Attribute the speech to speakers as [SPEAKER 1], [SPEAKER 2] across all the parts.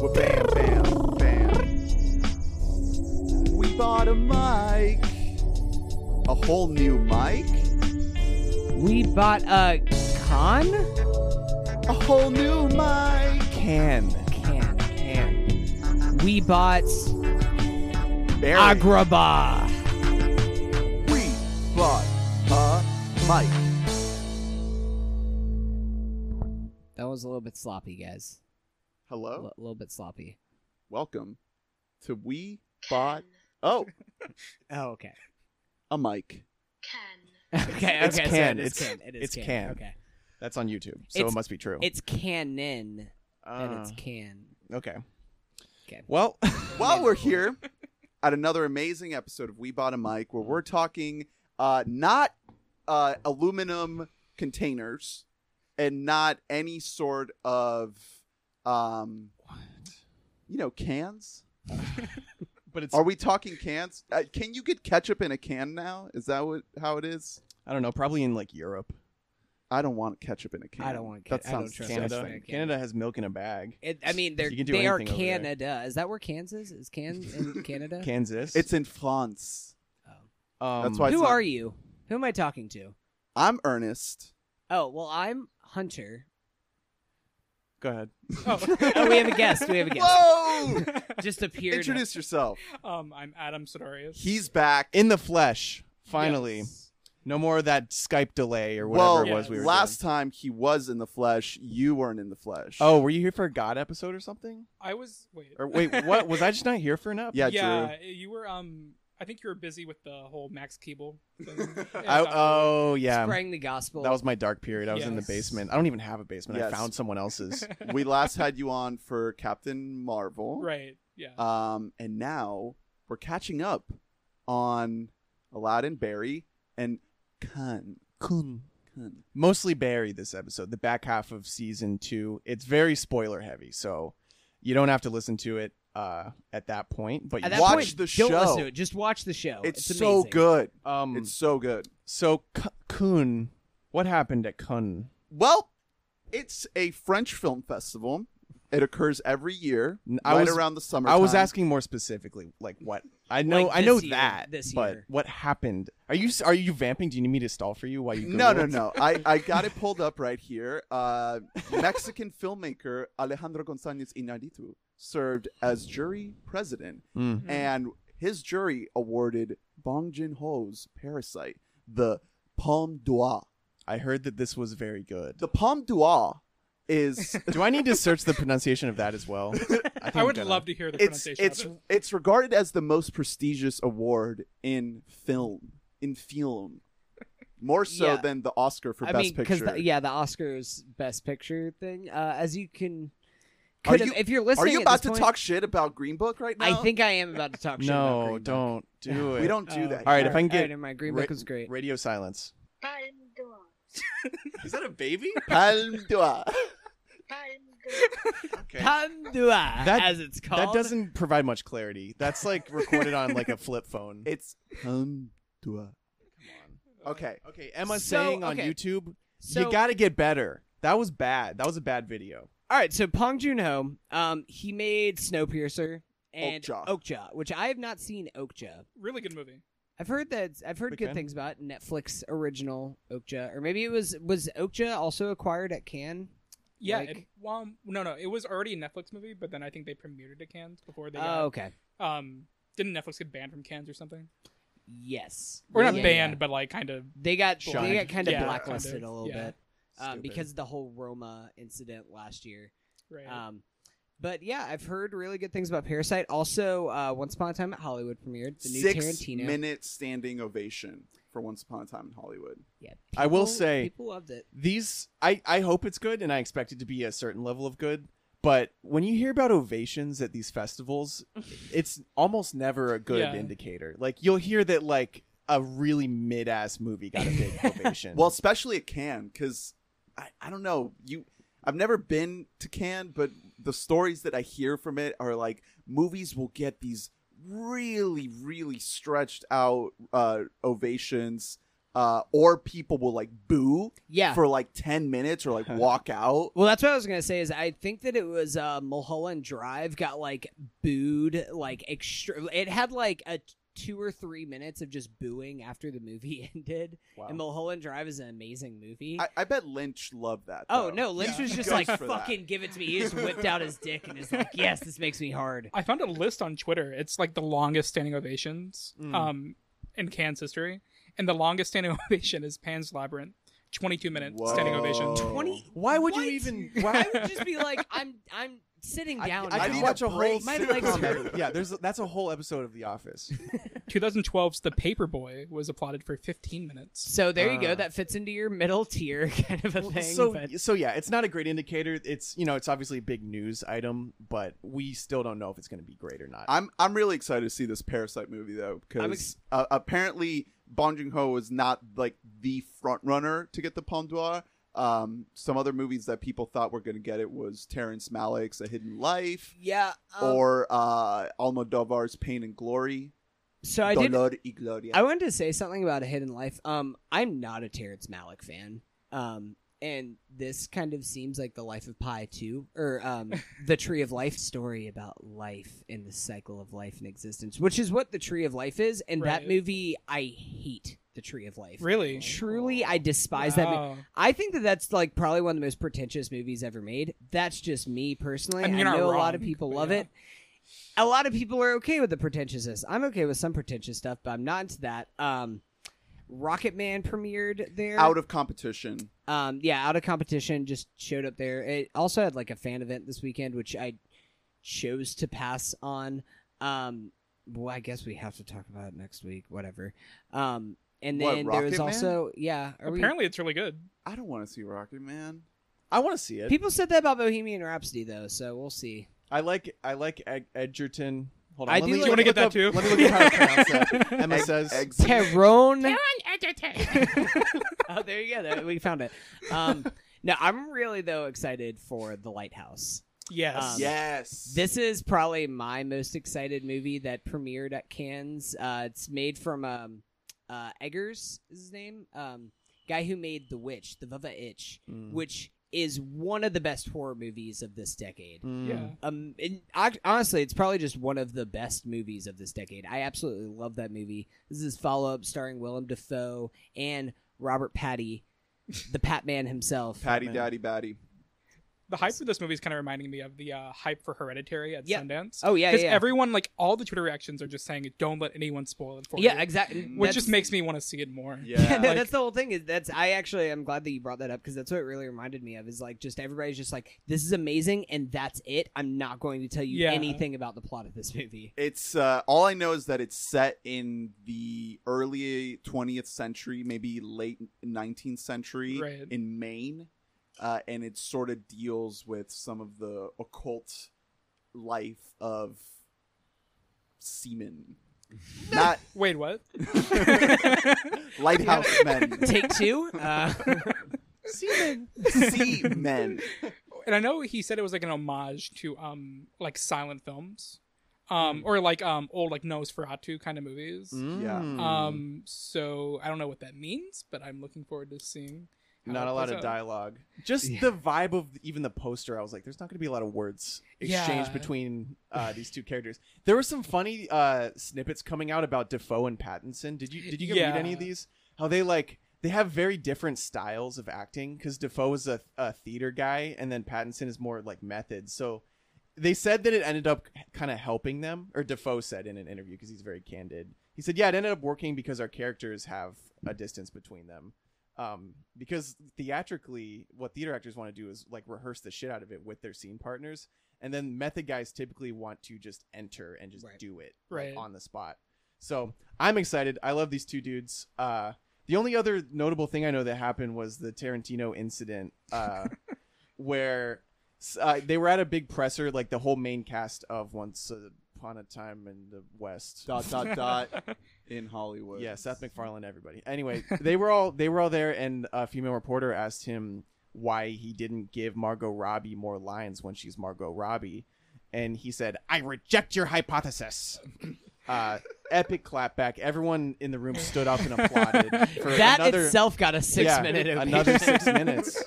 [SPEAKER 1] We're bam, bam, bam. We bought a mic. A whole new mic?
[SPEAKER 2] We bought a con?
[SPEAKER 1] A whole new mic. Can.
[SPEAKER 2] Can, can. We bought
[SPEAKER 1] Barry.
[SPEAKER 2] Agrabah.
[SPEAKER 1] We bought a mic.
[SPEAKER 2] That was a little bit sloppy, guys. A
[SPEAKER 1] Hello?
[SPEAKER 2] li- little bit sloppy.
[SPEAKER 1] Welcome to We Bought. Oh,
[SPEAKER 2] Oh, okay.
[SPEAKER 1] a mic.
[SPEAKER 3] Can.
[SPEAKER 2] Okay, okay.
[SPEAKER 4] it's
[SPEAKER 2] so
[SPEAKER 4] can.
[SPEAKER 2] It is
[SPEAKER 4] It's-
[SPEAKER 2] can. It is
[SPEAKER 4] it's
[SPEAKER 2] can.
[SPEAKER 4] can.
[SPEAKER 2] Okay.
[SPEAKER 4] That's on YouTube, so
[SPEAKER 2] It's-
[SPEAKER 4] it must be true.
[SPEAKER 2] It's canon, and it's
[SPEAKER 4] Ah,
[SPEAKER 2] can.
[SPEAKER 4] okay.
[SPEAKER 2] Okay.
[SPEAKER 4] Well,
[SPEAKER 1] While we're here at another amazing episode of We Bought a Mic, where we're talking uh, not uh, aluminum containers and not any sort of, um, you know, cans.
[SPEAKER 4] but it's
[SPEAKER 1] Are we talking cans? Uh, can you get ketchup in a can now? Is that what how it is?
[SPEAKER 4] I don't know, probably in like Europe.
[SPEAKER 1] I don't want ketchup in a can.
[SPEAKER 2] I don't want
[SPEAKER 1] That
[SPEAKER 2] ca- I don't
[SPEAKER 1] sounds
[SPEAKER 2] trust
[SPEAKER 1] terrible.
[SPEAKER 2] that.
[SPEAKER 4] Canada,
[SPEAKER 2] fair, Canada.
[SPEAKER 4] Canada has milk in a bag.
[SPEAKER 2] It, I mean, they're,
[SPEAKER 4] You can do
[SPEAKER 2] they are
[SPEAKER 4] anything over there.
[SPEAKER 2] Canada. Is that where Kansas is? Can in Canada?
[SPEAKER 4] Kansas.
[SPEAKER 1] It's in France.
[SPEAKER 4] um,
[SPEAKER 1] that's why-
[SPEAKER 2] Who
[SPEAKER 1] not-
[SPEAKER 2] are you? Who am I talking to?
[SPEAKER 1] I'm Ernest.
[SPEAKER 2] Oh, well, I'm Hunter.
[SPEAKER 4] Go ahead.
[SPEAKER 2] Oh, we have a guest. We have a guest.
[SPEAKER 1] Whoa!
[SPEAKER 2] Just appeared.
[SPEAKER 1] Introduce yourself.
[SPEAKER 5] Um, I'm Adam Sidorius.
[SPEAKER 1] He's back.
[SPEAKER 4] In the flesh, finally.
[SPEAKER 5] Yes.
[SPEAKER 4] No more of that Skype delay or whatever
[SPEAKER 1] well,
[SPEAKER 4] it was
[SPEAKER 5] Yes.
[SPEAKER 4] we were
[SPEAKER 1] last time he was in the flesh. You weren't in the flesh.
[SPEAKER 4] doing. Oh, were you here for a God episode or something?
[SPEAKER 5] I was wait.
[SPEAKER 4] Or wait, what was I just not here for enough?
[SPEAKER 1] Yeah,
[SPEAKER 5] yeah, you were. Um, I think you were busy with the whole Max Keeble. thing.
[SPEAKER 4] I, oh yeah.
[SPEAKER 2] Sprang the gospel.
[SPEAKER 4] That was my dark period. I was in the
[SPEAKER 5] Yes.
[SPEAKER 4] basement. I don't even have a basement.
[SPEAKER 1] Yes.
[SPEAKER 4] I found someone else's.
[SPEAKER 1] we last had you on for Captain Marvel,
[SPEAKER 5] right. Yeah.
[SPEAKER 1] Um, and now we're catching up on Aladdin, Barry, and Kun.
[SPEAKER 4] Kun.
[SPEAKER 1] Kun.
[SPEAKER 4] mostly Barry this episode, the back half of season two. It's very spoiler heavy, so you don't have to listen to it uh, at that point. But
[SPEAKER 2] At
[SPEAKER 4] you
[SPEAKER 2] that
[SPEAKER 1] Watch
[SPEAKER 2] point,
[SPEAKER 1] the
[SPEAKER 2] Don't listen
[SPEAKER 1] show.
[SPEAKER 2] to it. Just watch the show.
[SPEAKER 1] It's,
[SPEAKER 2] Oh, It's,
[SPEAKER 1] so
[SPEAKER 2] amazing.
[SPEAKER 1] good.
[SPEAKER 4] um,
[SPEAKER 1] It's so good.
[SPEAKER 4] so K- Kun, what happened at Kun?
[SPEAKER 1] Well, it's a French film festival. It occurs every year,
[SPEAKER 4] N- I
[SPEAKER 1] right
[SPEAKER 4] was-
[SPEAKER 1] around the summer.
[SPEAKER 4] I was asking more specifically, like what I know.
[SPEAKER 2] Like
[SPEAKER 4] I know
[SPEAKER 2] this year,
[SPEAKER 4] that
[SPEAKER 2] this
[SPEAKER 4] but
[SPEAKER 2] year.
[SPEAKER 4] what happened? Are you s- are you vamping? Do you need me to stall for you while you?
[SPEAKER 1] No, no,
[SPEAKER 4] Google it?
[SPEAKER 1] no. I, I got it pulled up right here. Uh, Mexican filmmaker Alejandro Gonzalez Inarritu served as jury president,
[SPEAKER 4] Mm.
[SPEAKER 2] Hmm.
[SPEAKER 5] Mhm.
[SPEAKER 1] and his jury awarded Bong Joon Ho's Parasite the Palme d'Or.
[SPEAKER 4] I heard that this was very good.
[SPEAKER 1] The Palme d'Or is
[SPEAKER 4] Do I need to search the pronunciation of that as well?
[SPEAKER 5] I,
[SPEAKER 4] think I'm
[SPEAKER 5] would
[SPEAKER 4] gonna-
[SPEAKER 5] love to hear the
[SPEAKER 1] it's
[SPEAKER 5] pronunciation.
[SPEAKER 1] it's
[SPEAKER 5] of it.
[SPEAKER 1] it's regarded as the most prestigious award in film in film, more so
[SPEAKER 2] Yeah.
[SPEAKER 1] than the Oscar for
[SPEAKER 2] I
[SPEAKER 1] Best
[SPEAKER 2] mean,
[SPEAKER 1] Picture.
[SPEAKER 2] the, yeah, the Oscars Best Picture thing. Uh, as you can,
[SPEAKER 1] Are
[SPEAKER 2] could have-
[SPEAKER 1] you-
[SPEAKER 2] if you're
[SPEAKER 1] Are
[SPEAKER 2] listening,
[SPEAKER 1] you
[SPEAKER 2] at
[SPEAKER 1] about
[SPEAKER 2] this
[SPEAKER 1] to
[SPEAKER 2] point-
[SPEAKER 1] talk shit about Green Book right now?
[SPEAKER 2] I think Oh. I am about to talk shit. about
[SPEAKER 4] No,
[SPEAKER 2] Green Book.
[SPEAKER 4] don't do it.
[SPEAKER 1] we don't do
[SPEAKER 5] Uh,
[SPEAKER 1] that.
[SPEAKER 4] All right, if
[SPEAKER 2] Alright,
[SPEAKER 4] I can get
[SPEAKER 2] alright, never mind. Green Book
[SPEAKER 4] Ra-
[SPEAKER 2] was great.
[SPEAKER 4] Radio silence.
[SPEAKER 3] Palm door.
[SPEAKER 4] Is that a baby?
[SPEAKER 1] Palme d'Or.
[SPEAKER 3] Palm door.
[SPEAKER 4] Okay.
[SPEAKER 2] Pandua,
[SPEAKER 4] That-
[SPEAKER 2] as it's called.
[SPEAKER 4] That doesn't provide much clarity. That's like recorded on like a flip phone.
[SPEAKER 1] It's Palme d'Or. Okay.
[SPEAKER 4] Okay, Emma
[SPEAKER 2] So,
[SPEAKER 4] saying on
[SPEAKER 2] okay.
[SPEAKER 4] YouTube,
[SPEAKER 2] So,
[SPEAKER 4] you got to get better. That was bad. That was a bad video.
[SPEAKER 2] all right. So Pong Joon-ho, um, he made Snowpiercer and
[SPEAKER 1] Oakja.
[SPEAKER 2] which I have not seen. Oakja.
[SPEAKER 5] really good movie.
[SPEAKER 2] I've heard that. I've heard
[SPEAKER 4] Big
[SPEAKER 2] good
[SPEAKER 4] fan.
[SPEAKER 2] things about it. Netflix original Oakja, or maybe it was was Oakja also acquired at Cannes.
[SPEAKER 5] Yeah.
[SPEAKER 2] Like-
[SPEAKER 5] it- well, no, no, it was already a Netflix movie, but then I think they premiered it at Cannes before they.
[SPEAKER 2] Oh,
[SPEAKER 5] got
[SPEAKER 2] okay.
[SPEAKER 5] Um, didn't Netflix get banned from Cannes or something?
[SPEAKER 2] Yes.
[SPEAKER 5] Or not
[SPEAKER 2] Yeah,
[SPEAKER 5] banned,
[SPEAKER 2] yeah.
[SPEAKER 5] but like kind of.
[SPEAKER 2] They got
[SPEAKER 4] Shunned.
[SPEAKER 2] they got kind of
[SPEAKER 5] Yeah,
[SPEAKER 2] blacklisted
[SPEAKER 5] kind
[SPEAKER 2] a
[SPEAKER 5] of,
[SPEAKER 2] little
[SPEAKER 5] yeah.
[SPEAKER 2] bit um,
[SPEAKER 4] Stupid.
[SPEAKER 2] because of the whole Roma incident last year.
[SPEAKER 5] Right.
[SPEAKER 2] Um, but yeah, I've heard really good things about Parasite. Also, uh, Once Upon a Time at Hollywood premiered the new
[SPEAKER 1] Six
[SPEAKER 2] Tarantino.
[SPEAKER 1] minute standing ovation for Once Upon a Time in Hollywood.
[SPEAKER 2] Yeah,
[SPEAKER 4] I will
[SPEAKER 2] people-
[SPEAKER 4] say-
[SPEAKER 2] people loved it.
[SPEAKER 4] These, I, I hope it's good, and I expect it to be a certain level of good. But when you hear about ovations at these festivals, it's almost never a good
[SPEAKER 5] Yeah.
[SPEAKER 4] indicator. Like you'll hear that like a really mid ass movie got a big ovation.
[SPEAKER 1] Well, especially at Cannes, because I, I don't know you. I've never been to Cannes, but the stories that I hear from it are like movies will get these really, really stretched out uh, ovations. uh, or people will like boo
[SPEAKER 2] Yeah.
[SPEAKER 1] for like 10 minutes or like walk out.
[SPEAKER 2] well, that's what I was gonna say. Is I think that it was uh, Mulholland Drive got like booed, like extra. It had like a t- two or three minutes of just booing after the movie ended.
[SPEAKER 4] Wow.
[SPEAKER 2] And Mulholland Drive is an amazing movie.
[SPEAKER 1] I, I bet Lynch loved that.
[SPEAKER 2] Oh
[SPEAKER 1] though.
[SPEAKER 2] no, Lynch
[SPEAKER 5] Yeah.
[SPEAKER 2] was just
[SPEAKER 1] Goes
[SPEAKER 2] like,
[SPEAKER 1] for that.
[SPEAKER 2] "Fucking give it to me." He just whipped out his dick and is like, "Yes, this makes me hard."
[SPEAKER 5] I found a list on Twitter. It's like the longest standing ovations
[SPEAKER 4] Mm.
[SPEAKER 5] um, in Cannes history, and the longest standing ovation is Pan's Labyrinth, 22 minute standing
[SPEAKER 1] Whoa.
[SPEAKER 5] ovation.
[SPEAKER 1] Oh.
[SPEAKER 2] Twenty.
[SPEAKER 4] Why would
[SPEAKER 2] What?
[SPEAKER 4] you even?
[SPEAKER 2] I
[SPEAKER 4] Why
[SPEAKER 2] would just be like, "I'm, I'm sitting
[SPEAKER 4] I-
[SPEAKER 2] down."
[SPEAKER 4] I,
[SPEAKER 2] now.
[SPEAKER 4] could
[SPEAKER 1] need
[SPEAKER 4] watch a whole
[SPEAKER 1] break
[SPEAKER 2] My
[SPEAKER 1] soon.
[SPEAKER 2] legs
[SPEAKER 4] sitcom
[SPEAKER 2] hurt.
[SPEAKER 4] every- Yeah, there's that's a whole episode of The Office.
[SPEAKER 5] 2012's The Paperboy was applauded for 15 minutes.
[SPEAKER 2] So there you
[SPEAKER 4] Ah.
[SPEAKER 2] go. That fits into your middle tier kind of a
[SPEAKER 4] Well,
[SPEAKER 2] thing.
[SPEAKER 4] so
[SPEAKER 2] but-
[SPEAKER 4] so yeah, it's not a great indicator. It's you know it's obviously a big news item, but we still don't know if it's going to be great or not.
[SPEAKER 1] I'm I'm really excited to see this Parasite movie though because
[SPEAKER 2] I'm ex-
[SPEAKER 1] uh, apparently Bong Joon Ho is not like the front runner to get the Palme d'Or. Um, some other movies that people thought were going to get it was Terrence Malick's A Hidden Life
[SPEAKER 2] yeah. um,
[SPEAKER 1] or uh, Almodovar's Pain and Glory.
[SPEAKER 2] so I did.
[SPEAKER 1] Dolor y Gloria.
[SPEAKER 2] I wanted to say something about a hidden life. Um, I'm not a Terrence Malick fan. Um, and this kind of seems like the life of Pi too, or um, the Tree of Life story about life and the cycle of life and existence, which is what the Tree of Life is. And that
[SPEAKER 5] Right.
[SPEAKER 2] movie, I hate the Tree of Life.
[SPEAKER 5] Really?
[SPEAKER 2] Truly, I despise that. Movie.
[SPEAKER 5] Wow.
[SPEAKER 2] I think that that's like probably one of the most pretentious movies ever made. That's just me personally.
[SPEAKER 5] I mean, you're
[SPEAKER 2] I
[SPEAKER 5] not
[SPEAKER 2] know a lot
[SPEAKER 5] wrong,
[SPEAKER 2] of people
[SPEAKER 5] but
[SPEAKER 2] love
[SPEAKER 5] yeah.
[SPEAKER 2] it. A lot of people are okay with the pretentiousness. I'm okay with some pretentious stuff, but I'm not into that. Um, Rocket Man premiered there.
[SPEAKER 1] Out of competition.
[SPEAKER 2] um, yeah, out of competition. Just showed up there. It also had like a fan event this weekend, which I chose to pass on. Um, well, I guess we have to talk about it next week. Whatever. Um, and
[SPEAKER 1] What,
[SPEAKER 2] then there
[SPEAKER 1] Rocket
[SPEAKER 2] was
[SPEAKER 1] Man?
[SPEAKER 2] also yeah. Are we,
[SPEAKER 5] Apparently, it's really good.
[SPEAKER 1] I don't want to see Rocket Man.
[SPEAKER 4] I want to see it.
[SPEAKER 2] People said that about Bohemian Rhapsody though, so we'll see.
[SPEAKER 4] I like I like Ed- Edgerton. Hold on,
[SPEAKER 2] I do
[SPEAKER 4] let me,
[SPEAKER 2] like-
[SPEAKER 5] Do you want to
[SPEAKER 4] look
[SPEAKER 5] get that
[SPEAKER 4] up-
[SPEAKER 5] too?
[SPEAKER 4] Let me look at how to pronounce that. Emma
[SPEAKER 1] Egg-
[SPEAKER 4] says
[SPEAKER 1] eggs.
[SPEAKER 2] Tyrone.
[SPEAKER 5] Edgerton.
[SPEAKER 2] oh, there you go. There- we found it. Um, no, I'm really though excited for The Lighthouse.
[SPEAKER 5] yes.
[SPEAKER 2] Um,
[SPEAKER 1] yes.
[SPEAKER 2] This is probably my most excited movie that premiered at Cannes. Uh, it's made from um, uh, Eggers is his name, um, guy who made The Witch, The Vava Itch,
[SPEAKER 4] Mm.
[SPEAKER 2] which is one of the best horror movies of this decade.
[SPEAKER 4] Mm.
[SPEAKER 5] Yeah.
[SPEAKER 2] um and I, honestly it's probably just one of the best movies of this decade i absolutely love that movie this is follow-up starring willem dafoe and robert patty the pat man himself
[SPEAKER 1] Patty
[SPEAKER 4] Man.
[SPEAKER 1] Daddy Batty.
[SPEAKER 5] The hype for this movie is kind of reminding me of the uh, hype for Hereditary at
[SPEAKER 2] Yeah.
[SPEAKER 5] Sundance.
[SPEAKER 2] oh yeah yeah
[SPEAKER 5] Because
[SPEAKER 2] yeah,
[SPEAKER 5] everyone, like all the Twitter reactions, are just saying, "Don't let anyone spoil it for you."
[SPEAKER 2] yeah exactly
[SPEAKER 5] Which
[SPEAKER 2] That's-
[SPEAKER 5] just makes me want to see it more.
[SPEAKER 1] Yeah.
[SPEAKER 2] yeah, no,
[SPEAKER 5] like-
[SPEAKER 2] that's the whole thing. Is that's I actually I'm glad that you brought that up because that's what it really reminded me of. Is like just everybody's just like this is amazing and that's it. I'm not going to tell you
[SPEAKER 5] Yeah.
[SPEAKER 2] anything about the plot of this movie.
[SPEAKER 1] It's uh, all I know is that it's set in the early 20th century, maybe late 19th century
[SPEAKER 5] Right.
[SPEAKER 1] in Maine, uh, and it sort of deals with some of the occult life of seamen, not
[SPEAKER 5] Wait, what?
[SPEAKER 1] lighthouse men,
[SPEAKER 2] Take two. Uh,
[SPEAKER 4] Seaman.
[SPEAKER 1] seamen.
[SPEAKER 5] and I know he said it was like an homage to um like silent films, um or like um old like Nosferatu kind of movies.
[SPEAKER 4] Mm.
[SPEAKER 1] Yeah.
[SPEAKER 5] Um, so I don't know what that means, but I'm looking forward to seeing. how
[SPEAKER 4] not
[SPEAKER 5] it
[SPEAKER 4] a lot
[SPEAKER 5] plays
[SPEAKER 4] of
[SPEAKER 5] out.
[SPEAKER 4] dialogue. Just
[SPEAKER 2] Yeah.
[SPEAKER 4] the vibe of even the poster. I was like, there's not going to be a lot of words exchanged
[SPEAKER 5] Yeah.
[SPEAKER 4] between uh, these two characters. There were some funny uh, snippets coming out about Defoe and Pattinson. Did you did you get read any of
[SPEAKER 5] Yeah.
[SPEAKER 4] these? How they like they have very different styles of acting because Defoe is a, a theater guy and then Pattinson is more like method. So they said that it ended up kind of helping them, or Defoe said in an interview because he's very candid. He said, "Yeah, it ended up working because our characters have a distance between them." um, because theatrically, what theater actors want to do is like rehearse the shit out of it with their scene partners, and then method guys typically want to just enter and just
[SPEAKER 2] Right.
[SPEAKER 4] do it
[SPEAKER 5] Right.
[SPEAKER 4] like, on the spot. So I'm excited. I love these two dudes. Uh, the only other notable thing I know that happened was the Tarantino incident, uh, where s- uh, they were at a big presser, like the whole main cast of Once Upon a Time in the West.
[SPEAKER 1] dot dot dot in Hollywood.
[SPEAKER 4] Yeah, Seth MacFarlane, everybody. Anyway, they were all they were all there, and a female reporter asked him why he didn't give Margot Robbie more lines when she's Margot Robbie, and he said, "I reject your hypothesis." uh, epic clapback. Everyone in the room stood up and applauded. For
[SPEAKER 2] that
[SPEAKER 4] another,
[SPEAKER 2] itself got a six
[SPEAKER 4] yeah,
[SPEAKER 2] minute opening.
[SPEAKER 4] Another six minutes.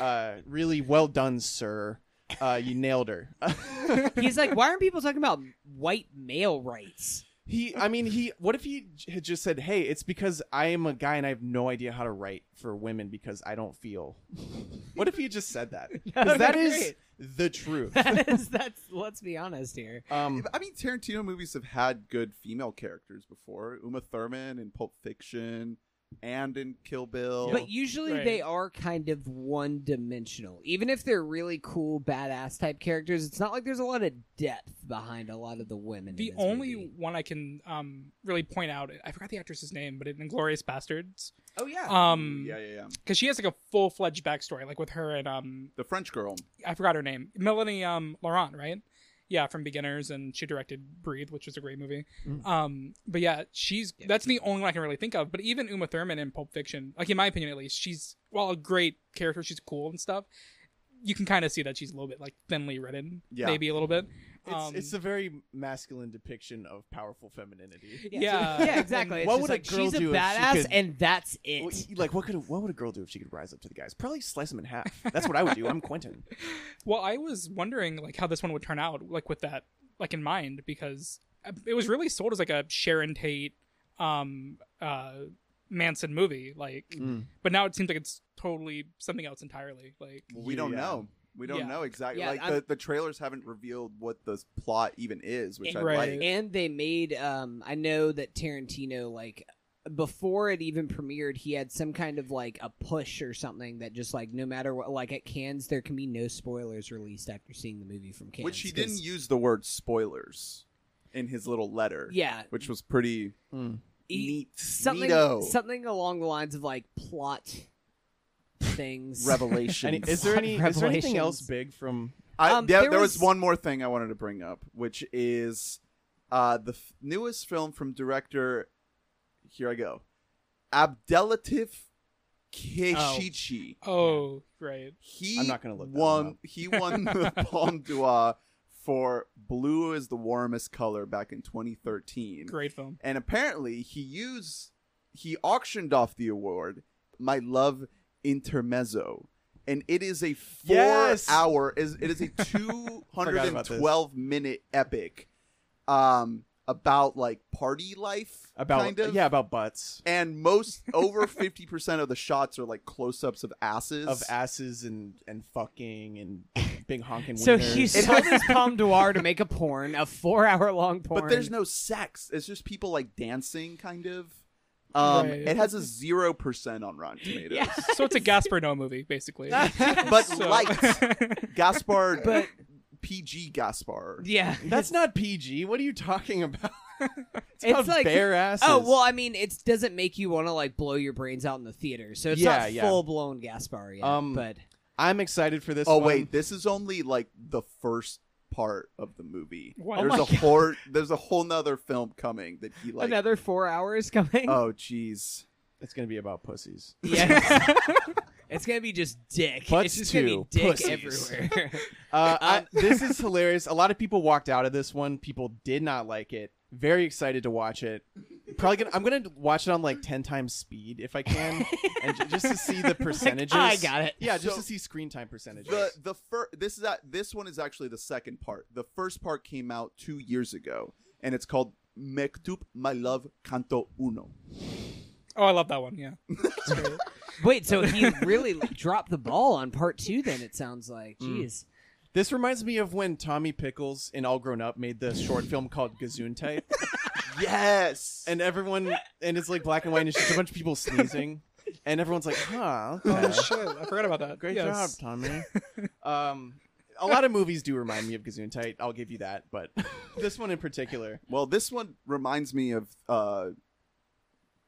[SPEAKER 4] Uh, really well done, sir. Uh, you nailed her.
[SPEAKER 2] He's like, why aren't people talking about white male rights?
[SPEAKER 4] He, I mean, he. What if he j- had just said, "Hey, it's because I am a guy and I have no idea how to write for women because I don't feel." what if he just said that? Because that is the truth.
[SPEAKER 2] that is that's. Let's be honest here.
[SPEAKER 4] Um,
[SPEAKER 1] I mean, Tarantino movies have had good female characters before. Uma Thurman in Pulp Fiction and in Kill Bill.
[SPEAKER 2] But usually
[SPEAKER 5] Right.
[SPEAKER 2] they are kind of one dimensional. Even if they're really cool, badass type characters, it's not like there's a lot of depth behind a lot of the women.
[SPEAKER 5] The
[SPEAKER 2] in this
[SPEAKER 5] only
[SPEAKER 2] movie.
[SPEAKER 5] one I can um, really point out, I forgot the actress's name, but in Inglorious Bastards,
[SPEAKER 2] oh yeah,
[SPEAKER 5] um,
[SPEAKER 1] yeah, yeah, yeah.
[SPEAKER 5] because she has like a full fledged backstory, like with her and um,
[SPEAKER 1] The French Girl.
[SPEAKER 5] I forgot her name, Melanie um Laurent, right? Yeah, from Beginners, and she directed Breathe, which was a great movie.
[SPEAKER 4] Mm.
[SPEAKER 5] Um, but yeah, she's that's the only one I can really think of. But even Uma Thurman in Pulp Fiction, like in my opinion at least, she's while a great character, she's cool and stuff. You can kind of see that she's a little bit like thinly written,
[SPEAKER 1] Yeah.
[SPEAKER 5] maybe a little bit.
[SPEAKER 4] it's,
[SPEAKER 5] Um,
[SPEAKER 4] it's a very masculine depiction of powerful femininity.
[SPEAKER 5] yeah.
[SPEAKER 2] yeah, exactly. It's
[SPEAKER 4] What
[SPEAKER 2] just
[SPEAKER 4] would a
[SPEAKER 2] like,
[SPEAKER 4] girl
[SPEAKER 2] she's a
[SPEAKER 4] do if she
[SPEAKER 2] badass,
[SPEAKER 4] could-
[SPEAKER 2] and that's it.
[SPEAKER 4] Well, y- Like, what could a, what would a girl do if she could rise up to the guys? Probably slice them in half. That's what I would do. I'm Quentin.
[SPEAKER 5] Well, I was wondering like how this one would turn out, like with that like in mind, because uh, it was really sold as like a Sharon Tate, um, uh, Manson movie, like.
[SPEAKER 4] Mm.
[SPEAKER 5] But now it seems like it's totally something else entirely. Like,
[SPEAKER 1] Well, we don't
[SPEAKER 4] Yeah.
[SPEAKER 1] know. We don't
[SPEAKER 5] Yeah.
[SPEAKER 1] know exactly.
[SPEAKER 2] Yeah,
[SPEAKER 1] like
[SPEAKER 2] I'm-
[SPEAKER 1] the, the trailers haven't revealed what the plot even is, which I
[SPEAKER 5] Right.
[SPEAKER 1] like.
[SPEAKER 2] and they made um i know that tarantino like before it even premiered he had some kind of like a push or something that just like no matter what like at cannes there can be no spoilers released after seeing the movie from cannes
[SPEAKER 1] Which he
[SPEAKER 2] 'cause-
[SPEAKER 1] didn't use the word spoilers in his little letter.
[SPEAKER 2] yeah
[SPEAKER 1] Which was pretty
[SPEAKER 4] Mm.
[SPEAKER 2] he-
[SPEAKER 1] neat.
[SPEAKER 2] something
[SPEAKER 1] neato.
[SPEAKER 2] something along the lines of like plot things
[SPEAKER 1] Revelation.
[SPEAKER 4] Any- is there any is there anything else
[SPEAKER 2] Revelations.
[SPEAKER 4] big from?
[SPEAKER 1] I,
[SPEAKER 2] Um,
[SPEAKER 1] there,
[SPEAKER 2] there
[SPEAKER 1] there was...
[SPEAKER 2] was-
[SPEAKER 1] one more thing I wanted to bring up, which is uh, the f- newest film from director. Here I go, Abdelatif Keshichi.
[SPEAKER 5] oh, right.
[SPEAKER 1] He
[SPEAKER 4] I'm not gonna look that
[SPEAKER 1] won.
[SPEAKER 4] one up.
[SPEAKER 1] He won the Palme d'Or for "Blue Is the Warmest Color" back in 2013,
[SPEAKER 5] Great film.
[SPEAKER 1] and apparently he used he auctioned off the award. My love intermezzo. And it is a four
[SPEAKER 4] Yes!
[SPEAKER 1] hour is it is a two hundred
[SPEAKER 4] Forgot
[SPEAKER 1] and
[SPEAKER 4] about this.
[SPEAKER 1] twelve minute epic um about like party life
[SPEAKER 4] About
[SPEAKER 1] kind of
[SPEAKER 4] yeah, about butts
[SPEAKER 1] and most over fifty percent of the shots are like close ups of asses
[SPEAKER 4] of asses and and fucking and big honking.
[SPEAKER 2] so
[SPEAKER 4] wieners.
[SPEAKER 2] he saw this palm d'or to make a porn a four hour long porn
[SPEAKER 1] but there's no sex it's just people like dancing kind of um
[SPEAKER 5] Right.
[SPEAKER 1] it has a zero percent on Rotten Tomatoes
[SPEAKER 2] Yeah.
[SPEAKER 5] So it's a Gaspar Noé movie, basically.
[SPEAKER 4] Ah.
[SPEAKER 1] but
[SPEAKER 5] So-
[SPEAKER 1] light Gaspar
[SPEAKER 2] But-
[SPEAKER 1] PG Gaspar
[SPEAKER 2] yeah
[SPEAKER 4] That's not PG. What are you talking about? It's,
[SPEAKER 2] It's
[SPEAKER 4] about
[SPEAKER 2] like-
[SPEAKER 4] bare asses.
[SPEAKER 2] Oh well, I mean, it doesn't make you want to like blow your brains out in the theater, so it's
[SPEAKER 4] Yeah,
[SPEAKER 2] not
[SPEAKER 4] yeah.
[SPEAKER 2] full blown Gaspar yet.
[SPEAKER 4] Um,
[SPEAKER 2] but
[SPEAKER 4] I'm excited for this.
[SPEAKER 1] Oh
[SPEAKER 4] Oh
[SPEAKER 1] wait, this is only like the first part of the movie.
[SPEAKER 5] What?
[SPEAKER 1] There's
[SPEAKER 5] Oh my
[SPEAKER 1] a whole there's a whole nother film coming that he like
[SPEAKER 2] another four hours coming.
[SPEAKER 1] Oh jeez.
[SPEAKER 4] it's gonna be about pussies.
[SPEAKER 2] yeah, it's gonna be just dick.
[SPEAKER 4] Butts
[SPEAKER 2] it's just gonna be
[SPEAKER 4] too.
[SPEAKER 2] dick
[SPEAKER 4] Pussies.
[SPEAKER 2] everywhere.
[SPEAKER 4] Uh, I, this is hilarious. A lot of people walked out of this one. People did not like it. Very excited to watch it. Probably gonna. I'm gonna watch it on like ten times speed if I can, and j- just to see the percentages.
[SPEAKER 2] I got it.
[SPEAKER 4] Yeah, just
[SPEAKER 1] So-
[SPEAKER 4] to see screen time percentages.
[SPEAKER 1] The the fir- this is a- this one is actually the second part. The first part came out 2 years ago and it's called Mektub My Love Canto Uno.
[SPEAKER 5] oh, I love that one. Yeah. It's great.
[SPEAKER 2] Wait, so he really dropped the ball on part two? Then it sounds like,
[SPEAKER 4] Mm.
[SPEAKER 2] jeez,
[SPEAKER 4] This reminds me of when Tommy Pickles in All Grown Up made the short film called Gazoon Type,
[SPEAKER 1] Yes. And
[SPEAKER 4] and everyone and it's like black and white, and it's just a bunch of people sneezing, and everyone's like, "Huh,
[SPEAKER 5] oh
[SPEAKER 4] okay.
[SPEAKER 5] shit! I forgot about that.
[SPEAKER 4] great
[SPEAKER 5] Yes.
[SPEAKER 4] job, Tommy." um, a lot of movies do remind me of Gazoon Type. I'll give you that, but this one in particular.
[SPEAKER 1] well, this one reminds me of uh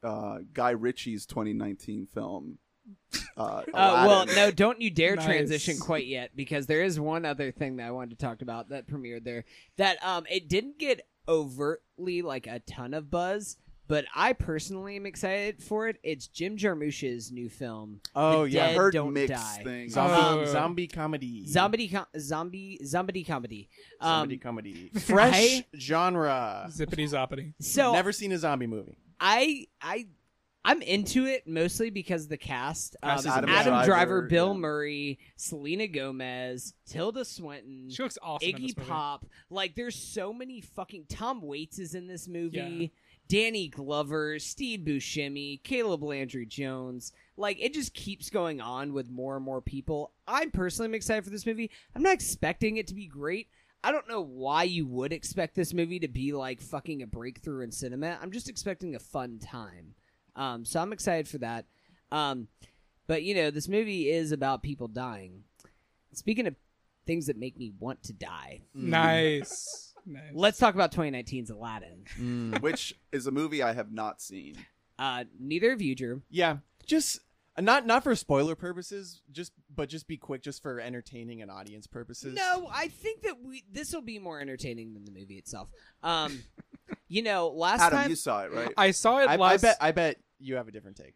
[SPEAKER 1] uh Guy Ritchie's 2019 film. Uh,
[SPEAKER 2] Uh, well,
[SPEAKER 1] Aladdin.
[SPEAKER 2] no, don't you dare
[SPEAKER 5] Nice.
[SPEAKER 2] transition quite yet because there is one other thing that I wanted to talk about that premiered there that um it didn't get overtly like a ton of buzz, But I personally am excited for it. It's Jim Jarmusch's new film,
[SPEAKER 4] Oh
[SPEAKER 2] The
[SPEAKER 4] yeah,
[SPEAKER 2] dead-
[SPEAKER 1] heard
[SPEAKER 2] don't
[SPEAKER 1] mixed
[SPEAKER 2] die.
[SPEAKER 1] things.
[SPEAKER 4] zombie
[SPEAKER 5] Oh.
[SPEAKER 4] zombie comedy.
[SPEAKER 2] zombie com- zombie zombie comedy. Um,
[SPEAKER 4] Zombie comedy. Fresh
[SPEAKER 2] I-
[SPEAKER 4] genre.
[SPEAKER 5] Zippity zoppity.
[SPEAKER 2] so
[SPEAKER 4] Never seen a zombie movie.
[SPEAKER 2] I I I'm into it mostly because of the cast. Um,
[SPEAKER 4] Cast is
[SPEAKER 2] Adam,
[SPEAKER 4] amazing.
[SPEAKER 2] Driver,
[SPEAKER 1] Driver,
[SPEAKER 2] Bill
[SPEAKER 1] yeah.
[SPEAKER 2] Murray, Selena Gomez, Tilda Swinton,
[SPEAKER 5] She looks awesome. in
[SPEAKER 2] Iggy
[SPEAKER 5] this movie.
[SPEAKER 2] Pop. Like there's so many fucking Tom Waits is in this movie. Danny Glover, Steve Buscemi, Caleb Landry Jones. Like it just keeps going on with more and more people. I personally am excited for this movie. I'm not expecting it to be great. I don't know why you would expect this movie to be like fucking a breakthrough in cinema. I'm just expecting a fun time. Um, so I'm excited for that. Um, but you know, this movie is about people dying. Speaking of things that make me want to die,
[SPEAKER 5] Nice. nice.
[SPEAKER 2] let's talk about 2019's Aladdin.
[SPEAKER 4] Mm.
[SPEAKER 1] which is a movie I have not seen.
[SPEAKER 2] Uh, neither of you, Drew.
[SPEAKER 4] Yeah, just uh, not not for spoiler purposes, just but just be quick, just for entertaining and audience purposes.
[SPEAKER 2] No, I think that we this will be more entertaining than the movie itself. Um, you know, last
[SPEAKER 1] Adam,
[SPEAKER 2] time
[SPEAKER 1] you saw it, right?
[SPEAKER 5] I saw it
[SPEAKER 4] I, I
[SPEAKER 5] last.
[SPEAKER 4] bet I bet you have a different take.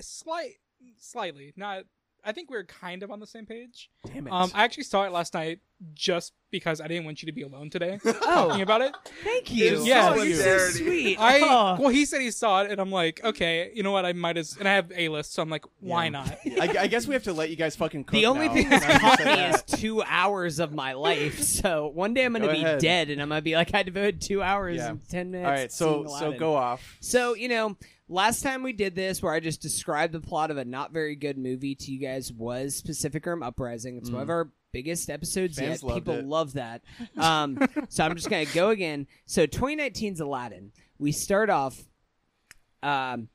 [SPEAKER 5] slight, slightly. Not. I think we are kind of on the same page.
[SPEAKER 4] Damn it!
[SPEAKER 5] Um, I actually saw it last night just because I didn't want you to be alone today talking
[SPEAKER 2] oh,
[SPEAKER 5] about it.
[SPEAKER 2] thank you.
[SPEAKER 1] It's
[SPEAKER 5] Yeah.
[SPEAKER 2] oh, you're so
[SPEAKER 1] solidarity.
[SPEAKER 2] sweet.
[SPEAKER 5] I
[SPEAKER 2] Oh.
[SPEAKER 5] well, he said he saw it, and I'm like, okay, you know what? I might as and I have a list, so I'm like, why
[SPEAKER 4] Yeah.
[SPEAKER 5] not?
[SPEAKER 4] I, I guess we have to let you guys fucking cook.
[SPEAKER 2] the only
[SPEAKER 4] now.
[SPEAKER 2] thing that's
[SPEAKER 4] Now you
[SPEAKER 2] caught
[SPEAKER 4] said
[SPEAKER 2] me
[SPEAKER 4] that.
[SPEAKER 2] is two hours of my life. So one day I'm going to
[SPEAKER 4] Go
[SPEAKER 2] be
[SPEAKER 4] ahead.
[SPEAKER 2] dead, and I'm going to be like, I devoted two hours
[SPEAKER 4] Yeah.
[SPEAKER 2] and ten minutes.
[SPEAKER 4] All right,
[SPEAKER 2] to
[SPEAKER 4] so
[SPEAKER 2] seeing
[SPEAKER 4] so
[SPEAKER 2] Aladdin.
[SPEAKER 4] go off.
[SPEAKER 2] So, you know, last time we did this where I just described the plot of a not very good movie to you guys was Pacific Rim Uprising. It's one of our biggest episodes
[SPEAKER 4] Mm.
[SPEAKER 2] yet.
[SPEAKER 4] Fans loved
[SPEAKER 2] People
[SPEAKER 4] it.
[SPEAKER 2] love that. Um, so I'm just going to go again. So 2019's Aladdin. We start off um,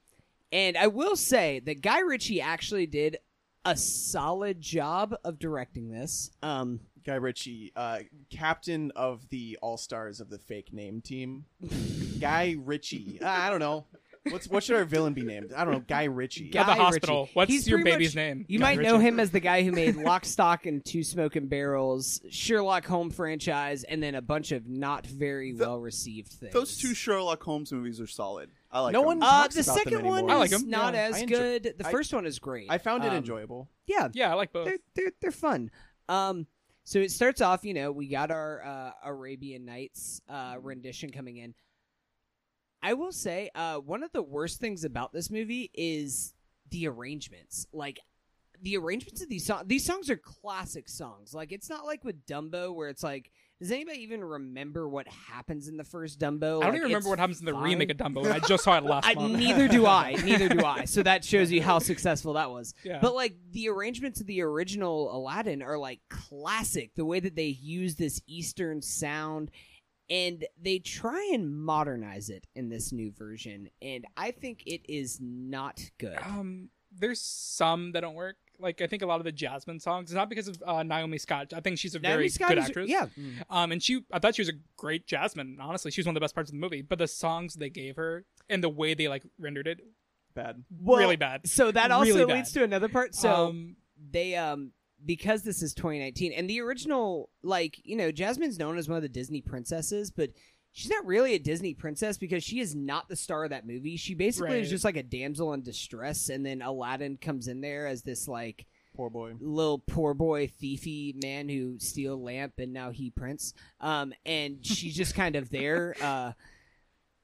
[SPEAKER 2] and I will say that Guy Ritchie actually did a solid job of directing this. Um,
[SPEAKER 4] Guy Ritchie, uh, captain of the All Stars of the fake name team. Guy Ritchie. Uh, I don't know. What's what should our villain be named? I don't know. Guy Ritchie.
[SPEAKER 5] At the
[SPEAKER 2] Guy
[SPEAKER 5] hospital.
[SPEAKER 2] Ritchie.
[SPEAKER 5] What's
[SPEAKER 2] He's
[SPEAKER 5] your
[SPEAKER 2] pretty
[SPEAKER 5] baby's
[SPEAKER 2] much-
[SPEAKER 5] name?
[SPEAKER 2] You
[SPEAKER 4] Guy
[SPEAKER 2] might know
[SPEAKER 4] Ritchie.
[SPEAKER 2] him as the guy who made Lock, Stock, and Two Smoking Barrels, Sherlock Holmes franchise, and then a bunch of not very
[SPEAKER 1] The-
[SPEAKER 2] well received things.
[SPEAKER 1] Those two Sherlock Holmes movies are solid. I like.
[SPEAKER 4] No
[SPEAKER 1] them.
[SPEAKER 4] one-
[SPEAKER 2] Uh,
[SPEAKER 4] talks
[SPEAKER 2] the
[SPEAKER 4] about them
[SPEAKER 2] second
[SPEAKER 4] anymore.
[SPEAKER 2] one
[SPEAKER 5] I like
[SPEAKER 2] is
[SPEAKER 5] him.
[SPEAKER 2] not
[SPEAKER 4] Yeah, I
[SPEAKER 2] as
[SPEAKER 4] enjoy-
[SPEAKER 2] good. The
[SPEAKER 4] I-
[SPEAKER 2] first one is great.
[SPEAKER 4] I found it
[SPEAKER 2] Um,
[SPEAKER 4] enjoyable.
[SPEAKER 2] Yeah,
[SPEAKER 5] Yeah, I like both.
[SPEAKER 2] they're they're they're fun. Um, so it starts off. You know, we got our uh, Arabian Nights uh,
[SPEAKER 5] Mm-hmm.
[SPEAKER 2] rendition coming in. I will say, uh, one of the worst things about this movie is the arrangements. Like the arrangements of these songs. These songs are classic songs. Like it's not like with Dumbo where it's like. Does anybody even remember what happens in the first Dumbo?
[SPEAKER 5] I don't
[SPEAKER 2] Like,
[SPEAKER 5] even remember
[SPEAKER 2] it's
[SPEAKER 5] what happens in the
[SPEAKER 2] fine.
[SPEAKER 5] remake of Dumbo. and I just saw it last
[SPEAKER 2] I,
[SPEAKER 5] month.
[SPEAKER 2] neither do I. Neither do I. So that shows you how successful that was.
[SPEAKER 5] yeah.
[SPEAKER 2] But like the arrangements of the original Aladdin are like classic. The way that they use this Eastern sound, and they try and modernize it in this new version, and I think it is not good.
[SPEAKER 5] um, there's some that don't work. Like I think a lot of the Jasmine songs. It's not because of uh, Naomi Scott. I think she's a
[SPEAKER 2] Naomi
[SPEAKER 5] very
[SPEAKER 2] Scott
[SPEAKER 5] good
[SPEAKER 2] is-
[SPEAKER 5] actress.
[SPEAKER 2] yeah,
[SPEAKER 5] Um, and she, I thought she was a great Jasmine. Honestly, she was one of the best parts of the movie. But the songs they gave her and the way they like rendered it,
[SPEAKER 4] Bad.
[SPEAKER 2] Well,
[SPEAKER 5] really bad.
[SPEAKER 2] So that also
[SPEAKER 5] Really bad.
[SPEAKER 2] leads to another part. So
[SPEAKER 5] um,
[SPEAKER 2] they um because this is 2019 and the original like you know jasmine's known as one of the disney princesses but she's not really a disney princess because she is not the star of that movie she basically
[SPEAKER 5] Right.
[SPEAKER 2] is just like a damsel in distress and then aladdin comes in there as this like
[SPEAKER 4] Poor boy.
[SPEAKER 2] little poor boy thiefy man who steal lamp and now he prince um and she's just kind of there uh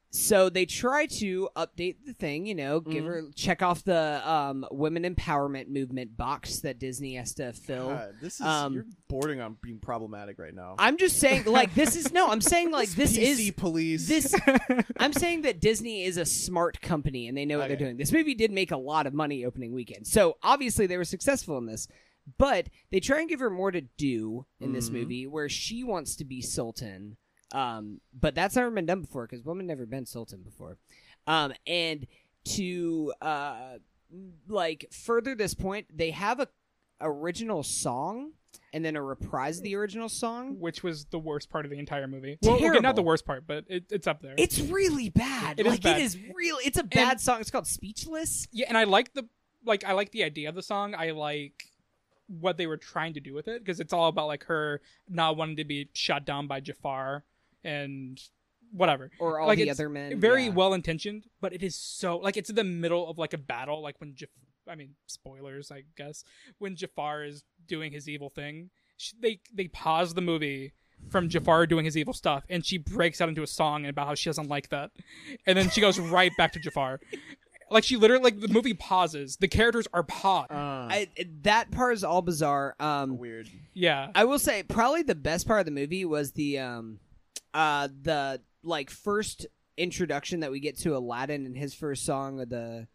[SPEAKER 2] so they try to update the thing you know give her check off the um women empowerment movement box that disney has to fill
[SPEAKER 4] God, this is
[SPEAKER 2] Um,
[SPEAKER 4] you're bordering on being problematic right now.
[SPEAKER 2] i'm just saying like this is no i'm saying like this
[SPEAKER 4] PC
[SPEAKER 2] is
[SPEAKER 4] police.
[SPEAKER 2] this i'm saying that disney is a smart company and they know what
[SPEAKER 4] Okay.
[SPEAKER 2] they're doing this movie did make a lot of money opening weekend so obviously they were successful in this but they try and give her more to do in this
[SPEAKER 4] Mhm.
[SPEAKER 2] movie where she wants to be sultan um, but that's never been done before because women never been sultan before um, and to uh, like further this point they have a original song and then a reprise of the original song
[SPEAKER 5] which was the worst part of the entire movie. Well, okay, not
[SPEAKER 2] Terrible.
[SPEAKER 5] the worst part, but it, it's up there.
[SPEAKER 2] It's really bad.
[SPEAKER 5] It is
[SPEAKER 2] like
[SPEAKER 5] bad.
[SPEAKER 2] it is real. It's a bad song. It's called Speechless.
[SPEAKER 5] yeah, and I like the like I like the idea of the song. I like what they were trying to do with it because it's all about like her not wanting to be shot down by Jafar and whatever.
[SPEAKER 2] or all
[SPEAKER 5] Like,
[SPEAKER 2] the
[SPEAKER 5] it's
[SPEAKER 2] other men.
[SPEAKER 5] Very
[SPEAKER 2] yeah.
[SPEAKER 5] well intentioned, but it is so like it's in the middle of like a battle, like when Jaf- I mean spoilers, I guess when Jafar is doing his evil thing, sh they they pause the movie from Jafar doing his evil stuff, and she breaks out into a song about how she doesn't like that, and then she goes right back to Jafar. Like she literally, like the movie pauses. The characters are paused.
[SPEAKER 2] Uh, I, that part is all bizarre. Um,
[SPEAKER 4] uh, weird.
[SPEAKER 5] yeah,
[SPEAKER 2] I will say probably the best part of the movie was the um uh the like first introduction that we get to Aladdin and his first song of the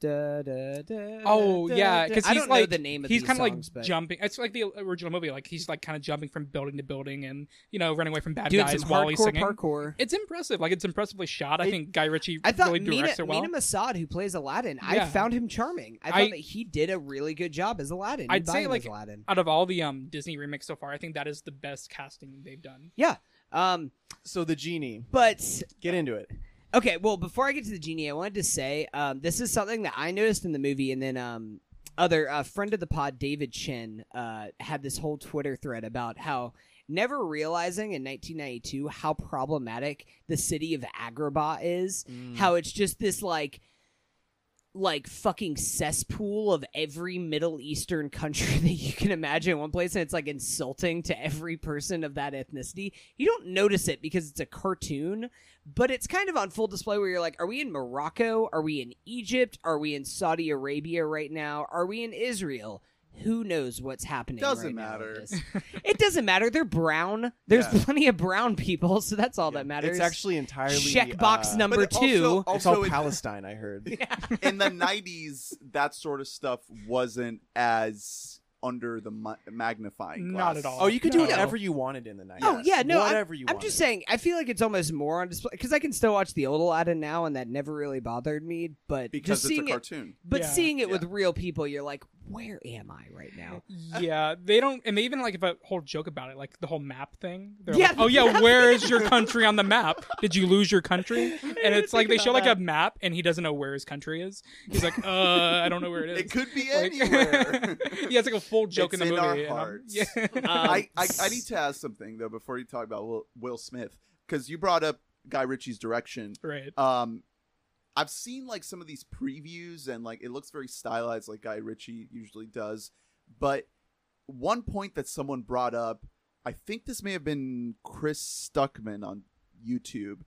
[SPEAKER 2] da, da, da,
[SPEAKER 5] Oh
[SPEAKER 2] da,
[SPEAKER 5] yeah,
[SPEAKER 2] da.
[SPEAKER 5] because
[SPEAKER 2] I
[SPEAKER 5] he's
[SPEAKER 2] don't
[SPEAKER 5] like
[SPEAKER 2] know the name of
[SPEAKER 5] he's
[SPEAKER 2] these
[SPEAKER 5] kind of like
[SPEAKER 2] songs, but
[SPEAKER 5] jumping. It's like the original movie. Like he's like kind of jumping from building to building, and you know running away from bad
[SPEAKER 2] doing
[SPEAKER 5] guys
[SPEAKER 2] some
[SPEAKER 5] while he's
[SPEAKER 2] hardcore
[SPEAKER 5] singing.
[SPEAKER 2] parkour.
[SPEAKER 5] It's impressive. Like it's impressively shot. I
[SPEAKER 4] It-
[SPEAKER 5] think Guy Ritchie
[SPEAKER 2] I thought
[SPEAKER 5] really
[SPEAKER 2] Mina,
[SPEAKER 5] directs it well.
[SPEAKER 2] Mina Massad, who plays Aladdin, I
[SPEAKER 5] Yeah.
[SPEAKER 2] found him charming. I thought
[SPEAKER 5] I-
[SPEAKER 2] that he did a really good job as Aladdin.
[SPEAKER 5] I'd
[SPEAKER 2] You buy
[SPEAKER 5] say,
[SPEAKER 2] him
[SPEAKER 5] like,
[SPEAKER 2] as Aladdin.
[SPEAKER 5] Out of all the um Disney remakes so far, I think that is the best casting they've done.
[SPEAKER 2] Um,
[SPEAKER 4] So the genie,
[SPEAKER 2] but
[SPEAKER 4] get into it.
[SPEAKER 2] Okay, well, before I get to the genie, I wanted to say um, this is something that I noticed in the movie, and then um, other uh, friend of the pod, David Chen, uh, had this whole Twitter thread about how never realizing in 1992 how problematic the city of Agrabah is, Mm.
[SPEAKER 4] Mm.
[SPEAKER 2] how it's just this like like fucking cesspool of every middle eastern country that you can imagine in one place and it's like insulting to every person of that ethnicity you don't notice it because it's a cartoon but it's kind of on full display where you're like are we in morocco are we in egypt are we in saudi arabia right now are we in israel who knows what's happening
[SPEAKER 1] Doesn't
[SPEAKER 2] right now
[SPEAKER 1] matter.
[SPEAKER 2] in this? it doesn't matter they're brown there's
[SPEAKER 4] Yeah.
[SPEAKER 2] plenty of brown people so that's all that matters
[SPEAKER 4] It's actually entirely
[SPEAKER 2] check box
[SPEAKER 4] uh,
[SPEAKER 2] number
[SPEAKER 1] But also-
[SPEAKER 2] two
[SPEAKER 4] It's
[SPEAKER 1] also
[SPEAKER 4] all
[SPEAKER 1] in-
[SPEAKER 4] Palestine, I heard.
[SPEAKER 1] in the 90s that sort of stuff wasn't as under the mu- magnifying glass.
[SPEAKER 5] Not at all.
[SPEAKER 4] Oh, you could do
[SPEAKER 5] No.
[SPEAKER 4] whatever you wanted in the night.
[SPEAKER 2] Oh, yeah, no,
[SPEAKER 4] whatever you.
[SPEAKER 2] I'm
[SPEAKER 4] wanted.
[SPEAKER 2] just saying. I feel like it's almost more on display because I can still watch the old Aladdin now, and that never really bothered me. But
[SPEAKER 1] because it's
[SPEAKER 2] just
[SPEAKER 1] a
[SPEAKER 2] seeing it,
[SPEAKER 1] cartoon
[SPEAKER 2] but
[SPEAKER 5] Yeah.
[SPEAKER 2] seeing it
[SPEAKER 1] Yeah.
[SPEAKER 2] with real people, you're like, where am I right now?
[SPEAKER 5] Yeah, they don't, and they even like have a whole joke about it, like the whole map thing. They're
[SPEAKER 2] Yeah,
[SPEAKER 5] like, oh
[SPEAKER 2] the
[SPEAKER 5] yeah,
[SPEAKER 2] map.
[SPEAKER 5] where is your country on the map? Did you lose your country? And it's like they show like a map, and he doesn't know where his country is. He's like, uh, I don't know where it is.
[SPEAKER 1] it could be
[SPEAKER 5] Like-
[SPEAKER 1] anywhere
[SPEAKER 5] yeah, it's like a full joke
[SPEAKER 1] It's
[SPEAKER 5] in the
[SPEAKER 1] in
[SPEAKER 5] movie.
[SPEAKER 1] our
[SPEAKER 5] and I'm-
[SPEAKER 1] hearts.
[SPEAKER 5] Yeah.
[SPEAKER 1] I, I, I need to ask something though before you talk about will, will smith because you brought up guy ritchie's direction
[SPEAKER 5] right.
[SPEAKER 1] um i've seen like some of these previews and like it looks very stylized like guy ritchie usually does but one point that someone brought up i think this may have been chris stuckman on youtube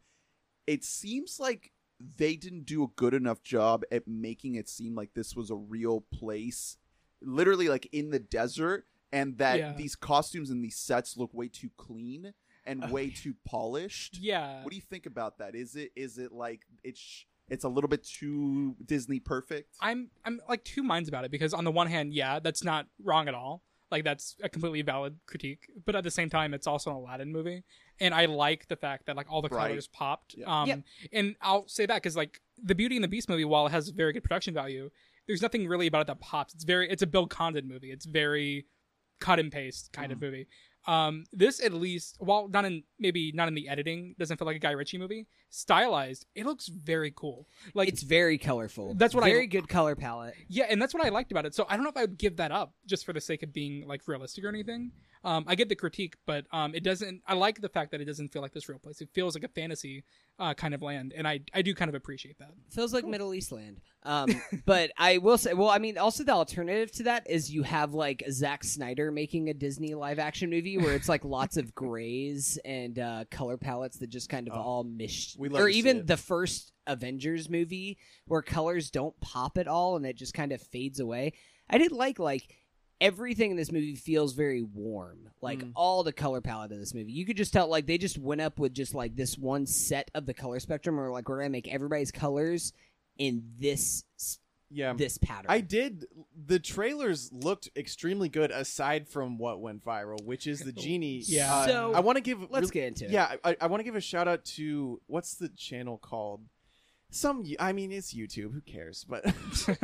[SPEAKER 1] it seems like they didn't do a good enough job at making it seem like this was a real place literally like in the desert and that
[SPEAKER 5] Yeah.
[SPEAKER 1] these costumes and these sets look way too clean and way too polished
[SPEAKER 5] Yeah.
[SPEAKER 1] what do you think about that? Is it is it like it's sh- it's a little bit too Disney perfect?
[SPEAKER 5] I'm I'm like two minds about it because on the one hand, yeah, that's not wrong at all. Like that's a completely valid critique, but at the same time, it's also an Aladdin movie, and I like the fact that like all the
[SPEAKER 1] Right.
[SPEAKER 5] colors popped.
[SPEAKER 1] Yeah.
[SPEAKER 5] Um,
[SPEAKER 2] Yep.
[SPEAKER 5] and I'll say that because like the Beauty and the Beast movie, while it has very good production value, there's nothing really about it that pops. It's very it's a Bill Condon movie. It's very cut and paste kind
[SPEAKER 1] Mm.
[SPEAKER 5] of movie. Um, this at least, while not in maybe not in the editing, doesn't feel like a Guy Ritchie movie. Stylized, it looks very cool. Like
[SPEAKER 2] it's very colorful.
[SPEAKER 5] That's what I-
[SPEAKER 2] very good color palette.
[SPEAKER 5] yeah, and that's what I liked about it. So I don't know if I would give that up just for the sake of being like realistic or anything. Um, I get the critique, but um, it doesn't. I like the fact that it doesn't feel like this real place. It feels like a fantasy uh, kind of land, and I I do kind of appreciate that.
[SPEAKER 2] Feels like Middle East land. Um, but I will say, well, I mean, also the alternative to that is you have like Zack Snyder making a Disney live action movie where it's like lots of grays and uh, color palettes that just kind of
[SPEAKER 4] Oh.
[SPEAKER 2] all mish.
[SPEAKER 4] We love
[SPEAKER 2] or
[SPEAKER 4] to see
[SPEAKER 2] even
[SPEAKER 4] it.
[SPEAKER 2] the first Avengers movie where colors don't pop at all and it just kind of fades away. I did like like everything in this movie feels very warm. Like
[SPEAKER 4] Mm.
[SPEAKER 2] all the color palette in this movie, you could just tell like they just went up with just like this one set of the color spectrum, or like we're gonna make everybody's colors in this s-
[SPEAKER 4] Yeah,
[SPEAKER 2] this pattern.
[SPEAKER 4] Um, I did. The trailers looked extremely good, aside from what went viral, which is the genie.
[SPEAKER 5] Yeah.
[SPEAKER 4] Uh,
[SPEAKER 2] So
[SPEAKER 4] I want to give.
[SPEAKER 2] let's
[SPEAKER 4] really-
[SPEAKER 2] get into it.
[SPEAKER 4] Yeah, I, I want to give a shout out to what's the channel called? Some, I mean, it's YouTube. Who cares? But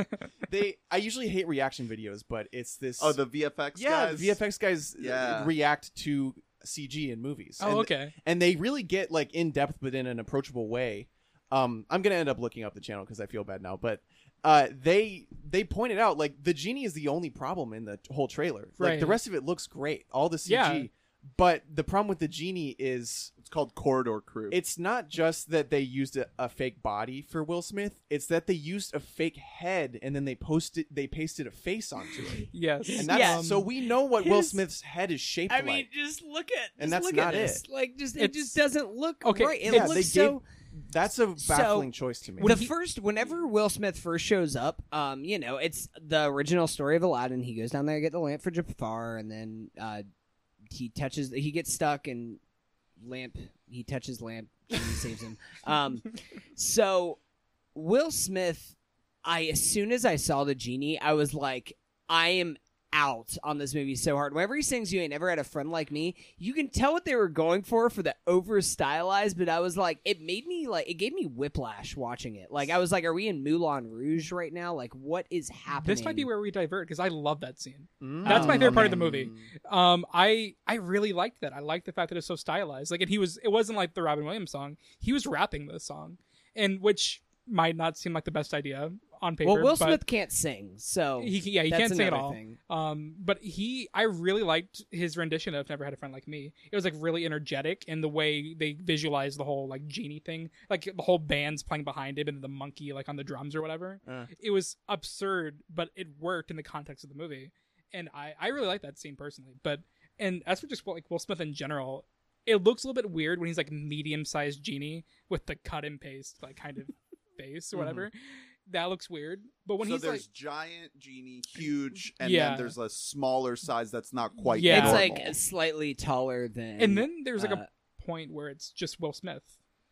[SPEAKER 4] they, I usually hate reaction videos, but it's this.
[SPEAKER 1] Oh, the VFX
[SPEAKER 4] yeah,
[SPEAKER 1] guys.
[SPEAKER 4] VFX guys uh,
[SPEAKER 1] Yeah.
[SPEAKER 4] react to CG in movies.
[SPEAKER 5] Oh,
[SPEAKER 4] and,
[SPEAKER 5] okay.
[SPEAKER 4] and they really get like in depth, but in an approachable way. Um, I'm gonna end up looking up the channel because I feel bad now, but uh, they they pointed out like the genie is the only problem in the t- whole trailer. Like the
[SPEAKER 5] Right.
[SPEAKER 4] rest of it looks great, all the CG,
[SPEAKER 5] Yeah.
[SPEAKER 4] But the problem with the genie is
[SPEAKER 1] It's called Corridor Crew.
[SPEAKER 4] it's not just that they used a, a fake body for Will Smith; it's that they used a fake head and then they posted they pasted a face onto it.
[SPEAKER 5] Yes. Um,
[SPEAKER 4] And that's
[SPEAKER 2] Yeah.
[SPEAKER 4] so we know what Will
[SPEAKER 2] His-
[SPEAKER 4] Smith's head is shaped
[SPEAKER 2] I mean,
[SPEAKER 4] like.
[SPEAKER 2] just look at
[SPEAKER 4] And
[SPEAKER 2] just
[SPEAKER 4] that's
[SPEAKER 2] look
[SPEAKER 4] not
[SPEAKER 2] at this.
[SPEAKER 4] it.
[SPEAKER 2] Like just it
[SPEAKER 5] It's-
[SPEAKER 2] just doesn't look
[SPEAKER 5] Okay,
[SPEAKER 2] right. It
[SPEAKER 4] yeah, they
[SPEAKER 2] looks so.
[SPEAKER 4] That's a
[SPEAKER 2] So,
[SPEAKER 4] baffling choice to me.
[SPEAKER 2] the first, whenever Will Smith first shows up, um, you know, it's the original story of Aladdin. He goes down there to get the lamp for Jafar, and then uh, he touches. He gets stuck, and lamp. He touches lamp, and he saves him. Um, so Will Smith, I as soon as I saw the genie, I was like, I am out on this movie so hard. Whenever he sings "You Ain't Never Had a Friend Like Me," you can tell what they were going for for the over stylized. But I was like, it made me like it gave me whiplash watching it. Like I was like, are we in Moulin Rouge right now? Like what is happening?
[SPEAKER 5] This might be where we divert because I love that scene.
[SPEAKER 4] Mm.
[SPEAKER 5] That's my
[SPEAKER 2] Oh,
[SPEAKER 5] favorite part of the movie. Um, I I really liked that. I liked the fact that it's so stylized. Like, and he was it wasn't like the Robin Williams song. He was rapping this song, and which might not seem like the best idea on paper.
[SPEAKER 2] well, Will
[SPEAKER 5] but
[SPEAKER 2] Smith can't sing, so
[SPEAKER 5] He yeah he
[SPEAKER 2] that's
[SPEAKER 5] can't sing at
[SPEAKER 2] another
[SPEAKER 5] all.
[SPEAKER 2] Thing.
[SPEAKER 5] Um, but he I really liked his rendition of "Never Had a Friend Like Me." It was like really energetic, and the way they visualized the whole like genie thing, like the whole band's playing behind him and the monkey like on the drums or whatever.
[SPEAKER 4] Uh.
[SPEAKER 5] It was absurd, but it worked in the context of the movie, and I I really like that scene personally. But and as for just like Will Smith in general, it looks a little bit weird when he's like medium sized genie with the cut and paste like kind of face or whatever. That looks weird. But when
[SPEAKER 1] Mm-hmm. so
[SPEAKER 5] he's like.
[SPEAKER 1] there's giant genie, huge, and
[SPEAKER 5] Yeah.
[SPEAKER 1] then there's a smaller size that's not quite.
[SPEAKER 5] Yeah.
[SPEAKER 2] It's
[SPEAKER 1] normal.
[SPEAKER 2] like slightly taller than.
[SPEAKER 5] and then there's like
[SPEAKER 2] uh,
[SPEAKER 5] a point where it's just Will Smith,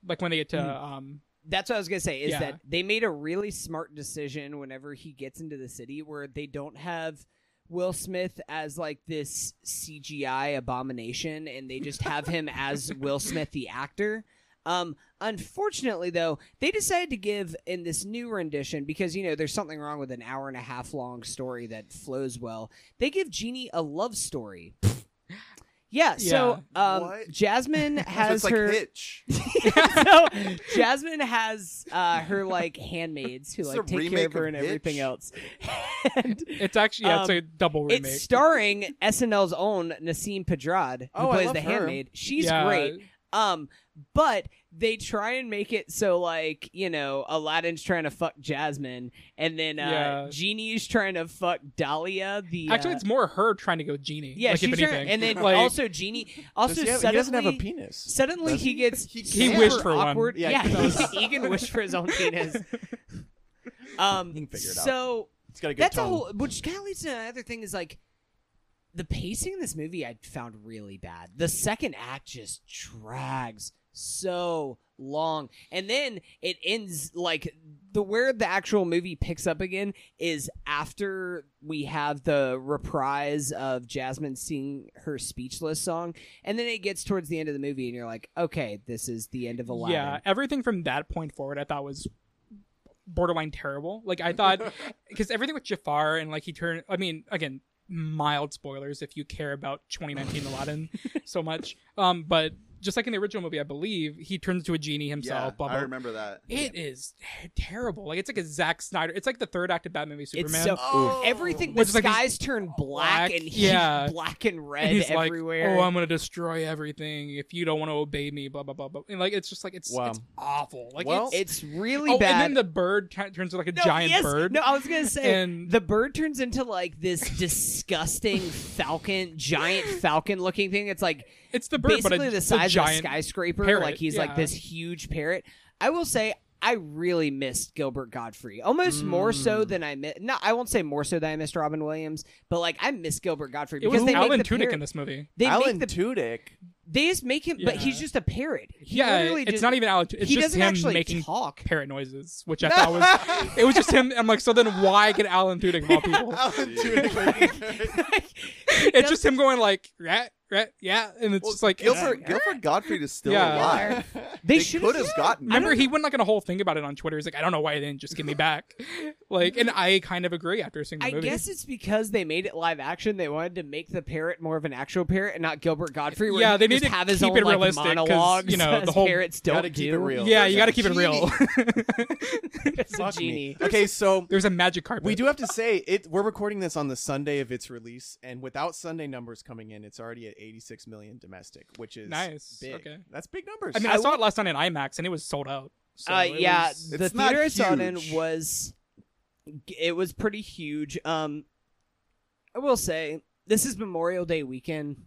[SPEAKER 5] like when they get to
[SPEAKER 2] Hmm.
[SPEAKER 5] um,
[SPEAKER 2] that's what I was gonna say is
[SPEAKER 5] Yeah.
[SPEAKER 2] that they made a really smart decision whenever he gets into the city where they don't have Will Smith as like this CGI abomination and they just have him as Will Smith the actor. Um, unfortunately though, they decided to give in this new rendition because you know there's something wrong with an hour and a half long story that flows well. They give Genie a love story. Yeah, so um,
[SPEAKER 1] What?
[SPEAKER 2] Jasmine
[SPEAKER 1] So
[SPEAKER 2] has
[SPEAKER 1] it's like
[SPEAKER 2] her
[SPEAKER 1] Hitch.
[SPEAKER 2] so Jasmine has uh, her like handmaids who
[SPEAKER 1] It's
[SPEAKER 2] like
[SPEAKER 1] a
[SPEAKER 2] take care
[SPEAKER 1] remake
[SPEAKER 2] of her
[SPEAKER 1] of
[SPEAKER 2] and everything
[SPEAKER 1] Hitch.
[SPEAKER 2] else. and
[SPEAKER 5] it's actually yeah, it's
[SPEAKER 2] Um,
[SPEAKER 5] a double remake.
[SPEAKER 2] it's starring SNL's own Nassim Pedrad, who
[SPEAKER 4] Oh, I
[SPEAKER 2] plays
[SPEAKER 4] love
[SPEAKER 2] the
[SPEAKER 4] her.
[SPEAKER 2] handmaid. She's
[SPEAKER 5] Yeah,
[SPEAKER 2] great. Um, but they try and make it so like you know Aladdin's trying to fuck Jasmine, and then uh,
[SPEAKER 5] Yeah.
[SPEAKER 2] Genie's trying to fuck Dahlia. The uh,
[SPEAKER 5] Actually, it's more her trying to go genie.
[SPEAKER 2] yeah,
[SPEAKER 5] like,
[SPEAKER 2] she's
[SPEAKER 5] if
[SPEAKER 2] trying-
[SPEAKER 5] anything.
[SPEAKER 2] and then
[SPEAKER 5] like,
[SPEAKER 2] also Genie. Also,
[SPEAKER 4] Does he, have- he
[SPEAKER 2] suddenly,
[SPEAKER 4] doesn't have a penis.
[SPEAKER 2] Suddenly he gets
[SPEAKER 1] He
[SPEAKER 5] He
[SPEAKER 1] can't.
[SPEAKER 2] super
[SPEAKER 5] wished for one.
[SPEAKER 2] awkward.
[SPEAKER 4] Yeah,
[SPEAKER 2] Yeah,
[SPEAKER 4] he does.
[SPEAKER 2] he, he can wish for his own penis. Um,
[SPEAKER 4] He can figure it out.
[SPEAKER 2] so
[SPEAKER 4] It's got a good
[SPEAKER 2] that's
[SPEAKER 4] tone.
[SPEAKER 2] a whole, which kind of leads to another thing is like the pacing in this movie I found really bad. The second act just drags so long, and then it ends like the where the actual movie picks up again is after we have the reprise of Jasmine singing her speechless song, and then it gets towards the end of the movie, and you're like, okay, this is the end of Aladdin.
[SPEAKER 5] yeah, everything from that point forward, I thought was borderline terrible. Like I thought, because everything with Jafar and like he turned. I mean, again, mild spoilers if you care about 2019 Aladdin so much. Um, but just like in the original movie, I believe he turns to a genie
[SPEAKER 1] Yeah,
[SPEAKER 5] himself. blah,
[SPEAKER 1] I
[SPEAKER 5] blah,
[SPEAKER 1] remember that.
[SPEAKER 5] It is terrible. Like it's like a Zack Snyder. It's like the third act of Batman v Superman.
[SPEAKER 2] It's so
[SPEAKER 1] Oh.
[SPEAKER 2] everything. The
[SPEAKER 5] Which is like these-
[SPEAKER 2] skies turn black,
[SPEAKER 5] black,
[SPEAKER 2] and he's
[SPEAKER 5] yeah.
[SPEAKER 2] black and red
[SPEAKER 5] and he's
[SPEAKER 2] everywhere.
[SPEAKER 5] like, "Oh, I'm gonna destroy everything if you don't want to obey me." Blah blah blah blah. And like it's just like it's
[SPEAKER 4] Wow.
[SPEAKER 5] it's awful. Like
[SPEAKER 4] Well,
[SPEAKER 2] it's
[SPEAKER 5] it's,
[SPEAKER 2] really
[SPEAKER 5] oh,
[SPEAKER 2] bad.
[SPEAKER 5] and then the bird t- turns into like a
[SPEAKER 2] No,
[SPEAKER 5] giant
[SPEAKER 2] yes,
[SPEAKER 5] bird.
[SPEAKER 2] No, I was gonna say
[SPEAKER 5] And-
[SPEAKER 2] the bird turns into like this disgusting falcon, giant falcon looking thing. It's like
[SPEAKER 5] it's the bird,
[SPEAKER 2] basically
[SPEAKER 5] but a,
[SPEAKER 2] the
[SPEAKER 5] a
[SPEAKER 2] size of a
[SPEAKER 5] giant.
[SPEAKER 2] skyscraper.
[SPEAKER 5] parrot,
[SPEAKER 2] like he's like
[SPEAKER 5] yeah.
[SPEAKER 2] this huge parrot. I will say I really missed Gilbert Godfrey almost more
[SPEAKER 5] Mm.
[SPEAKER 2] so than I missed. No, I won't say more so than I missed Robin Williams, but like I miss Gilbert Godfrey
[SPEAKER 5] it
[SPEAKER 2] because
[SPEAKER 5] was
[SPEAKER 2] they
[SPEAKER 5] Alan
[SPEAKER 2] make the
[SPEAKER 5] Tudyk
[SPEAKER 2] parrot,
[SPEAKER 5] in this movie.
[SPEAKER 2] They
[SPEAKER 4] Alan
[SPEAKER 2] make the
[SPEAKER 4] Tudyk.
[SPEAKER 2] they just make him, but
[SPEAKER 5] Yeah.
[SPEAKER 2] he's just a parrot. He
[SPEAKER 5] yeah,
[SPEAKER 2] literally
[SPEAKER 5] it's
[SPEAKER 2] just,
[SPEAKER 5] not even Alan. Tudyk. It's
[SPEAKER 2] he
[SPEAKER 5] just
[SPEAKER 2] doesn't
[SPEAKER 5] him
[SPEAKER 2] actually
[SPEAKER 5] making
[SPEAKER 2] talk.
[SPEAKER 5] parrot noises, which I thought was it was just him. I'm like, so then why get Alan Tudyk of all people?
[SPEAKER 1] Alan Tudyk.
[SPEAKER 5] it's just him going like rat rat yeah, and it's
[SPEAKER 1] well,
[SPEAKER 5] just like it's-
[SPEAKER 1] Gilbert, Gilbert Gottfried is still
[SPEAKER 5] Yeah.
[SPEAKER 1] alive.
[SPEAKER 2] they should
[SPEAKER 1] could have gotten. him.
[SPEAKER 5] Remember, he went like on a whole thing about it on Twitter. He's like, I don't know why they didn't just give me back. Like, and I kind of agree after seeing the
[SPEAKER 2] I
[SPEAKER 5] movie.
[SPEAKER 2] guess it's because they made it live action. They wanted to make the parrot more of an actual parrot and not Gilbert Godfrey. Where
[SPEAKER 5] Yeah,
[SPEAKER 2] he
[SPEAKER 5] they
[SPEAKER 2] could
[SPEAKER 5] need
[SPEAKER 2] just
[SPEAKER 5] to
[SPEAKER 2] have his
[SPEAKER 5] keep
[SPEAKER 2] own
[SPEAKER 5] it
[SPEAKER 2] like,
[SPEAKER 5] realistic 'cause,
[SPEAKER 2] monologues
[SPEAKER 5] you know, the
[SPEAKER 2] as
[SPEAKER 5] whole-
[SPEAKER 2] parrots don't
[SPEAKER 4] Gotta keep
[SPEAKER 2] do.
[SPEAKER 4] it real.
[SPEAKER 5] yeah,
[SPEAKER 4] There's
[SPEAKER 5] you
[SPEAKER 4] a
[SPEAKER 5] got to keep it
[SPEAKER 4] genie.
[SPEAKER 5] real.
[SPEAKER 2] It's a
[SPEAKER 4] Fuck me.
[SPEAKER 2] genie.
[SPEAKER 4] Okay, so
[SPEAKER 5] There's a magic carpet.
[SPEAKER 4] we do have to say it. We're recording this on the Sunday of its release, and without Sunday numbers coming in, it's already at 86 million domestic, which is
[SPEAKER 5] Nice.
[SPEAKER 4] Big.
[SPEAKER 5] Okay.
[SPEAKER 4] That's big numbers.
[SPEAKER 5] I mean, I, saw it last night in IMAX, and it was sold out. So
[SPEAKER 2] uh,
[SPEAKER 5] it
[SPEAKER 2] yeah,
[SPEAKER 5] was-
[SPEAKER 2] the
[SPEAKER 1] It's not
[SPEAKER 2] theater I saw it in
[SPEAKER 1] huge.
[SPEAKER 2] was it was pretty huge. Um, I will say this is Memorial Day weekend.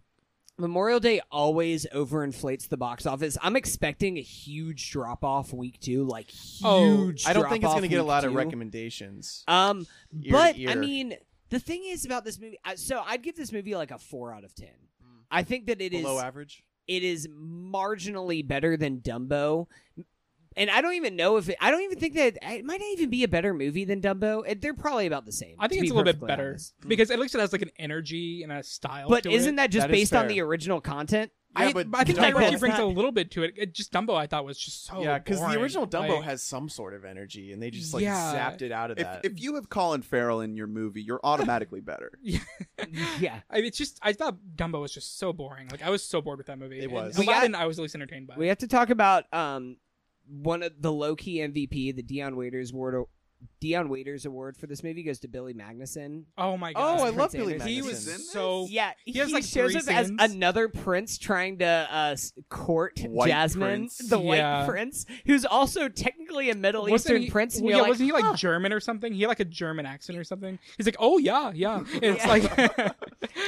[SPEAKER 2] Memorial Day always overinflates the box office. I'm expecting a huge drop off week two, like huge.
[SPEAKER 5] Oh,
[SPEAKER 4] I don't think it's
[SPEAKER 2] going to
[SPEAKER 4] get a lot of recommendations.
[SPEAKER 2] Um,
[SPEAKER 4] Ear to
[SPEAKER 2] but I
[SPEAKER 4] ear.
[SPEAKER 2] mean, the thing is about this movie. I- So I'd give this movie like a four out of ten. I think that it is
[SPEAKER 4] Hmm. Below average.
[SPEAKER 2] it is marginally better than Dumbo. And I don't even know if it, I don't even think that it might not even be a better movie than Dumbo. It, they're probably about the same.
[SPEAKER 5] I think
[SPEAKER 2] to
[SPEAKER 5] it's a
[SPEAKER 2] be
[SPEAKER 5] little bit
[SPEAKER 2] perfectly
[SPEAKER 5] better
[SPEAKER 2] honest. Mm.
[SPEAKER 5] because at least it has like an energy and a style.
[SPEAKER 2] But
[SPEAKER 5] to
[SPEAKER 2] isn't
[SPEAKER 5] it.
[SPEAKER 2] that just
[SPEAKER 4] That is
[SPEAKER 2] based on
[SPEAKER 4] fair.
[SPEAKER 2] the original content?
[SPEAKER 5] I,
[SPEAKER 4] Yeah, but
[SPEAKER 5] I think
[SPEAKER 2] Dumbo-
[SPEAKER 5] Taika
[SPEAKER 2] It's
[SPEAKER 5] brings
[SPEAKER 2] not-
[SPEAKER 5] a little bit to it. it. Just Dumbo, I thought was just so
[SPEAKER 4] yeah, because the
[SPEAKER 5] boring.
[SPEAKER 4] original Dumbo
[SPEAKER 5] Like,
[SPEAKER 4] has some sort of energy, and they just like
[SPEAKER 5] Yeah.
[SPEAKER 4] zapped it out of
[SPEAKER 1] If,
[SPEAKER 4] that.
[SPEAKER 1] if you have Colin Farrell in your movie, you're automatically better.
[SPEAKER 2] Yeah.
[SPEAKER 5] I, it's just I thought Dumbo was just so boring. Like I was so bored with that movie.
[SPEAKER 4] It
[SPEAKER 5] And
[SPEAKER 4] was.
[SPEAKER 2] We got-
[SPEAKER 5] Aladdin, I was at least entertained by.
[SPEAKER 2] We have to talk about um one of the low key MVP, the Dion Waiters award. Dion Waiters award for this movie goes to Billy Magnuson.
[SPEAKER 5] oh my god!
[SPEAKER 4] oh, I
[SPEAKER 2] Prince
[SPEAKER 4] love Billy
[SPEAKER 2] Anderson.
[SPEAKER 5] he
[SPEAKER 4] Magnuson.
[SPEAKER 5] was
[SPEAKER 1] in this?
[SPEAKER 5] so
[SPEAKER 2] Yeah,
[SPEAKER 5] He has, like,
[SPEAKER 2] shows
[SPEAKER 5] three
[SPEAKER 2] up as
[SPEAKER 5] scenes.
[SPEAKER 2] another prince trying to uh, s- court
[SPEAKER 1] White
[SPEAKER 2] Jasmine,
[SPEAKER 1] prince.
[SPEAKER 2] the
[SPEAKER 5] Yeah.
[SPEAKER 2] white prince, who's also technically a Middle
[SPEAKER 5] Wasn't
[SPEAKER 2] Eastern
[SPEAKER 5] he-
[SPEAKER 2] prince. And
[SPEAKER 5] well,
[SPEAKER 2] you're
[SPEAKER 5] yeah,
[SPEAKER 2] like,
[SPEAKER 5] wasn't he like
[SPEAKER 2] "Huh."
[SPEAKER 5] German or something? He had like a German accent or something. He's like, oh yeah, yeah. And it's like,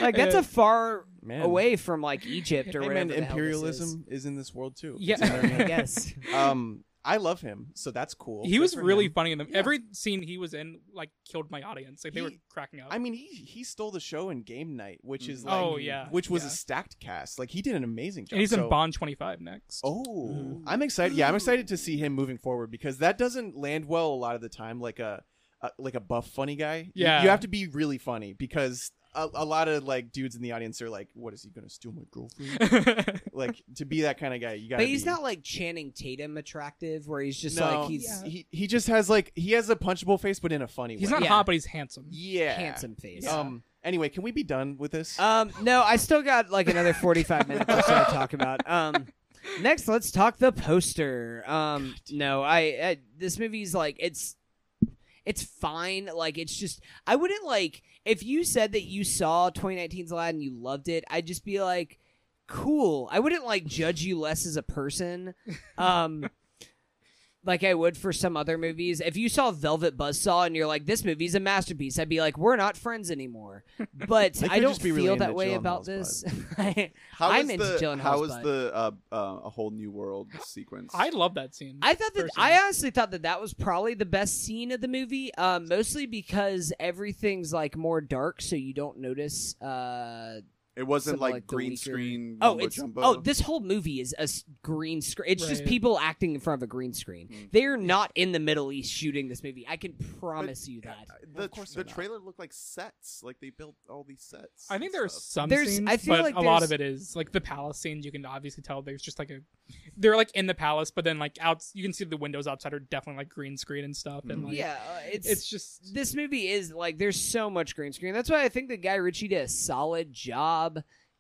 [SPEAKER 2] like that's
[SPEAKER 5] Uh,
[SPEAKER 2] a far
[SPEAKER 4] Man.
[SPEAKER 2] away from like Egypt or
[SPEAKER 4] Hey,
[SPEAKER 2] whatever.
[SPEAKER 4] Oh, man,
[SPEAKER 2] the hell this
[SPEAKER 4] imperialism is. in this world too.
[SPEAKER 5] Yeah.
[SPEAKER 4] It's in
[SPEAKER 2] is. I
[SPEAKER 4] there, man.
[SPEAKER 2] guess.
[SPEAKER 4] um, I love him, so that's cool.
[SPEAKER 5] he
[SPEAKER 4] Good
[SPEAKER 5] was
[SPEAKER 4] for
[SPEAKER 5] really
[SPEAKER 4] him.
[SPEAKER 5] funny in them.
[SPEAKER 4] Yeah.
[SPEAKER 5] Every scene he was in like killed my audience. Like they were
[SPEAKER 4] He-
[SPEAKER 5] cracking up.
[SPEAKER 4] I mean, he he stole the show in Game Night, which is
[SPEAKER 1] Mhm.
[SPEAKER 4] like,
[SPEAKER 5] Oh, yeah,
[SPEAKER 4] which was
[SPEAKER 5] yeah.
[SPEAKER 4] a stacked cast. Like he did an amazing job.
[SPEAKER 5] and he's
[SPEAKER 4] so-
[SPEAKER 5] in Bond 25 next.
[SPEAKER 4] Oh,
[SPEAKER 5] Mhm.
[SPEAKER 4] I'm excited. Yeah, I'm excited to see him moving forward because that doesn't land well a lot of the time. Like a, a like a buff funny guy. You-
[SPEAKER 5] Yeah.
[SPEAKER 4] you, have to be really funny because a, a lot of like dudes in the audience are like, "What is he gonna steal my girlfriend?" like to be that kind of guy, you got.
[SPEAKER 2] but he's not like Channing Tatum attractive, where he's just
[SPEAKER 4] no,
[SPEAKER 2] like he's
[SPEAKER 5] Yeah.
[SPEAKER 4] he he just has like he has a punchable face, but in a funny
[SPEAKER 5] he's
[SPEAKER 4] way.
[SPEAKER 5] not
[SPEAKER 2] Yeah.
[SPEAKER 5] hot, but he's handsome.
[SPEAKER 4] yeah
[SPEAKER 2] handsome face.
[SPEAKER 4] Um. Anyway, can we be done with this?
[SPEAKER 2] Um, no, I still got like another 45 minutes or so to talk about. Um, next, let's talk the poster. Um, no, I, I this movie's like it's it's fine. Like it's just I wouldn't like if you said that you saw 2019's Aladdin, you loved it. I'd just be like, cool. I wouldn't like judge you less as a person. Um. Like I would for some other movies. If you saw Velvet Buzzsaw and you're like, "This movie's a masterpiece," I'd be like, "We're not friends anymore." But
[SPEAKER 4] They
[SPEAKER 2] I
[SPEAKER 4] could
[SPEAKER 2] don't
[SPEAKER 4] just be
[SPEAKER 2] feel
[SPEAKER 4] really into
[SPEAKER 2] that way about
[SPEAKER 4] Gyllenhaal's
[SPEAKER 2] this.
[SPEAKER 1] How
[SPEAKER 2] I'm
[SPEAKER 1] is
[SPEAKER 2] into
[SPEAKER 1] the,
[SPEAKER 2] Gyllenhaal's
[SPEAKER 1] How is
[SPEAKER 2] butt.
[SPEAKER 1] the uh, uh, a whole new world sequence?
[SPEAKER 5] I love that scene.
[SPEAKER 2] I thought that
[SPEAKER 5] Personally.
[SPEAKER 2] I honestly thought that that was probably the best scene of the movie, uh, mostly because everything's like more dark, so you don't notice. Uh,
[SPEAKER 1] it wasn't
[SPEAKER 2] Something
[SPEAKER 1] like,
[SPEAKER 2] like the
[SPEAKER 1] green
[SPEAKER 2] weaker-
[SPEAKER 1] screen.
[SPEAKER 2] oh,
[SPEAKER 1] mumbo
[SPEAKER 2] it's
[SPEAKER 1] jumbo.
[SPEAKER 2] oh, this whole movie is a s- green screen. It's just
[SPEAKER 5] Right.
[SPEAKER 2] people acting in front of a green screen.
[SPEAKER 1] Mm.
[SPEAKER 2] They're not in the Middle East shooting this movie. I can promise you that.
[SPEAKER 1] uh, the,
[SPEAKER 4] of course
[SPEAKER 1] the
[SPEAKER 4] they're not.
[SPEAKER 1] trailer looked like sets. Like they built all these sets.
[SPEAKER 5] I think there's
[SPEAKER 1] stuff.
[SPEAKER 5] some
[SPEAKER 2] There's-
[SPEAKER 5] scenes,
[SPEAKER 2] I feel
[SPEAKER 5] but
[SPEAKER 2] like
[SPEAKER 5] a lot
[SPEAKER 2] there's-
[SPEAKER 5] of it is like the palace scenes. You can obviously tell there's just like a, they're like in the palace, but then like out, you can see the windows outside are definitely like green screen and stuff, and like
[SPEAKER 2] yeah, uh,
[SPEAKER 5] it's, just
[SPEAKER 2] this movie is like there's so much green screen. That's why I think that Guy Ritchie did a solid job,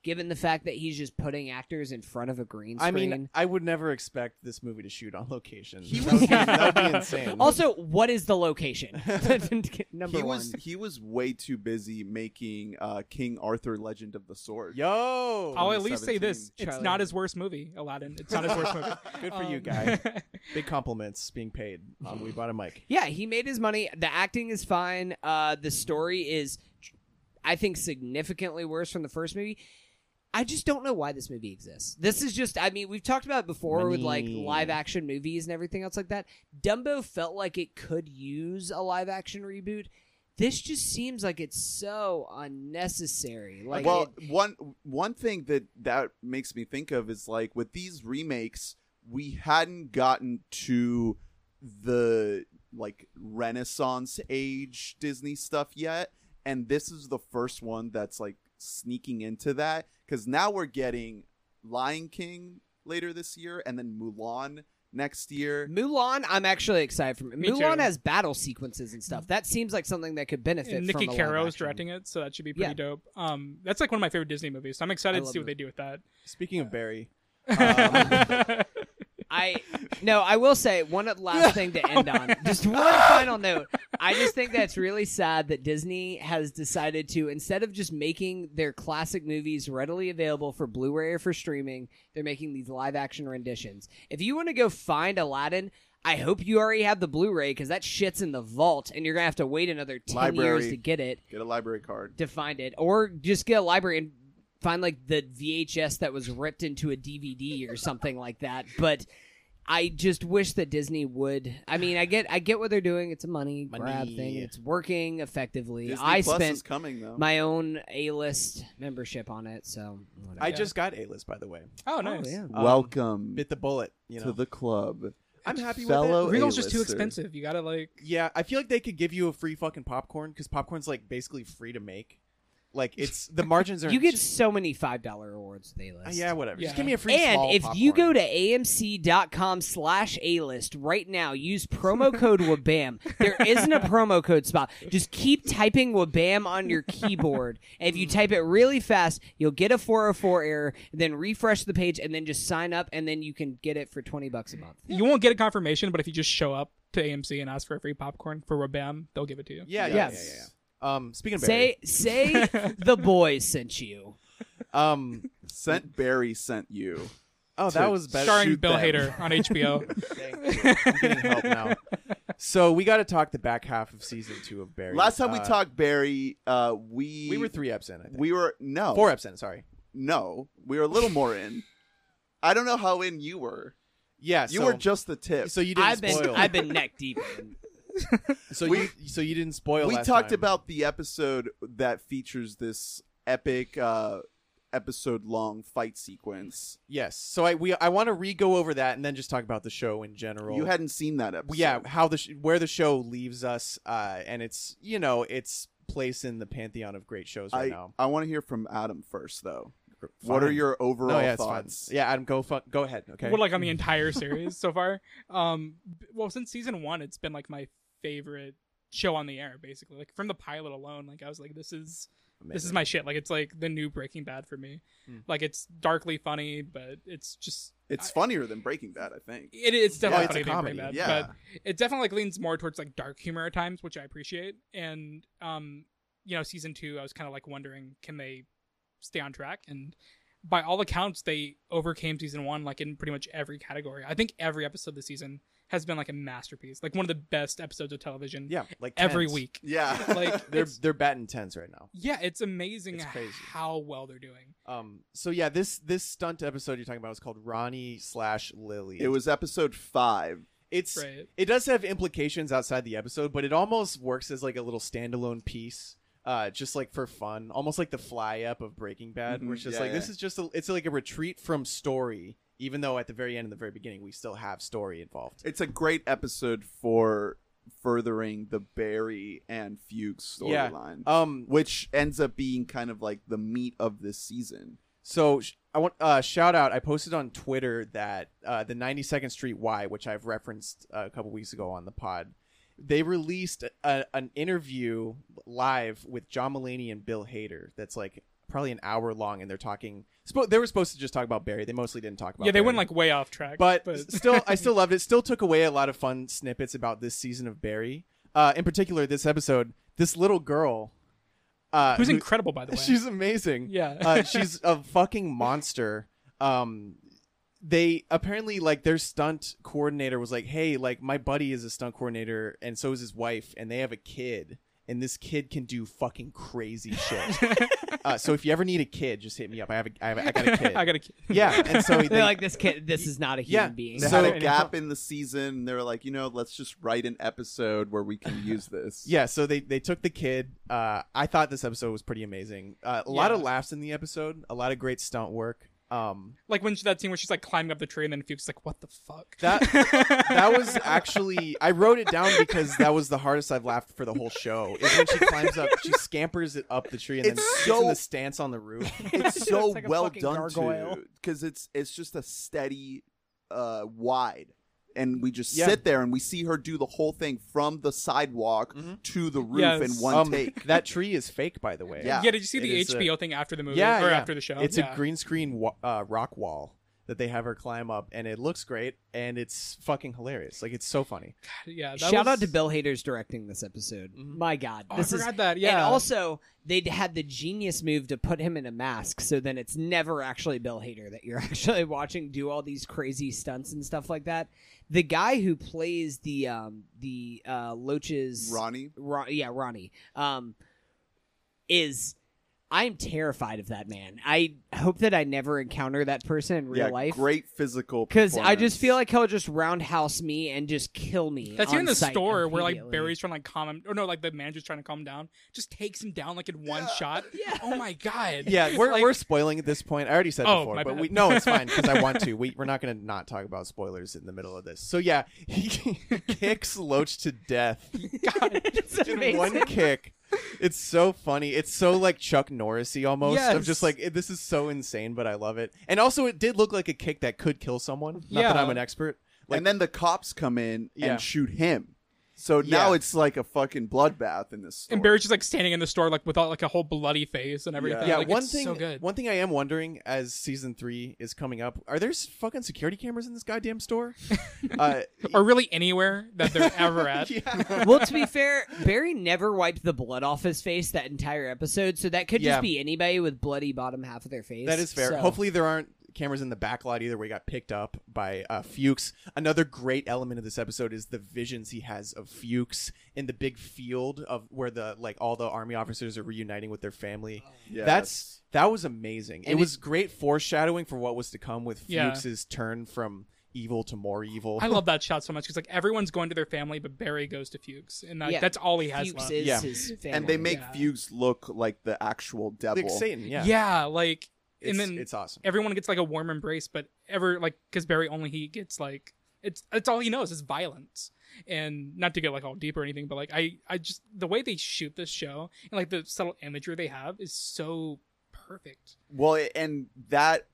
[SPEAKER 2] given the fact that he's just putting actors in front of a green
[SPEAKER 4] I
[SPEAKER 2] screen.
[SPEAKER 4] mean, I would never expect this movie to shoot on location.
[SPEAKER 1] He
[SPEAKER 4] that, would be,
[SPEAKER 1] was-
[SPEAKER 4] that would be insane.
[SPEAKER 2] also, what is the location? Number
[SPEAKER 1] he
[SPEAKER 2] one.
[SPEAKER 1] was he was way too busy making uh, King Arthur Legend of the Sword.
[SPEAKER 4] yo,
[SPEAKER 5] I'll at least say this:
[SPEAKER 2] 2017.
[SPEAKER 5] it's not his worst movie, Aladdin. It's not his worst movie.
[SPEAKER 4] good for you,
[SPEAKER 5] Um,
[SPEAKER 4] guy. Big compliments being paid. Um, we bought a mic.
[SPEAKER 2] Yeah, he made his money. The acting is fine. Uh, the story is, I think, significantly worse from the first movie. I just don't know why this movie exists. This is just, I mean, we've talked about it before with like
[SPEAKER 4] Money.
[SPEAKER 2] live action movies and everything else like that. Dumbo felt like it could use a live action reboot. This just seems like it's so unnecessary. Like,
[SPEAKER 1] well,
[SPEAKER 2] it-
[SPEAKER 1] one one thing that that makes me think of is like with these remakes, we hadn't gotten to the like Renaissance age Disney stuff yet, and this is the first one that's like sneaking into that because now we're getting Lion King later this year, and then Mulan next year.
[SPEAKER 2] Mulan, I'm actually excited for.
[SPEAKER 5] Me
[SPEAKER 2] Mulan
[SPEAKER 5] too.
[SPEAKER 2] has battle sequences and stuff. That seems like something that could benefit.
[SPEAKER 5] And
[SPEAKER 2] from
[SPEAKER 5] Nikki
[SPEAKER 2] a live
[SPEAKER 5] Caro is
[SPEAKER 2] action.
[SPEAKER 5] directing it, so that should be pretty
[SPEAKER 2] Yeah.
[SPEAKER 5] dope. Um, that's like one of my favorite Disney movies, so I'm excited
[SPEAKER 2] I
[SPEAKER 5] to
[SPEAKER 2] love
[SPEAKER 5] see what
[SPEAKER 2] it.
[SPEAKER 5] they do with that.
[SPEAKER 2] Um,
[SPEAKER 4] Speaking of Barry,
[SPEAKER 2] I no, I will say one last thing to end on. Just one final note. I just think that's really sad that Disney has decided to instead of just making their classic movies readily available for Blu-ray or for streaming, they're making these live action renditions. If you want to go find Aladdin, I hope you already have the Blu-ray cuz that shit's in the vault and you're going to have to wait another 10
[SPEAKER 1] Library.
[SPEAKER 2] years to get it
[SPEAKER 1] Get a library card.
[SPEAKER 2] to find it, or just get a library and find like the VHS that was ripped into a DVD or something like that. But I just wish that Disney would. I mean, I get, I get what they're doing. It's a money, grab
[SPEAKER 4] Money.
[SPEAKER 2] thing. It's working effectively.
[SPEAKER 1] Disney
[SPEAKER 2] I
[SPEAKER 1] Plus
[SPEAKER 2] spent
[SPEAKER 1] is coming though.
[SPEAKER 2] my own A list membership on it, so whatever.
[SPEAKER 4] I
[SPEAKER 5] Yeah.
[SPEAKER 4] just got A list, by the way.
[SPEAKER 5] Oh, nice.
[SPEAKER 2] yeah.
[SPEAKER 4] um,
[SPEAKER 1] Welcome
[SPEAKER 4] Bit the bullet. You know,
[SPEAKER 1] to the club.
[SPEAKER 4] I'm happy with
[SPEAKER 1] fellow
[SPEAKER 4] it.
[SPEAKER 5] Regal's just too
[SPEAKER 1] A-lister.
[SPEAKER 5] expensive. You gotta like.
[SPEAKER 4] Yeah, I feel like they could give you a free fucking popcorn because popcorn's like basically free to make. Like it's the margins are.
[SPEAKER 2] you get
[SPEAKER 4] just-
[SPEAKER 2] so many five dollar awards with A
[SPEAKER 4] Uh,
[SPEAKER 2] list.
[SPEAKER 4] yeah, whatever.
[SPEAKER 5] Yeah.
[SPEAKER 4] Just give me a free.
[SPEAKER 2] And
[SPEAKER 4] small
[SPEAKER 2] if you go
[SPEAKER 4] popcorn.
[SPEAKER 2] to amc.com slash A-list right now, use promo code WABAM. There isn't a promo code spot. Just keep typing WABAM on your keyboard. And if
[SPEAKER 4] Hmm.
[SPEAKER 2] you type it really fast, you'll get a 404 error, then refresh the page, and then just sign up, and then you can get it for 20 bucks a month.
[SPEAKER 5] You won't get a confirmation, but if you just show up to AMC and ask for a free popcorn for Rabam, they'll give it to you.
[SPEAKER 4] yeah, yeah, yeah,
[SPEAKER 2] Yes.
[SPEAKER 4] yeah, yeah. Um, speaking of
[SPEAKER 2] Say, say the boys sent you.
[SPEAKER 4] Barry, um,
[SPEAKER 1] Sent Barry sent you.
[SPEAKER 4] oh,
[SPEAKER 1] To
[SPEAKER 4] that was better.
[SPEAKER 5] Starring
[SPEAKER 1] Shoot
[SPEAKER 5] Bill
[SPEAKER 1] them.
[SPEAKER 5] Hader on HBO.
[SPEAKER 4] Thank you. I'm getting help now. So we got to talk the back half of season two of Barry.
[SPEAKER 1] Last time we
[SPEAKER 4] Uh,
[SPEAKER 1] talked Barry, uh, we
[SPEAKER 4] we were three eps in. I think.
[SPEAKER 1] we were no
[SPEAKER 4] four eps in. Sorry.
[SPEAKER 1] No, we were a little more in. I don't know how in you were.
[SPEAKER 4] Yeah,
[SPEAKER 1] You
[SPEAKER 4] so,
[SPEAKER 1] were just the tip.
[SPEAKER 4] so you didn't
[SPEAKER 2] I've been,
[SPEAKER 4] spoil.
[SPEAKER 2] I've been neck deep. in-
[SPEAKER 4] so
[SPEAKER 1] We-
[SPEAKER 4] you so you didn't spoil.
[SPEAKER 1] we
[SPEAKER 4] last
[SPEAKER 1] talked
[SPEAKER 4] time.
[SPEAKER 1] about the episode that features this epic uh, episode long fight sequence.
[SPEAKER 4] yes. So I we I want to re go over that and then just talk about the show in general.
[SPEAKER 1] You hadn't seen that episode.
[SPEAKER 4] yeah how the sh- where the show leaves us uh and it's you know it's place in the pantheon of great shows right
[SPEAKER 1] I,
[SPEAKER 4] now
[SPEAKER 1] I want to hear from Adam first, though. What
[SPEAKER 4] Fine.
[SPEAKER 1] are your overall
[SPEAKER 4] no, yeah, it's fine.
[SPEAKER 1] thoughts?
[SPEAKER 4] yeah adam go fu- go ahead okay
[SPEAKER 5] Well, like on the entire series so far. Um, b- well, since season one, it's been like my favorite show on the air, basically. Like from the pilot alone, like I was like, this is
[SPEAKER 1] Mm-hmm.
[SPEAKER 5] this is my shit. Like it's like the new Breaking Bad for me.
[SPEAKER 4] Hmm.
[SPEAKER 5] Like it's darkly funny, but it's just
[SPEAKER 1] It's
[SPEAKER 5] I-
[SPEAKER 1] funnier than Breaking Bad, I think.
[SPEAKER 5] It is
[SPEAKER 4] Yeah, it's
[SPEAKER 5] definitely
[SPEAKER 4] a
[SPEAKER 5] funny than Breaking
[SPEAKER 4] comedy,
[SPEAKER 5] Bad,
[SPEAKER 1] yeah.
[SPEAKER 5] but it definitely like leans more towards like dark humor at times, which I appreciate. And um, you know, season two, I was kind of like wondering, can they stay on track? And by all accounts, they overcame season one, like in pretty much every category. I think every episode this season has been like a masterpiece, like one of the best episodes of television
[SPEAKER 4] yeah like
[SPEAKER 5] every
[SPEAKER 4] tens.
[SPEAKER 5] week.
[SPEAKER 1] Yeah.
[SPEAKER 5] Like
[SPEAKER 4] they're
[SPEAKER 5] it's-
[SPEAKER 4] they're batting tens right now
[SPEAKER 5] yeah, it's amazing
[SPEAKER 4] It's crazy.
[SPEAKER 5] how well they're doing.
[SPEAKER 4] um so yeah this this stunt episode you're talking about is called ronnie slash lily
[SPEAKER 1] it was episode five.
[SPEAKER 4] it's
[SPEAKER 5] Right.
[SPEAKER 4] it does have implications outside the episode but it almost works as like a little standalone piece uh, just like for fun almost like the fly up of breaking bad
[SPEAKER 1] Mhm,
[SPEAKER 4] where it's just
[SPEAKER 1] yeah,
[SPEAKER 4] like
[SPEAKER 1] yeah.
[SPEAKER 4] this is just a, it's like a retreat from story even though at the very end and the very beginning we still have story involved
[SPEAKER 1] It's a great episode for furthering the Barry and Fuchs
[SPEAKER 4] Yeah.
[SPEAKER 1] storyline.
[SPEAKER 4] um
[SPEAKER 1] which ends up being kind of like the meat of this season.
[SPEAKER 4] So sh- I want uh, shout out. I posted on Twitter that uh, the 92nd Street Y, which I've referenced uh, a couple weeks ago on the pod, they released a, an interview live with John Mulaney and Bill Hader. That's like probably an hour long, and they're talking. Spo- they were supposed to just talk about Barry. They mostly didn't talk about.
[SPEAKER 5] Yeah, they
[SPEAKER 4] Barry.
[SPEAKER 5] went like way off track,
[SPEAKER 4] But, still, I still loved it. Still took away a lot of fun snippets about this season of Barry. Uh, in particular, this episode, this little girl, uh,
[SPEAKER 5] who's
[SPEAKER 4] who-
[SPEAKER 5] incredible by the way.
[SPEAKER 4] She's amazing
[SPEAKER 5] yeah,
[SPEAKER 4] uh, she's a fucking monster. Um, they apparently like their stunt coordinator was like, "Hey, like my buddy is a stunt coordinator, and so is his wife, and they have a kid, and this kid can do fucking crazy shit. uh, so if you ever need a kid, just hit me up. I have a, I, have a, I got a kid.
[SPEAKER 5] I got a kid.
[SPEAKER 4] yeah, and so they,
[SPEAKER 2] They're like, this kid, this is not a
[SPEAKER 4] Yeah.
[SPEAKER 2] human being.
[SPEAKER 1] They
[SPEAKER 4] So-
[SPEAKER 1] had a gap in the season. They were like, you know, let's just write an episode where we can use this.
[SPEAKER 4] yeah, so they they took the kid. Uh, I thought this episode was pretty amazing. Uh, a lot of
[SPEAKER 5] Yeah.
[SPEAKER 4] laughs in the episode, a lot of great stunt work. Um,
[SPEAKER 5] Like when she, that scene where she's like climbing up the tree and then Fuchs is like, "What the fuck?"
[SPEAKER 4] That- that was actually I wrote it down because that was the hardest I've laughed for the whole show. Is when she climbs up, she scampers it up the tree and then
[SPEAKER 1] It's
[SPEAKER 4] gets
[SPEAKER 1] so-
[SPEAKER 4] in the stance on the roof.
[SPEAKER 1] it's so
[SPEAKER 2] It's like a
[SPEAKER 1] well
[SPEAKER 2] fucking
[SPEAKER 1] done
[SPEAKER 2] gargoyle.
[SPEAKER 1] too, because it's it's just a steady, uh, wide, and we just
[SPEAKER 4] Yeah.
[SPEAKER 1] sit there and we see her do the whole thing from the sidewalk
[SPEAKER 4] Mhm.
[SPEAKER 1] to the roof
[SPEAKER 5] Yes.
[SPEAKER 1] in one
[SPEAKER 4] Um,
[SPEAKER 1] take.
[SPEAKER 4] That tree is fake, by the way.
[SPEAKER 1] Yeah.
[SPEAKER 5] yeah. Did you see
[SPEAKER 4] It
[SPEAKER 5] the
[SPEAKER 4] is a-
[SPEAKER 5] HBO thing after the movie
[SPEAKER 4] Yeah,
[SPEAKER 5] or
[SPEAKER 4] yeah.
[SPEAKER 5] after the show?
[SPEAKER 4] it's
[SPEAKER 5] yeah.
[SPEAKER 4] a green screen wa- uh, rock wall that they have her climb up, and it looks great, and it's fucking hilarious. Like it's so funny.
[SPEAKER 5] yeah. That
[SPEAKER 2] Shout
[SPEAKER 5] was...
[SPEAKER 2] out to Bill Hader's directing this episode.
[SPEAKER 4] Mhm.
[SPEAKER 2] My God,
[SPEAKER 5] Oh,
[SPEAKER 2] this
[SPEAKER 5] I
[SPEAKER 2] is
[SPEAKER 5] forgot that. Yeah.
[SPEAKER 2] And also, they had the genius move to put him in a mask, so then it's never actually Bill Hader that you're actually watching do all these crazy stunts and stuff like that. The guy who plays the um the uh Loach's
[SPEAKER 1] Ronnie.
[SPEAKER 2] Ron- yeah, Ronnie, um, is I'm terrified of that man. I hope that I never encounter that person in real
[SPEAKER 1] yeah,
[SPEAKER 2] life.
[SPEAKER 1] great physical.
[SPEAKER 2] Because I just feel
[SPEAKER 1] performance.
[SPEAKER 2] like he'll just roundhouse me and just kill me.
[SPEAKER 5] That's
[SPEAKER 2] on
[SPEAKER 5] even the
[SPEAKER 2] sight
[SPEAKER 5] store where like
[SPEAKER 2] immediately.
[SPEAKER 5] Barry's trying to like calm him, or no, like the manager's trying to calm him down. Just takes him down like in one
[SPEAKER 1] Yeah.
[SPEAKER 5] shot.
[SPEAKER 2] Yeah.
[SPEAKER 5] Oh my god.
[SPEAKER 4] Yeah, we're,
[SPEAKER 5] Like-
[SPEAKER 4] we're spoiling at this point. I already said
[SPEAKER 5] Oh,
[SPEAKER 4] before,
[SPEAKER 5] my
[SPEAKER 4] but
[SPEAKER 5] bad.
[SPEAKER 4] we no, it's fine because I want to. We we're not gonna not talk about spoilers in the middle of this. So yeah, he kicks Loach to death
[SPEAKER 5] God.
[SPEAKER 2] It's
[SPEAKER 4] in one
[SPEAKER 2] amazing.
[SPEAKER 4] kick. It's so funny. It's so like Chuck Norrisy almost. I'm
[SPEAKER 5] Yes.
[SPEAKER 4] just like it- this is so insane, but I love it. And also, it did look like a kick that could kill someone. Not that
[SPEAKER 5] Yeah.
[SPEAKER 4] I'm an expert. like-
[SPEAKER 1] and then the cops come in
[SPEAKER 4] Yeah.
[SPEAKER 1] and shoot him. So now
[SPEAKER 4] Yeah.
[SPEAKER 1] it's like a fucking bloodbath in this. Store.
[SPEAKER 5] And Barry's just like standing in the store like with all, like a whole bloody face and everything.
[SPEAKER 4] Yeah,
[SPEAKER 5] Like,
[SPEAKER 4] one
[SPEAKER 5] it's
[SPEAKER 4] thing.
[SPEAKER 5] so good.
[SPEAKER 4] One thing I am wondering as season three is coming up: Are there s- fucking security cameras in this goddamn store? uh,
[SPEAKER 5] or really anywhere that they're ever at.
[SPEAKER 4] yeah.
[SPEAKER 2] well, to be fair, Barry never wiped the blood off his face that entire episode, so that could
[SPEAKER 4] Yeah.
[SPEAKER 2] just be anybody with bloody bottom half of their face.
[SPEAKER 4] That is fair.
[SPEAKER 2] So-
[SPEAKER 4] Hopefully, there aren't cameras in the back lot either where he got picked up by uh, Fuchs. Another great element of this episode is the visions he has of Fuchs in the big field of where the like all the army officers are reuniting with their family.
[SPEAKER 1] Yes.
[SPEAKER 4] That's that was amazing. it
[SPEAKER 2] And
[SPEAKER 4] was great foreshadowing for what was to come with
[SPEAKER 5] Yeah.
[SPEAKER 4] Fuchs's turn from evil to more evil.
[SPEAKER 5] I love that shot so much because like everyone's going to their family, but Barry goes to Fuchs, and like,
[SPEAKER 2] Yeah.
[SPEAKER 5] that's all he has
[SPEAKER 2] Fuchs
[SPEAKER 5] left.
[SPEAKER 2] is
[SPEAKER 4] Yeah.
[SPEAKER 2] his family.
[SPEAKER 1] and they make
[SPEAKER 5] Yeah.
[SPEAKER 1] Fuchs look like the actual devil.
[SPEAKER 4] like Satan. Yeah,
[SPEAKER 5] yeah. like
[SPEAKER 4] It's,
[SPEAKER 5] and then
[SPEAKER 4] it's awesome.
[SPEAKER 5] everyone gets like a warm embrace, but ever like because Barry only he gets like it's it's all he knows is violence. And not to get like all deep or anything, but like I I just the way they shoot this show and like the subtle imagery they have is so perfect.
[SPEAKER 1] Well, and that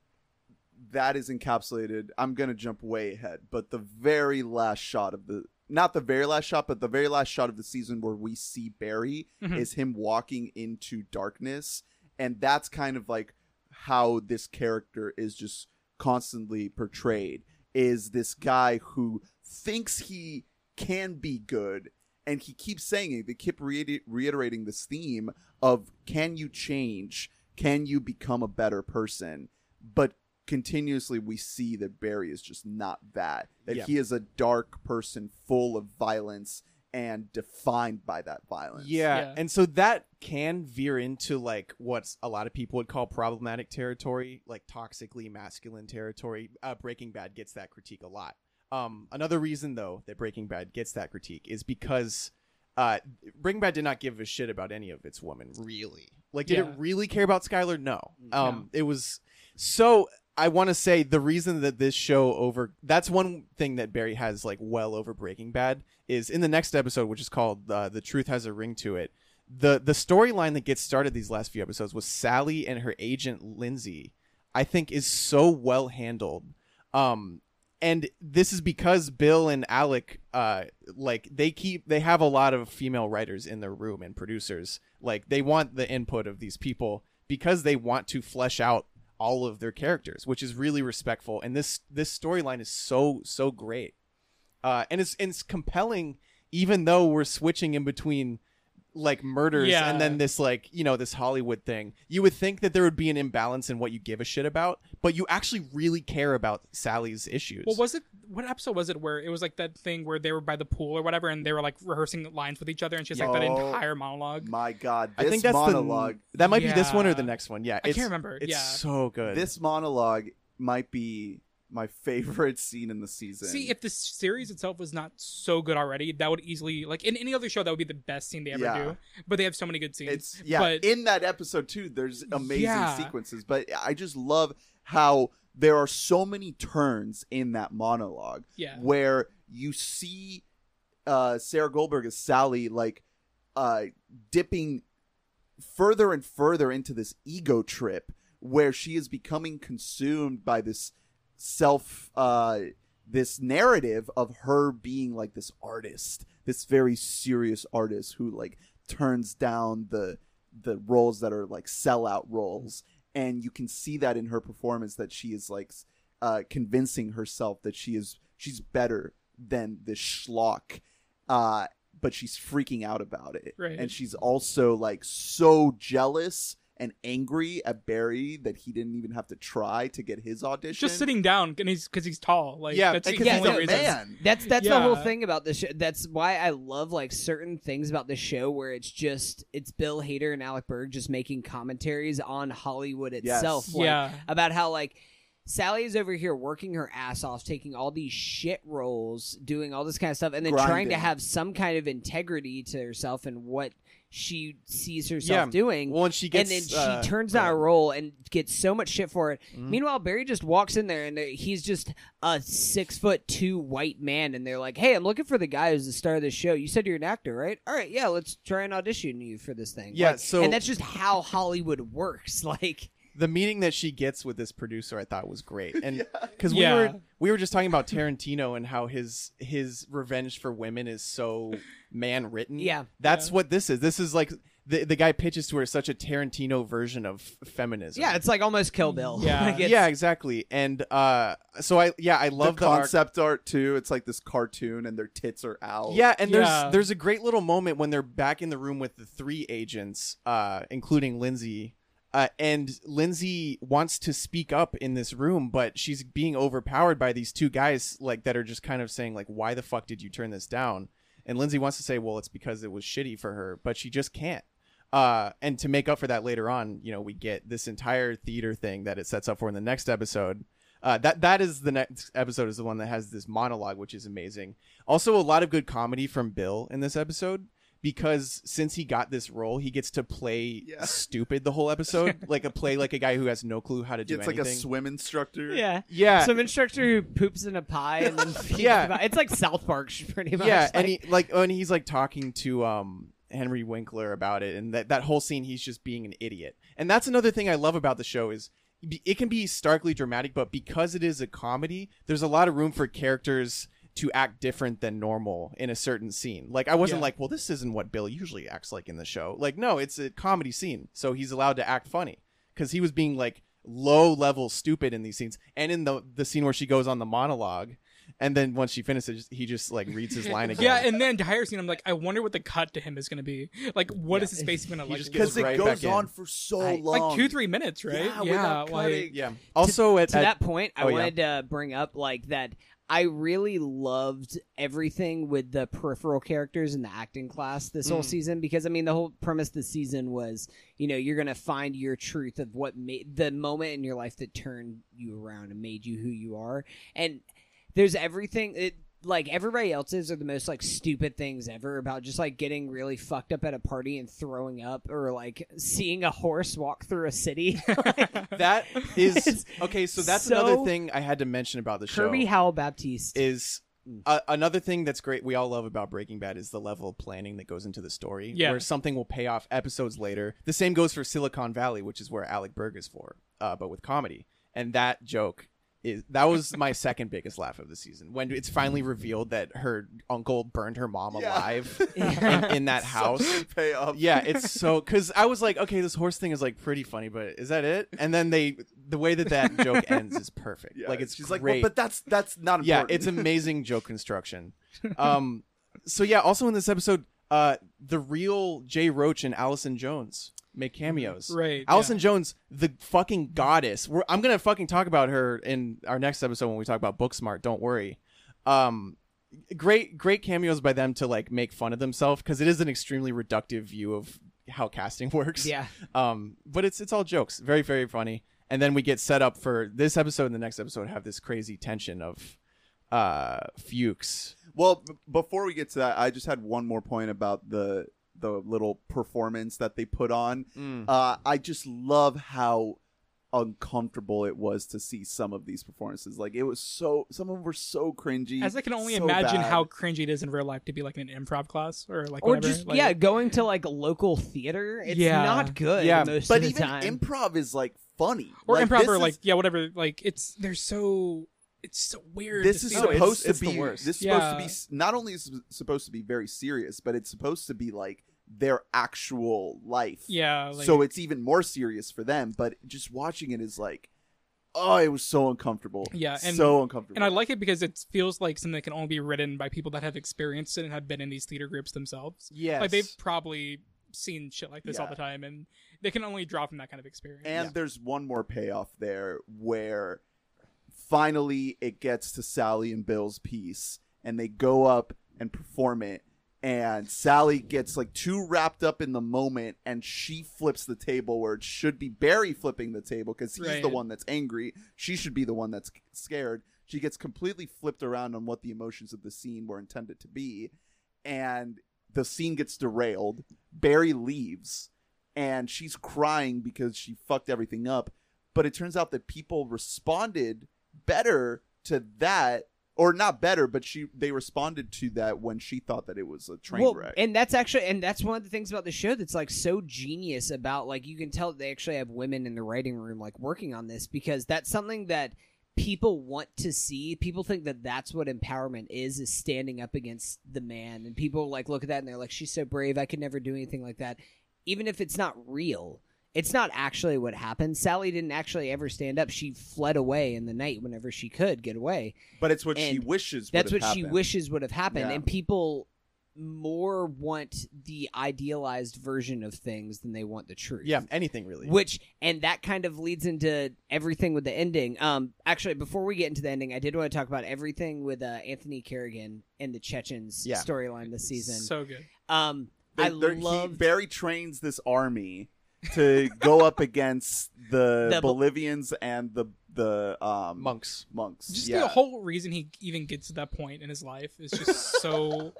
[SPEAKER 1] that is encapsulated. I'm gonna jump way ahead, but the very last shot of the not the very last shot, but the very last shot of the season where we see Barry
[SPEAKER 4] Mm-hmm.
[SPEAKER 5] Mhm.
[SPEAKER 1] is him walking into darkness, and that's kind of like how this character is just constantly portrayed is this guy who thinks he can be good and he keeps saying it they keep reiter- reiterating this theme of can you change can you become a better person but continuously we see that barry is just not that that
[SPEAKER 4] Yeah.
[SPEAKER 1] he is a dark person full of violence and defined by that violence
[SPEAKER 4] Yeah.
[SPEAKER 5] Yeah.
[SPEAKER 4] and so that can veer into like what a lot of people would call problematic territory, like toxically masculine territory. Uh, Breaking Bad gets that critique a lot. Um, another reason though that Breaking Bad gets that critique is because uh, Breaking Bad did not give a shit about any of its women, really. Like, did
[SPEAKER 5] Yeah.
[SPEAKER 4] it really care about Skylar? No. Um, it was so. I want to say the reason that this show over that's one thing that Barry has like well over Breaking Bad is in the next episode, which is called uh, "The Truth Has a Ring to It." the The storyline that gets started these last few episodes was Sally and her agent Lindsay. I think is so well handled. Um, and this is because Bill and Alec, uh, like they keep they have a lot of female writers in their room and producers. Like they want the input of these people because they want to flesh out all of their characters, which is really respectful. And this this storyline is so so great, uh, and it's and it's compelling. Even though we're switching in between like murders
[SPEAKER 5] Yeah.
[SPEAKER 4] and then this like you know this Hollywood thing, you would think that there would be an imbalance in what you give a shit about, but you actually really care about Sally's issues.
[SPEAKER 5] Well, was it what episode was it where it was like that thing where they were by the pool or whatever, and they were like rehearsing lines with each other, and she's like that
[SPEAKER 1] Oh.
[SPEAKER 5] entire monologue.
[SPEAKER 1] my god
[SPEAKER 4] I
[SPEAKER 1] this
[SPEAKER 4] think that's
[SPEAKER 1] monologue
[SPEAKER 4] The, that might be this one or
[SPEAKER 5] Yeah.
[SPEAKER 4] the next one. Yeah,
[SPEAKER 5] I
[SPEAKER 4] it's-
[SPEAKER 5] can't remember.
[SPEAKER 4] It's
[SPEAKER 5] yeah.
[SPEAKER 4] so good.
[SPEAKER 1] this monologue might be my favorite scene in the season
[SPEAKER 5] See, if the series itself was not so good already, that would easily like in any other show that would be the best scene they ever
[SPEAKER 1] Yeah.
[SPEAKER 5] do. But they have so many good scenes.
[SPEAKER 1] It's yeah.
[SPEAKER 5] But
[SPEAKER 1] in that episode too, there's amazing
[SPEAKER 5] Yeah.
[SPEAKER 1] sequences, but I just love how there are so many turns in that monologue
[SPEAKER 5] yeah,
[SPEAKER 1] where you see uh, Sarah Goldberg as Sally like uh, dipping further and further into this ego trip where she is becoming consumed by this self uh, this narrative of her being like this artist this very serious artist who like turns down the the roles that are like sellout roles and you can see that in her performance that she is like s- uh, convincing herself that she is she's better than this schlock, uh, but she's freaking out about it,
[SPEAKER 5] Right.
[SPEAKER 1] and she's also like so jealous and angry at Barry that he didn't even have to try to get his
[SPEAKER 5] It's
[SPEAKER 1] audition.
[SPEAKER 5] just sitting down and he's because he's tall. Like
[SPEAKER 4] Yeah,
[SPEAKER 5] that's the
[SPEAKER 1] because
[SPEAKER 2] Yeah,
[SPEAKER 1] he's
[SPEAKER 5] only
[SPEAKER 1] a
[SPEAKER 5] reason.
[SPEAKER 1] man.
[SPEAKER 2] That's that's the whole
[SPEAKER 5] Yeah.
[SPEAKER 2] thing about this show. That's why I love like certain things about the show where it's just it's Bill Hader and Alec Berg just making commentaries on Hollywood
[SPEAKER 1] Yes.
[SPEAKER 2] itself. like,
[SPEAKER 5] Yeah,
[SPEAKER 2] about how like Sally is over here working her ass off, taking all these shit roles, doing all this kind of stuff, and then trying to
[SPEAKER 1] Grinding.
[SPEAKER 2] have some kind of integrity to herself and what she sees herself
[SPEAKER 4] Yeah.
[SPEAKER 2] doing.
[SPEAKER 4] Well, and she gets
[SPEAKER 2] and then she
[SPEAKER 4] uh,
[SPEAKER 2] turns that
[SPEAKER 4] right.
[SPEAKER 2] role and gets so much shit for it.
[SPEAKER 4] Mhm.
[SPEAKER 2] Meanwhile, Barry just walks in there and there- he's just a six foot two white man, and they're like, "Hey, I'm looking for the guy who's the star of this show. You said you're an actor, right? All right, yeah, let's try and audition you for this thing."
[SPEAKER 4] Yeah,
[SPEAKER 2] Like,
[SPEAKER 4] so-
[SPEAKER 2] and that's just how Hollywood works. Like,
[SPEAKER 4] the meeting that she gets with this producer I thought was great. And cuz
[SPEAKER 5] Yeah.
[SPEAKER 4] we were we were just talking about Tarantino and how his his revenge for women is so man written.
[SPEAKER 2] Yeah.
[SPEAKER 4] That's
[SPEAKER 5] Yeah.
[SPEAKER 4] what this is. This is like the the guy pitches to her such a Tarantino version of feminism.
[SPEAKER 2] yeah, it's like almost Kill Bill.
[SPEAKER 5] Yeah.
[SPEAKER 2] Like, it's-
[SPEAKER 4] yeah, exactly. And uh so I yeah, I love
[SPEAKER 1] the
[SPEAKER 4] the, arc.
[SPEAKER 1] concept art too. It's like this cartoon, and their tits are out.
[SPEAKER 4] Yeah, and there's
[SPEAKER 5] Yeah.
[SPEAKER 4] there's a great little moment when they're back in the room with the three agents, uh, including Lindsay. Uh, and Lindsay wants to speak up in this room, but she's being overpowered by these two guys, like that are just kind of saying, like, "Why the fuck did you turn this down?" And Lindsay wants to say, "Well, it's because it was shitty for her," but she just can't. Uh, and to make up for that later on, you know, we get this entire theater thing that it sets up for in the next episode. Uh, that that is the next episode is the one that has this monologue, which is amazing. Also, a lot of good comedy from Bill in this episode because since he got this role, he gets to play
[SPEAKER 1] Yeah.
[SPEAKER 4] stupid the whole episode, like a play like a guy who has no clue how to do
[SPEAKER 1] it's like
[SPEAKER 4] anything.
[SPEAKER 1] a swim instructor.
[SPEAKER 2] Yeah.
[SPEAKER 4] yeah,
[SPEAKER 2] Some instructor who poops in a pie and then feeds
[SPEAKER 4] Yeah.
[SPEAKER 2] the pie. it's like South Park sh- pretty much.
[SPEAKER 4] yeah,
[SPEAKER 2] like,
[SPEAKER 4] and he like oh, and he's like talking to um Henry Winkler about it, and that that whole scene, he's just being an idiot, and that's another thing I love about the show is be- it can be starkly dramatic, but because it is a comedy, there's a lot of room for characters to act different than normal in a certain scene. Like I wasn't
[SPEAKER 5] Yeah.
[SPEAKER 4] like, well, this isn't what Bill usually acts like in the show. Like no, it's a comedy scene, so he's allowed to act funny because he was being like low level stupid in these scenes and in the the scene where she goes on the monologue and then once she finishes he just like reads his line again
[SPEAKER 5] yeah. And then entire scene, I'm like, I wonder what the cut to him is going to be. Like, what is
[SPEAKER 4] Yeah.
[SPEAKER 5] his face going to
[SPEAKER 4] He
[SPEAKER 5] like?
[SPEAKER 4] just
[SPEAKER 5] look
[SPEAKER 4] goes
[SPEAKER 1] because it
[SPEAKER 4] right
[SPEAKER 5] like?
[SPEAKER 1] goes
[SPEAKER 4] back in.
[SPEAKER 1] on for so
[SPEAKER 2] I-
[SPEAKER 1] long,
[SPEAKER 5] like two three minutes, right?
[SPEAKER 1] Yeah, without
[SPEAKER 5] like-
[SPEAKER 1] cutting.
[SPEAKER 4] Yeah. Also, at,
[SPEAKER 2] to
[SPEAKER 4] at-
[SPEAKER 2] that point, I
[SPEAKER 4] oh, yeah.
[SPEAKER 2] wanted to bring up like that. I really loved everything with the peripheral characters in the acting class this whole
[SPEAKER 4] Mm.
[SPEAKER 2] season because I mean the whole premise this season was you know you're gonna find your truth of what made the moment in your life that turned you around and made you who you are and there's everything it like everybody else's are the most like stupid things ever about just like getting really fucked up at a party and throwing up or like seeing a horse walk through a city.
[SPEAKER 4] that
[SPEAKER 2] It's
[SPEAKER 4] is okay. So that's
[SPEAKER 2] so-
[SPEAKER 4] another thing I had to mention about the show
[SPEAKER 2] Kirby Howell Baptiste.
[SPEAKER 4] is
[SPEAKER 1] Mm.
[SPEAKER 4] uh, another thing that's great. We all love about Breaking Bad is the level of planning that goes into the story.
[SPEAKER 5] Yeah.
[SPEAKER 4] where something will pay off episodes later. The same goes for Silicon Valley, which is where Alec Berg is for, uh, but with comedy. And that joke is that was my second biggest laugh of the season when it's finally revealed that her uncle burned her mom
[SPEAKER 1] Yeah.
[SPEAKER 4] alive in,
[SPEAKER 2] Yeah.
[SPEAKER 4] in that house.
[SPEAKER 1] Such a payoff.
[SPEAKER 4] yeah it's so because i was like okay this horse thing is like pretty funny but is that it and then they the way that that joke ends is perfect
[SPEAKER 1] Yeah,
[SPEAKER 4] like it's
[SPEAKER 1] she's
[SPEAKER 4] great.
[SPEAKER 1] like, well, but that's that's not
[SPEAKER 4] yeah
[SPEAKER 1] important.
[SPEAKER 4] it's amazing joke construction um so yeah also in this episode uh the real jay roach and allison jones make cameos
[SPEAKER 5] Right.
[SPEAKER 4] Allison Jones, the fucking goddess. We're, I'm gonna fucking talk about her in our next episode when we talk about Booksmart. Don't worry. Um, great, great cameos by them to like make fun of themselves because it is an extremely reductive view of how casting works.
[SPEAKER 2] yeah.
[SPEAKER 4] Um, but it's it's all jokes. Very very funny. And then we get set up for this episode and the next episode have this crazy tension of uh Fuchs.
[SPEAKER 1] Well, b- before we get to that, I just had one more point about the the little performance that they put on.
[SPEAKER 5] Mm-hmm.
[SPEAKER 1] Uh, I just love how uncomfortable it was to see some of these performances. Like it was so some of them were so cringy.
[SPEAKER 5] As I can only
[SPEAKER 1] so
[SPEAKER 5] imagine
[SPEAKER 1] bad.
[SPEAKER 5] how cringy it is in real life to be like in an improv class or like
[SPEAKER 2] or
[SPEAKER 5] whatever.
[SPEAKER 2] just
[SPEAKER 5] like,
[SPEAKER 2] yeah, going to like local theater. It's
[SPEAKER 5] Yeah.
[SPEAKER 2] not good
[SPEAKER 4] Yeah,
[SPEAKER 2] most
[SPEAKER 1] But
[SPEAKER 2] of the
[SPEAKER 1] even
[SPEAKER 2] time.
[SPEAKER 1] improv is like funny.
[SPEAKER 5] or
[SPEAKER 1] like,
[SPEAKER 5] improv
[SPEAKER 1] this
[SPEAKER 5] or
[SPEAKER 1] is-
[SPEAKER 5] like yeah, whatever. Like it's they're so it's so weird.
[SPEAKER 1] this
[SPEAKER 5] to
[SPEAKER 1] is
[SPEAKER 5] see them.
[SPEAKER 4] it's-
[SPEAKER 1] supposed
[SPEAKER 4] it's
[SPEAKER 1] to
[SPEAKER 4] the
[SPEAKER 1] be
[SPEAKER 4] worst.
[SPEAKER 1] this is supposed to be
[SPEAKER 5] Yeah.
[SPEAKER 1] s- not only is it supposed to be very serious, but it's supposed to be like their actual life.
[SPEAKER 5] yeah. Like,
[SPEAKER 1] so it's even more serious for them. But just watching it is like, oh, it was so uncomfortable.
[SPEAKER 5] Yeah, and-
[SPEAKER 1] so uncomfortable.
[SPEAKER 5] And I like it because it feels like something that can only be written by people that have experienced it and have been in these theater groups themselves.
[SPEAKER 4] Yes.
[SPEAKER 5] Like they've probably seen shit like this all
[SPEAKER 1] Yeah.
[SPEAKER 5] the time, and they can only draw from that kind of experience.
[SPEAKER 1] And there's one more payoff there where finally it gets to Sally and Bill's piece and they go up and perform it. And Sally gets like too wrapped up in the moment and she flips the table where it should be Barry flipping the table because he's
[SPEAKER 5] Right.
[SPEAKER 1] the one that's angry. She should be the one that's scared. She gets completely flipped around on what the emotions of the scene were intended to be. And the scene gets derailed. Barry leaves and she's crying because she fucked everything up. But it turns out that people responded better to that, or not better, but she they responded to that when she thought that it was a train
[SPEAKER 2] well,
[SPEAKER 1] wreck.
[SPEAKER 2] and that's actually and that's one of the things about the show that's like so genius about like you can tell that they actually have women in the writing room like working on this because that's something that people want to see. People think that that's what empowerment is is standing up against the man and people like look at that and they're like she's so brave. I could never do anything like that. Even if it's not real. It's not actually what happened. Sally didn't actually ever stand up. She fled away in the night whenever she could get away
[SPEAKER 1] but it's what she
[SPEAKER 2] and
[SPEAKER 1] wishes.
[SPEAKER 2] that's
[SPEAKER 1] would
[SPEAKER 2] what
[SPEAKER 1] have
[SPEAKER 2] she
[SPEAKER 1] happened.
[SPEAKER 2] wishes would have happened
[SPEAKER 1] Yeah.
[SPEAKER 2] and people more want the idealized version of things than they want the truth
[SPEAKER 4] yeah, anything really.
[SPEAKER 2] which and that kind of leads into everything with the ending um actually before we get into the ending i did want to talk about everything with uh, anthony kerrigan and the chechens
[SPEAKER 4] Yeah.
[SPEAKER 2] storyline this season
[SPEAKER 5] So good.
[SPEAKER 2] um
[SPEAKER 1] They-
[SPEAKER 2] i
[SPEAKER 1] they're- he-
[SPEAKER 2] love
[SPEAKER 1] Barry trains this army to go up against the,
[SPEAKER 2] The Bol-
[SPEAKER 1] Bolivians and the the um,
[SPEAKER 4] monks.
[SPEAKER 1] monks.
[SPEAKER 5] Just
[SPEAKER 1] yeah.
[SPEAKER 5] the whole reason he even gets to that point in his life is just so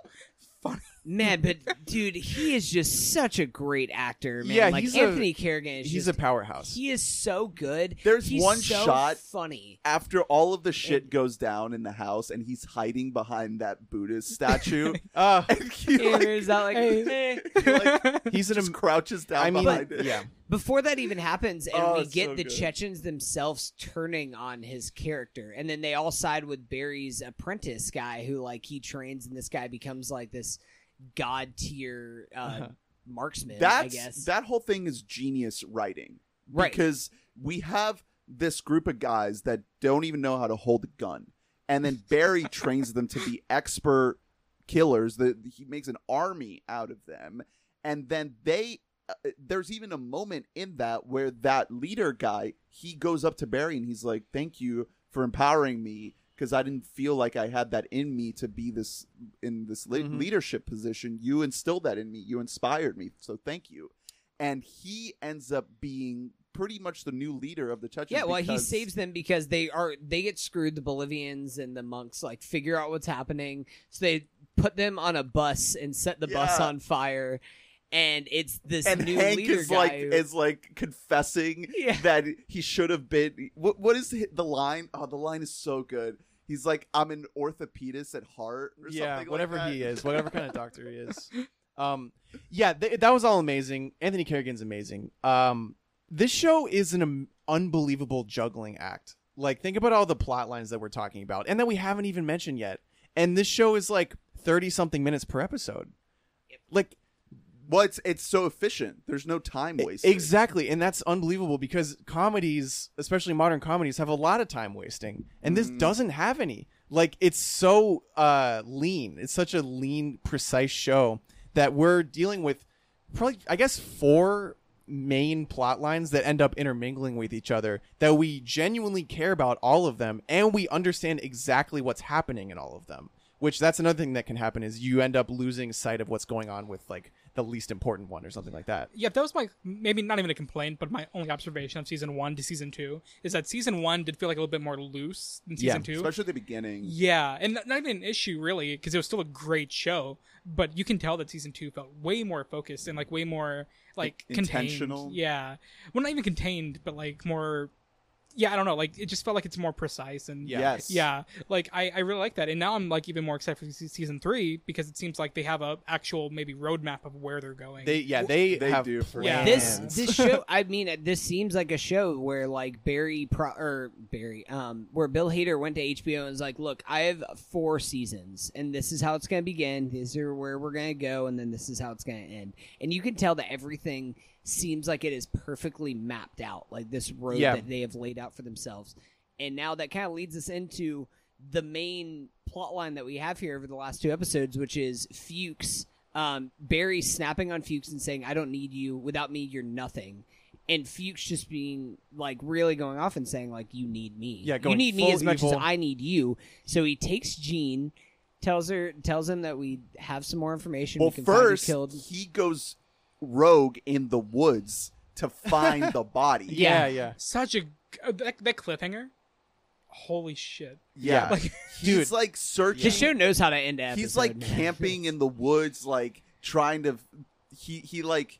[SPEAKER 5] funny.
[SPEAKER 2] man but dude he is just such a great actor man
[SPEAKER 4] Yeah,
[SPEAKER 2] like
[SPEAKER 4] he's a-
[SPEAKER 2] anthony kerrigan is
[SPEAKER 4] He's a
[SPEAKER 2] just,
[SPEAKER 4] powerhouse.
[SPEAKER 2] he is so good
[SPEAKER 1] There's
[SPEAKER 2] He's
[SPEAKER 1] one
[SPEAKER 2] so
[SPEAKER 1] shot-
[SPEAKER 2] funny
[SPEAKER 1] after all of the shit goes down in the house and he's hiding behind that Buddhist statue,
[SPEAKER 4] uh,
[SPEAKER 1] and he
[SPEAKER 2] And
[SPEAKER 1] like,
[SPEAKER 2] it's not like,
[SPEAKER 5] Hey.
[SPEAKER 2] eh.
[SPEAKER 1] like-
[SPEAKER 4] he's an.
[SPEAKER 1] just
[SPEAKER 4] am-
[SPEAKER 1] crouches down
[SPEAKER 4] I mean,
[SPEAKER 1] behind it.
[SPEAKER 4] yeah.
[SPEAKER 2] before that even happens and
[SPEAKER 1] Oh,
[SPEAKER 2] we
[SPEAKER 1] it's
[SPEAKER 2] get
[SPEAKER 1] so
[SPEAKER 2] the
[SPEAKER 1] good.
[SPEAKER 2] chechens themselves turning on his character and then they all side with barry's apprentice guy who like he trains and this guy becomes like this god tier uh,
[SPEAKER 4] Uh-huh.
[SPEAKER 2] marksman i
[SPEAKER 1] That's
[SPEAKER 2] guess
[SPEAKER 1] that whole thing is genius writing.
[SPEAKER 2] right
[SPEAKER 1] Because we have this group of guys that don't even know how to hold a gun. And then Barry trains them to be expert killers. The, he makes an army out of them. And then they uh, there's even a moment in that where that leader guy, he goes up to Barry and he's like, "Thank you for empowering me." Because I didn't feel like I had that in me to be this in this le-
[SPEAKER 4] Mhm.
[SPEAKER 1] leadership position. You instilled that in me. You inspired me. So thank you and he ends up being pretty much the new leader of the Chechens.
[SPEAKER 2] yeah well he
[SPEAKER 1] because-
[SPEAKER 2] saves them because they are they get screwed the bolivians and the monks like figure out what's happening so they put them on a bus and set the bus
[SPEAKER 1] Yeah.
[SPEAKER 2] on fire and it's this
[SPEAKER 1] And
[SPEAKER 2] new
[SPEAKER 1] Hank
[SPEAKER 2] leader
[SPEAKER 1] is
[SPEAKER 2] guy
[SPEAKER 1] like
[SPEAKER 2] who-
[SPEAKER 1] is like confessing
[SPEAKER 2] yeah
[SPEAKER 1] that he should have been. What what is the line? Oh, the line is so good. He's like, I'm an orthopedist at heart, or
[SPEAKER 4] yeah,
[SPEAKER 1] something
[SPEAKER 4] whatever
[SPEAKER 1] like that.
[SPEAKER 4] he is, whatever kind of doctor he is. Um, yeah, th- that was all amazing. Anthony Kerrigan's amazing. Um, this show is an um, unbelievable juggling act. Like, think about all the plot lines that we're talking about, and that we haven't even mentioned yet. And this show is like thirty something minutes per episode. Like,
[SPEAKER 1] Well, it's it's so efficient. There's no
[SPEAKER 2] E,
[SPEAKER 1] time wasted.
[SPEAKER 4] E, Exactly, and that's unbelievable because comedies, especially modern comedies, have a lot of time wasting, and this
[SPEAKER 1] Mhm.
[SPEAKER 4] doesn't have any. Like it's so uh, lean. It's such a lean, precise show that we're dealing with probably, I guess, four main plot lines that end up intermingling with each other that we genuinely care about all of them and we understand exactly what's happening in all of them which that's another thing that can happen is you end up losing sight of what's going on with like the least important one or something like that
[SPEAKER 5] Yeah, that was my maybe not even a complaint, but my only observation of season one to season two is that season one did feel like a little bit more loose than
[SPEAKER 4] Yeah,
[SPEAKER 5] season two.
[SPEAKER 1] especially at the beginning.
[SPEAKER 5] Yeah, and not even an issue really, because it was still a great show. But you can tell that season two felt way more focused and like way more like
[SPEAKER 1] In-
[SPEAKER 5] contained.
[SPEAKER 1] intentional?
[SPEAKER 5] Yeah, well, not even contained, but like more. Yeah, I don't know. Like it just felt like it's more precise and
[SPEAKER 4] Yeah.
[SPEAKER 1] Yes.
[SPEAKER 5] yeah. Like I, I really like that, and now I'm like even more excited for se- season three because it seems like they have a actual maybe roadmap of where they're going.
[SPEAKER 4] They yeah they
[SPEAKER 1] They
[SPEAKER 4] have
[SPEAKER 1] do for
[SPEAKER 5] Yeah.
[SPEAKER 2] this
[SPEAKER 4] plans.
[SPEAKER 2] this show i mean uh, this seems like a show where like barry pro or barry um where bill hader went to hbo and was like look i have four seasons and this is how it's gonna begin these are where we're gonna go and then this is how it's gonna end and you can tell that everything seems like it is perfectly mapped out, like this road
[SPEAKER 4] Yeah.
[SPEAKER 2] that they have laid out for themselves. And now that kind of leads us into the main plot line that we have here over the last two episodes, which is Fuchs, um, Barry snapping on Fuchs and saying, I don't need you. Without me, you're nothing. And Fuchs just being like really going off and saying, like, you need me.
[SPEAKER 4] Yeah,
[SPEAKER 2] you
[SPEAKER 4] going
[SPEAKER 2] need me
[SPEAKER 4] full
[SPEAKER 2] as much as
[SPEAKER 4] evil.
[SPEAKER 2] I need you. So he takes Jean, tells her, tells him that we have some more information.
[SPEAKER 1] Well,
[SPEAKER 2] we can find who
[SPEAKER 1] first
[SPEAKER 2] killed.
[SPEAKER 1] he goes rogue in the woods to find the body.
[SPEAKER 2] Yeah.
[SPEAKER 4] Yeah, yeah.
[SPEAKER 5] Such a uh, that, that cliffhanger. Holy shit!
[SPEAKER 1] Yeah.
[SPEAKER 5] Like
[SPEAKER 1] he's
[SPEAKER 4] Dude.
[SPEAKER 1] like searching.
[SPEAKER 2] The show knows how to end an
[SPEAKER 1] he's
[SPEAKER 2] episode,
[SPEAKER 1] like
[SPEAKER 2] man.
[SPEAKER 1] camping in the woods, like trying to. He he like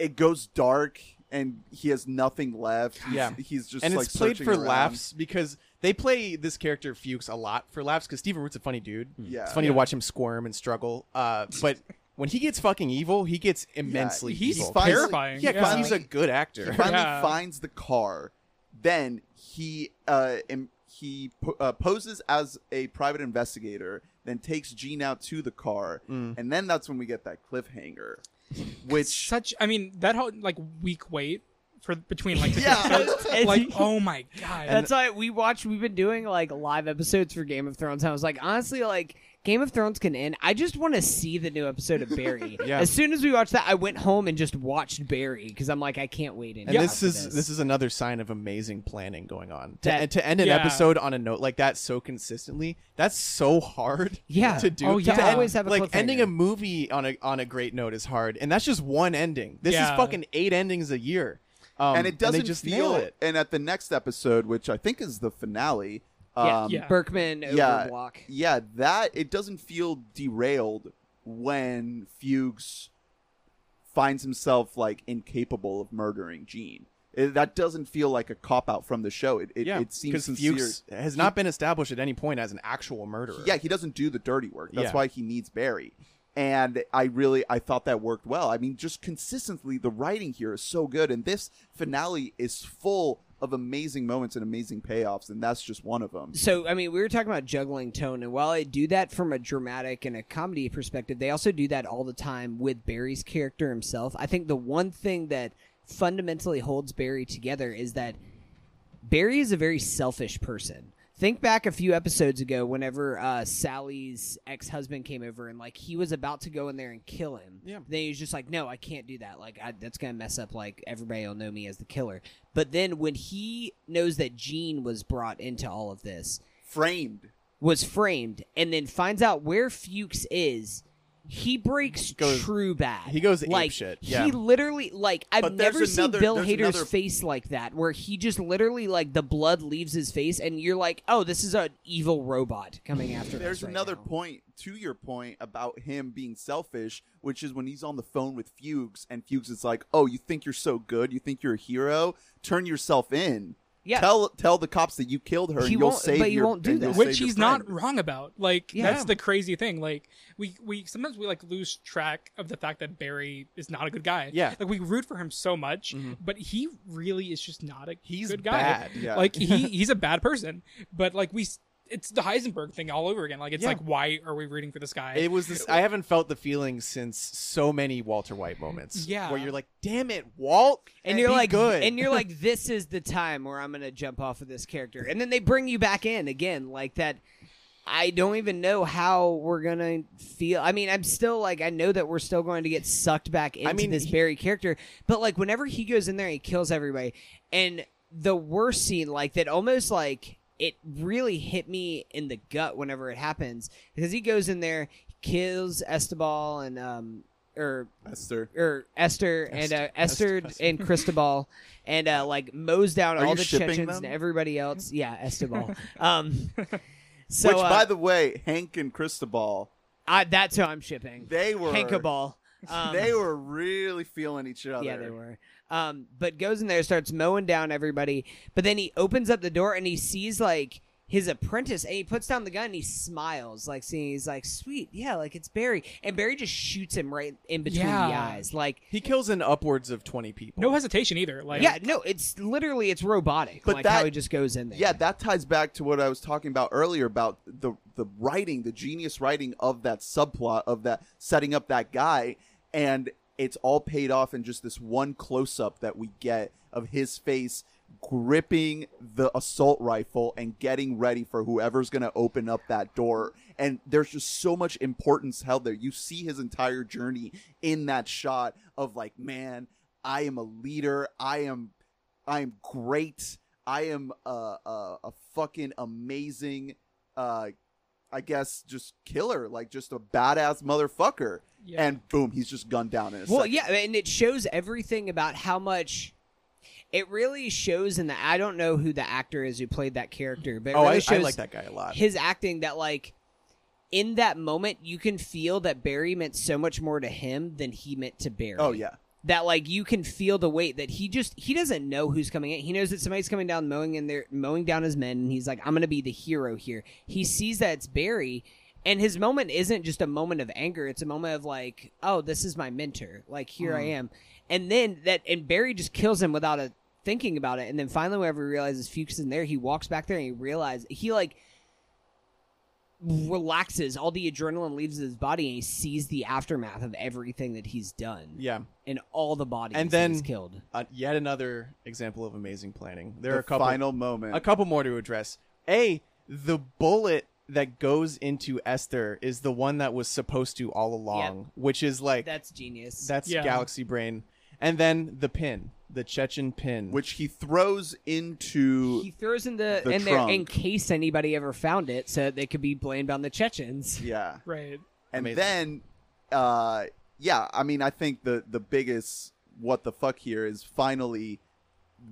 [SPEAKER 1] it goes dark and he has nothing left. He's,
[SPEAKER 4] Yeah.
[SPEAKER 1] he's just
[SPEAKER 4] and
[SPEAKER 1] like
[SPEAKER 4] it's played
[SPEAKER 1] searching
[SPEAKER 4] for
[SPEAKER 1] around.
[SPEAKER 4] laughs because they play this character Fuchs a lot for laughs because Stephen Root's a funny dude.
[SPEAKER 1] Yeah,
[SPEAKER 4] Hmm. It's funny to watch him squirm and struggle. Uh, but when he gets fucking evil, he gets immensely
[SPEAKER 5] he's
[SPEAKER 4] evil.
[SPEAKER 1] finally-
[SPEAKER 5] terrifying.
[SPEAKER 4] yeah, 'cause
[SPEAKER 1] finally-
[SPEAKER 4] he's a good
[SPEAKER 1] He
[SPEAKER 4] actor.
[SPEAKER 1] finally
[SPEAKER 5] Yeah.
[SPEAKER 1] finds the car. Then he uh im- he po- uh, poses as a private investigator. Then takes Gene out to the car,
[SPEAKER 4] Mm.
[SPEAKER 1] and then that's when we get that cliffhanger, which
[SPEAKER 5] such. I mean, that whole like week wait for between like the
[SPEAKER 1] Yeah.
[SPEAKER 5] episodes,
[SPEAKER 2] And-
[SPEAKER 5] like oh my god.
[SPEAKER 2] That's why we watch. We've been doing like live episodes for Game of Thrones. and I was like, honestly, like Game of Thrones can end. I just want to see the new episode of Barry.
[SPEAKER 4] Yeah.
[SPEAKER 2] As soon as we watched that, I went home and just watched Barry because I'm like, I can't wait.
[SPEAKER 4] And
[SPEAKER 2] anymore
[SPEAKER 4] this
[SPEAKER 2] for
[SPEAKER 4] is this is another sign of amazing planning going on. To,
[SPEAKER 2] That-
[SPEAKER 4] to end an
[SPEAKER 5] Yeah.
[SPEAKER 4] episode on a note like that so consistently, that's so hard.
[SPEAKER 2] Yeah.
[SPEAKER 4] to do.
[SPEAKER 5] Oh,
[SPEAKER 4] to
[SPEAKER 5] yeah.
[SPEAKER 4] end-
[SPEAKER 2] Always have a
[SPEAKER 4] like ending a
[SPEAKER 2] cliffhanger.
[SPEAKER 4] movie on a on a great note is hard, and that's just one ending. This is
[SPEAKER 5] Yeah.
[SPEAKER 4] fucking eight endings a year, um,
[SPEAKER 1] and it doesn't
[SPEAKER 4] they just
[SPEAKER 1] feel
[SPEAKER 4] nail it.
[SPEAKER 1] And at the next episode, which I think is the finale,
[SPEAKER 2] Yeah.
[SPEAKER 1] um,
[SPEAKER 5] Yeah.
[SPEAKER 2] Berkman over
[SPEAKER 1] Yeah.
[SPEAKER 2] Block.
[SPEAKER 1] yeah, that it doesn't feel derailed when Fuchs finds himself like incapable of murdering Gene. It, that doesn't feel like a cop out from the show. It it,
[SPEAKER 4] yeah,
[SPEAKER 1] it seems
[SPEAKER 4] because
[SPEAKER 1] sincere.
[SPEAKER 4] Fuchs has not been established at any point as an actual murderer.
[SPEAKER 1] Yeah, he doesn't do the dirty work. That's
[SPEAKER 4] Yeah.
[SPEAKER 1] why he needs Barry. And I really I thought that worked well. I mean, just consistently the writing here is so good and this finale is full of amazing moments and amazing payoffs and that's just one of them.
[SPEAKER 2] So, I mean, we were talking about juggling tone, and while I do that from a dramatic and a comedy perspective, they also do that all the time with Barry's character himself. I think the one thing that fundamentally holds Barry together is that Barry is a very selfish person. Think back a few episodes ago, whenever uh, Sally's ex husband came over, and like he was about to go in there and kill him.
[SPEAKER 4] Yeah.
[SPEAKER 2] Then he's just like, "No, I can't do that. Like I, that's gonna mess up. Like everybody will know me as the killer." But then when he knows that Gene was brought into all of this,
[SPEAKER 1] Framed.
[SPEAKER 2] was framed, and then finds out where Fuchs is. He breaks
[SPEAKER 4] goes-
[SPEAKER 2] true bad.
[SPEAKER 4] he goes
[SPEAKER 2] like
[SPEAKER 4] apeshit,
[SPEAKER 2] he
[SPEAKER 4] yeah.
[SPEAKER 2] literally like I've
[SPEAKER 1] But there's
[SPEAKER 2] never seen
[SPEAKER 1] another-
[SPEAKER 2] Bill
[SPEAKER 1] there's
[SPEAKER 2] Hader's
[SPEAKER 1] another-
[SPEAKER 2] face like that, where he just literally like the blood leaves his face, and you're like, oh, this is an evil robot coming after.
[SPEAKER 1] There's
[SPEAKER 2] us right
[SPEAKER 1] another
[SPEAKER 2] now.
[SPEAKER 1] point to your point about him being selfish, which is when he's on the phone with Fuchs and Fuchs is like, "Oh, you think you're so good? You think you're a hero? Turn yourself in.
[SPEAKER 2] Yeah.
[SPEAKER 1] Tell tell the cops that you killed her
[SPEAKER 2] He
[SPEAKER 1] and you'll
[SPEAKER 2] won't-
[SPEAKER 1] save
[SPEAKER 2] but he
[SPEAKER 1] your
[SPEAKER 2] won't do
[SPEAKER 1] and
[SPEAKER 2] that.
[SPEAKER 1] you'll
[SPEAKER 5] which
[SPEAKER 1] save your
[SPEAKER 5] he's not
[SPEAKER 1] friend.
[SPEAKER 5] wrong about like
[SPEAKER 2] Yeah.
[SPEAKER 5] that's the crazy thing like we we sometimes we like lose track of the fact that barry is not a good guy
[SPEAKER 4] Yeah.
[SPEAKER 5] like we root for him so much but he really is just not a
[SPEAKER 4] He's
[SPEAKER 5] good guy
[SPEAKER 4] bad, yeah.
[SPEAKER 5] like he he's a bad person but like we s- it's the heisenberg thing all over again like it's
[SPEAKER 4] Yeah.
[SPEAKER 5] like why are we rooting for this guy
[SPEAKER 4] It was this. I haven't felt the feeling since so many Walter White moments.
[SPEAKER 5] Yeah.
[SPEAKER 4] where you're like, "Damn it, Walt!"
[SPEAKER 2] And you're
[SPEAKER 4] be
[SPEAKER 2] like,
[SPEAKER 4] "Good."
[SPEAKER 2] and you're like, this is the time where I'm gonna jump off of this character, and then they bring you back in again, like that. I don't even know how we're gonna feel. I mean, I'm still like, I know that we're still going to get sucked back into
[SPEAKER 4] mean,
[SPEAKER 2] this
[SPEAKER 4] he-
[SPEAKER 2] Barry character, but like, whenever he goes in there, he kills everybody, and the worst scene, like that, almost like it really hit me in the gut whenever it happens because he goes in there, kills Estebal and um or
[SPEAKER 1] Esther.
[SPEAKER 2] or Esther and uh, Esther and Cristobal and uh, like mows down
[SPEAKER 1] Are
[SPEAKER 2] all
[SPEAKER 1] you
[SPEAKER 2] the
[SPEAKER 1] shipping
[SPEAKER 2] Chechens
[SPEAKER 1] them?
[SPEAKER 2] and everybody else. Yeah, Estebal. um, so
[SPEAKER 1] which, by
[SPEAKER 2] uh,
[SPEAKER 1] the way, Hank and Cristobal,
[SPEAKER 2] I, that's who I'm shipping.
[SPEAKER 1] they were
[SPEAKER 2] Hankaball. Um,
[SPEAKER 1] they were really feeling each other.
[SPEAKER 2] Yeah, they were. Um, but goes in there, starts mowing down everybody. But then he opens up the door and he sees like his apprentice, and he puts down the gun and he smiles, like seeing he's like, "Sweet, yeah, like it's Barry." And Barry just shoots him right in between the
[SPEAKER 5] Yeah.
[SPEAKER 2] eyes, like.
[SPEAKER 4] he kills in upwards of twenty people.
[SPEAKER 5] no hesitation either like
[SPEAKER 2] Yeah, no, it's literally it's robotic.
[SPEAKER 1] But
[SPEAKER 2] like
[SPEAKER 1] that-
[SPEAKER 2] how he just goes in there.
[SPEAKER 1] Yeah, that ties back to what I was talking about earlier about the the writing, the genius writing of that subplot of that setting up that guy and it's all paid off in just this one close up that we get of his face gripping the assault rifle and getting ready for whoever's going to open up that door and there's just so much importance held there you see his entire journey in that shot of like man i am a leader i am i am great i am a a, a fucking amazing uh i guess just killer like just a badass motherfucker
[SPEAKER 5] Yeah.
[SPEAKER 1] and boom he's just gunned down in a
[SPEAKER 2] Well,
[SPEAKER 1] second.
[SPEAKER 2] yeah, and it shows everything about how much. It really shows in the. I don't know who the actor is who played that character, but it
[SPEAKER 4] oh,
[SPEAKER 2] really
[SPEAKER 4] I, I
[SPEAKER 2] shows
[SPEAKER 4] like that guy a lot.
[SPEAKER 2] his acting that like in that moment you can feel that Barry meant so much more to him than he meant to Barry.
[SPEAKER 1] oh yeah
[SPEAKER 2] That like you can feel the weight that he just he doesn't know who's coming in. He knows that somebody's coming down mowing and they're mowing down his men and he's like, I'm gonna be the hero here. He sees that it's Barry and his moment isn't just a moment of anger, it's a moment of like, Oh, this is my mentor. Like here I am. And then that and Barry just kills him without a thinking about it. And then finally whenever he realizes Fuchs is in there, he walks back there and he realizes he like relaxes all the adrenaline leaves his body and he sees the aftermath of everything that he's done
[SPEAKER 4] yeah.
[SPEAKER 2] and all the bodies
[SPEAKER 4] And
[SPEAKER 2] that
[SPEAKER 4] then-
[SPEAKER 2] he's killed.
[SPEAKER 4] Uh, yet another example of amazing planning. There are
[SPEAKER 1] the
[SPEAKER 4] a couple
[SPEAKER 1] final moment
[SPEAKER 4] a couple more to address. A, the bullet that goes into Esther is the one that was supposed to all along, which is like that's,
[SPEAKER 2] That's genius.
[SPEAKER 5] Yeah.
[SPEAKER 4] galaxy brain. And then the pin, the Chechen pin,
[SPEAKER 1] which he throws into
[SPEAKER 2] he throws in the,
[SPEAKER 1] The
[SPEAKER 2] in there in
[SPEAKER 1] trunk.
[SPEAKER 2] case anybody ever found it, so they could be blamed on the Chechens.
[SPEAKER 1] yeah
[SPEAKER 5] right.
[SPEAKER 1] and
[SPEAKER 4] Amazing.
[SPEAKER 1] then uh yeah i mean i think the the biggest what the fuck here is finally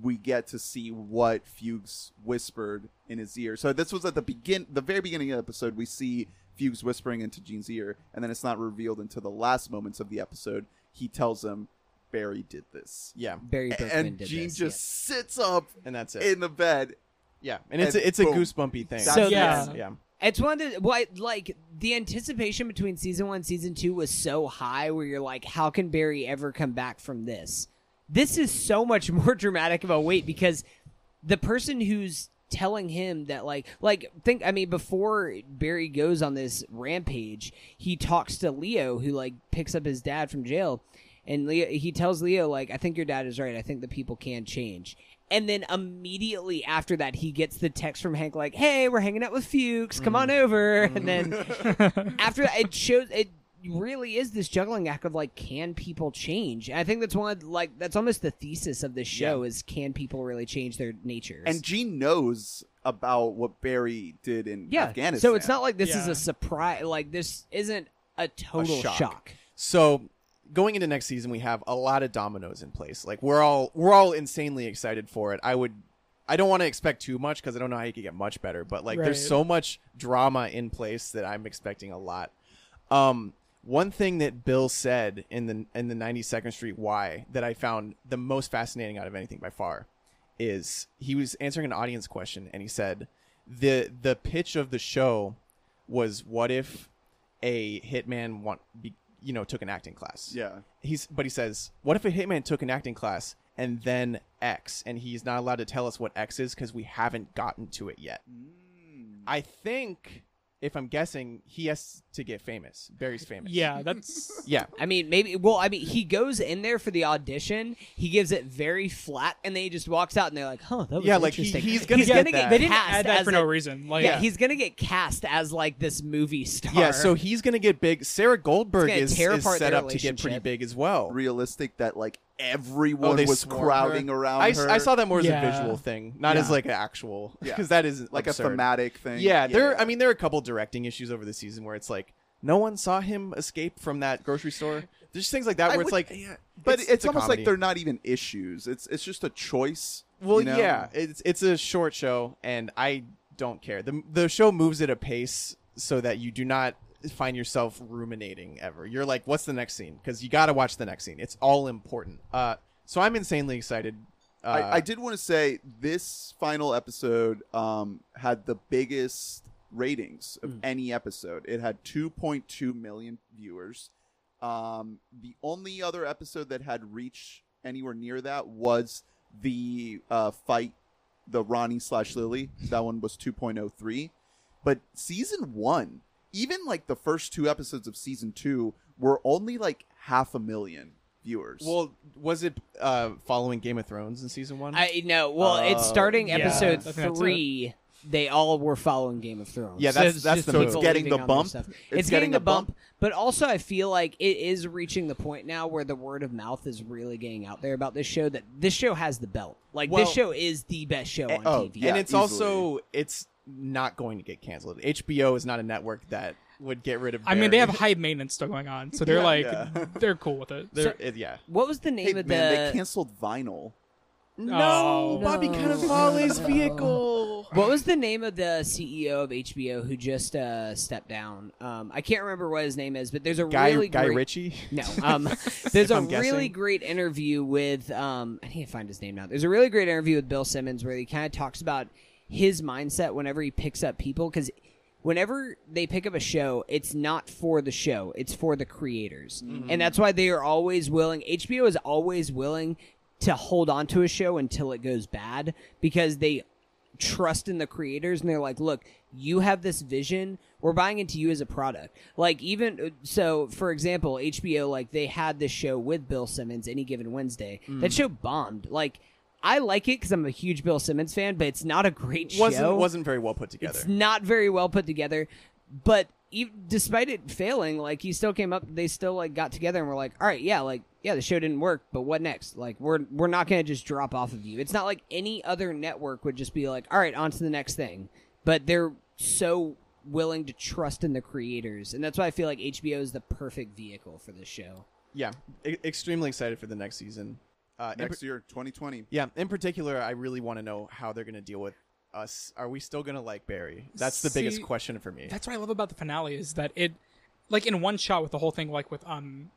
[SPEAKER 1] we get to see what fuchs whispered in his ear so this was at the begin the very beginning of the episode we see fuchs whispering into gene's ear and then it's not revealed until the last moments of the episode he tells him barry did this
[SPEAKER 4] yeah,
[SPEAKER 2] Barry Berkman
[SPEAKER 1] and
[SPEAKER 2] did
[SPEAKER 1] gene
[SPEAKER 2] this,
[SPEAKER 1] just sits up
[SPEAKER 4] and that's it.
[SPEAKER 1] in the bed
[SPEAKER 4] yeah, and it's
[SPEAKER 1] and
[SPEAKER 4] a, it's a
[SPEAKER 1] boom.
[SPEAKER 4] goosebumpy thing.
[SPEAKER 1] That's
[SPEAKER 2] So
[SPEAKER 1] the
[SPEAKER 5] Yeah.
[SPEAKER 1] end.
[SPEAKER 4] yeah,
[SPEAKER 2] yeah. It's one of the why like the anticipation between season one and season two was so high where you're like, how can Barry ever come back from this? This is so much more dramatic of a wait because the person who's telling him that like like think i mean before barry goes on this rampage he talks to leo who like picks up his dad from jail and leo he tells leo like i think your dad is right i think the people can change and then immediately after that he gets the text from hank like hey we're hanging out with fuchs come on over and
[SPEAKER 4] Mm-hmm.
[SPEAKER 1] Mm-hmm.
[SPEAKER 2] then after that it shows it really is this juggling act of like can people change i think that's one of, like that's almost the thesis of this show is can people really change their natures
[SPEAKER 1] and gene knows about what barry did in
[SPEAKER 2] yeah.
[SPEAKER 1] afghanistan
[SPEAKER 2] So it's not like this is
[SPEAKER 5] Yeah.
[SPEAKER 2] a surprise. Like this isn't a total
[SPEAKER 4] shock.
[SPEAKER 2] shock.
[SPEAKER 4] So going into next season, we have a lot of dominoes in place. Like we're all we're all insanely excited for it. I would. I don't want to expect too much because I don't know how you could get much better. But like, there's
[SPEAKER 5] Right.
[SPEAKER 4] so much drama in place that I'm expecting a lot. Um, one thing that Bill said in the in the 92nd Street Y that I found the most fascinating out of anything by far is he was answering an audience question and he said the the pitch of the show was what if a hitman want be, you know took an acting class
[SPEAKER 1] yeah
[SPEAKER 4] he's but he says what if a hitman took an acting class and then x and he's not allowed to tell us what x is because we haven't gotten to it yet
[SPEAKER 1] Mm.
[SPEAKER 4] i think if i'm guessing he has to get famous barry's famous
[SPEAKER 5] Yeah, that's
[SPEAKER 4] yeah
[SPEAKER 2] I mean, maybe. Well, I mean, he goes in there for the audition. He gives it very flat, and then he just walks out, and they're like, "Huh, that was
[SPEAKER 4] Yeah, like, he-
[SPEAKER 2] interesting."
[SPEAKER 4] he's gonna
[SPEAKER 2] he's
[SPEAKER 4] get
[SPEAKER 2] gonna
[SPEAKER 4] that.
[SPEAKER 2] get
[SPEAKER 5] they didn't
[SPEAKER 2] cast
[SPEAKER 5] add that
[SPEAKER 2] as
[SPEAKER 5] for
[SPEAKER 2] a-
[SPEAKER 5] no reason. Like,
[SPEAKER 2] yeah, he's gonna get cast as like this movie star.
[SPEAKER 4] yeah so he's gonna get big sarah goldberg
[SPEAKER 2] gonna
[SPEAKER 4] is,
[SPEAKER 2] tear
[SPEAKER 4] is
[SPEAKER 2] apart
[SPEAKER 4] set
[SPEAKER 2] their
[SPEAKER 4] up to get pretty
[SPEAKER 2] relationship.
[SPEAKER 4] big as well
[SPEAKER 1] realistic that like
[SPEAKER 4] Oh,
[SPEAKER 1] everyone
[SPEAKER 4] they
[SPEAKER 1] was
[SPEAKER 4] swarmed
[SPEAKER 1] crowding
[SPEAKER 4] her.
[SPEAKER 1] around
[SPEAKER 4] I, s-
[SPEAKER 1] her.
[SPEAKER 4] I saw that more as a
[SPEAKER 5] Yeah.
[SPEAKER 4] visual thing, not as
[SPEAKER 1] Yeah.
[SPEAKER 4] like an actual,
[SPEAKER 1] Yeah.
[SPEAKER 4] because that is
[SPEAKER 1] like
[SPEAKER 4] absurd.
[SPEAKER 1] a thematic thing.
[SPEAKER 4] Yeah, there. I mean, there are a couple directing issues over the season where it's like no one saw him escape from that grocery store. There's just things like that
[SPEAKER 1] I
[SPEAKER 4] where it's
[SPEAKER 1] would-
[SPEAKER 4] like,
[SPEAKER 1] yeah. but
[SPEAKER 4] it's-
[SPEAKER 1] it's,
[SPEAKER 4] it's a
[SPEAKER 1] almost
[SPEAKER 4] comedy.
[SPEAKER 1] like they're not even issues. It's it's just a choice.
[SPEAKER 4] well,
[SPEAKER 1] you know?
[SPEAKER 4] yeah, it's it's a short show, and I don't care. the The show moves at a pace so that you do not find yourself ruminating ever. You're like, what's the next scene? Because you got to watch the next scene. It's all important. Uh, so I'm insanely excited. Uh,
[SPEAKER 1] I, I did want to say this final episode um, had the biggest ratings of any episode. It had 2.2 million viewers. Um, the only other episode that had reached anywhere near that was the uh, fight, the Ronnie slash Lily. That one was 2.03. But season one, even like the first two episodes of season two, were only like half a million viewers.
[SPEAKER 4] Well, was it uh, following Game of Thrones in season one?
[SPEAKER 2] I know. Well,
[SPEAKER 4] Uh,
[SPEAKER 2] it's
[SPEAKER 1] Oh,
[SPEAKER 2] starting
[SPEAKER 5] yeah.
[SPEAKER 2] episode
[SPEAKER 5] I think that's it.
[SPEAKER 2] three. They all were following Game of Thrones.
[SPEAKER 4] Yeah, that's-
[SPEAKER 2] it's
[SPEAKER 4] that's
[SPEAKER 2] just
[SPEAKER 4] the move.
[SPEAKER 2] people
[SPEAKER 1] It's getting
[SPEAKER 2] leaving
[SPEAKER 1] the
[SPEAKER 2] on their
[SPEAKER 1] bump.
[SPEAKER 2] stuff. It's,
[SPEAKER 1] It's
[SPEAKER 2] getting,
[SPEAKER 1] getting
[SPEAKER 2] the
[SPEAKER 1] the
[SPEAKER 2] bump, but also I feel like it is reaching the point now where the word of mouth is really getting out there about this show. That this show has the belt. Like
[SPEAKER 4] Well,
[SPEAKER 2] this show is the best
[SPEAKER 4] eh,
[SPEAKER 2] show on
[SPEAKER 1] oh,
[SPEAKER 2] TV.
[SPEAKER 1] yeah.
[SPEAKER 4] and it's
[SPEAKER 1] easily.
[SPEAKER 4] also it's not going to get canceled. HBO is not a network that would get rid of.
[SPEAKER 5] I mean, they have
[SPEAKER 4] Barry.
[SPEAKER 5] high maintenance still going on, so they're
[SPEAKER 4] Yeah.
[SPEAKER 5] like,
[SPEAKER 4] Yeah.
[SPEAKER 5] they're cool with it.
[SPEAKER 4] They're- it- uh, yeah.
[SPEAKER 2] What was the name
[SPEAKER 1] hey,
[SPEAKER 2] of
[SPEAKER 1] man,
[SPEAKER 2] the?
[SPEAKER 1] they canceled vinyl.
[SPEAKER 5] No,
[SPEAKER 2] Bobby Cannavale's
[SPEAKER 4] vehicle.
[SPEAKER 2] What was the name of the CEO of HBO who just uh, stepped down? Um, I can't remember what his name is, but there's a
[SPEAKER 4] Guy
[SPEAKER 2] really
[SPEAKER 4] Guy
[SPEAKER 2] great...
[SPEAKER 4] Ritchie.
[SPEAKER 2] No, um, there's
[SPEAKER 4] If
[SPEAKER 2] a
[SPEAKER 4] I'm guessing.
[SPEAKER 2] really great interview with um, I need to find his name now. There's a really great interview with Bill Simmons where he kind of talks about his mindset whenever he picks up people because whenever they pick up a show, it's not for the show; it's for the creators,
[SPEAKER 4] Mm-hmm.
[SPEAKER 2] and that's why they are always willing. HBO is always willing to hold on to a show until it goes bad because they trust in the creators and they're like look you have this vision we're buying into you as a product like even uh, so for example hbo like they had this show with bill simmons any given wednesday that show bombed like i like it because i'm a huge bill simmons fan but it's not a great
[SPEAKER 4] wasn't
[SPEAKER 2] show
[SPEAKER 4] wasn't very well put together.
[SPEAKER 2] it's not very well put together but ev despite it failing like he still came up they still like got together and were like all right yeah like yeah the show didn't work but what next like we're we're not gonna just drop off of you it's not like any other network would just be like all right on to the next thing but they're so willing to trust in the creators and that's why i feel like hbo is the perfect vehicle for this show
[SPEAKER 4] yeah, e- extremely excited for the next season. Uh, in
[SPEAKER 1] Next year, 2020.
[SPEAKER 4] Yeah, in particular, I really want to know how they're going to deal with us. Are we still going to like Barry? That's the biggest
[SPEAKER 5] See,
[SPEAKER 4] question for me.
[SPEAKER 5] That's what I love about the finale is that it, like in one shot with the whole thing, like with um,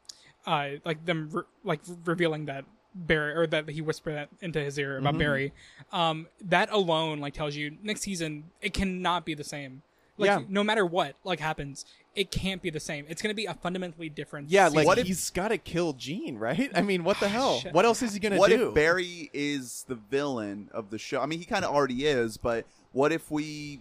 [SPEAKER 5] uh, like them re- like revealing that Barry or that he whispered that into his ear
[SPEAKER 4] Mm-hmm.
[SPEAKER 5] about Barry, um, that alone like tells you next season it cannot be the same. Like
[SPEAKER 4] Yeah.
[SPEAKER 5] no matter what like happens, it can't be the same. It's gonna be a fundamentally different.
[SPEAKER 4] Yeah,
[SPEAKER 5] season.
[SPEAKER 4] like
[SPEAKER 1] What if-
[SPEAKER 4] he's got to kill Gene, right? I mean, what the hell?
[SPEAKER 5] Shit.
[SPEAKER 4] What else is he going to
[SPEAKER 1] what
[SPEAKER 4] do?
[SPEAKER 1] if Barry is the villain of the show? I mean, he kind of already is, but what if we?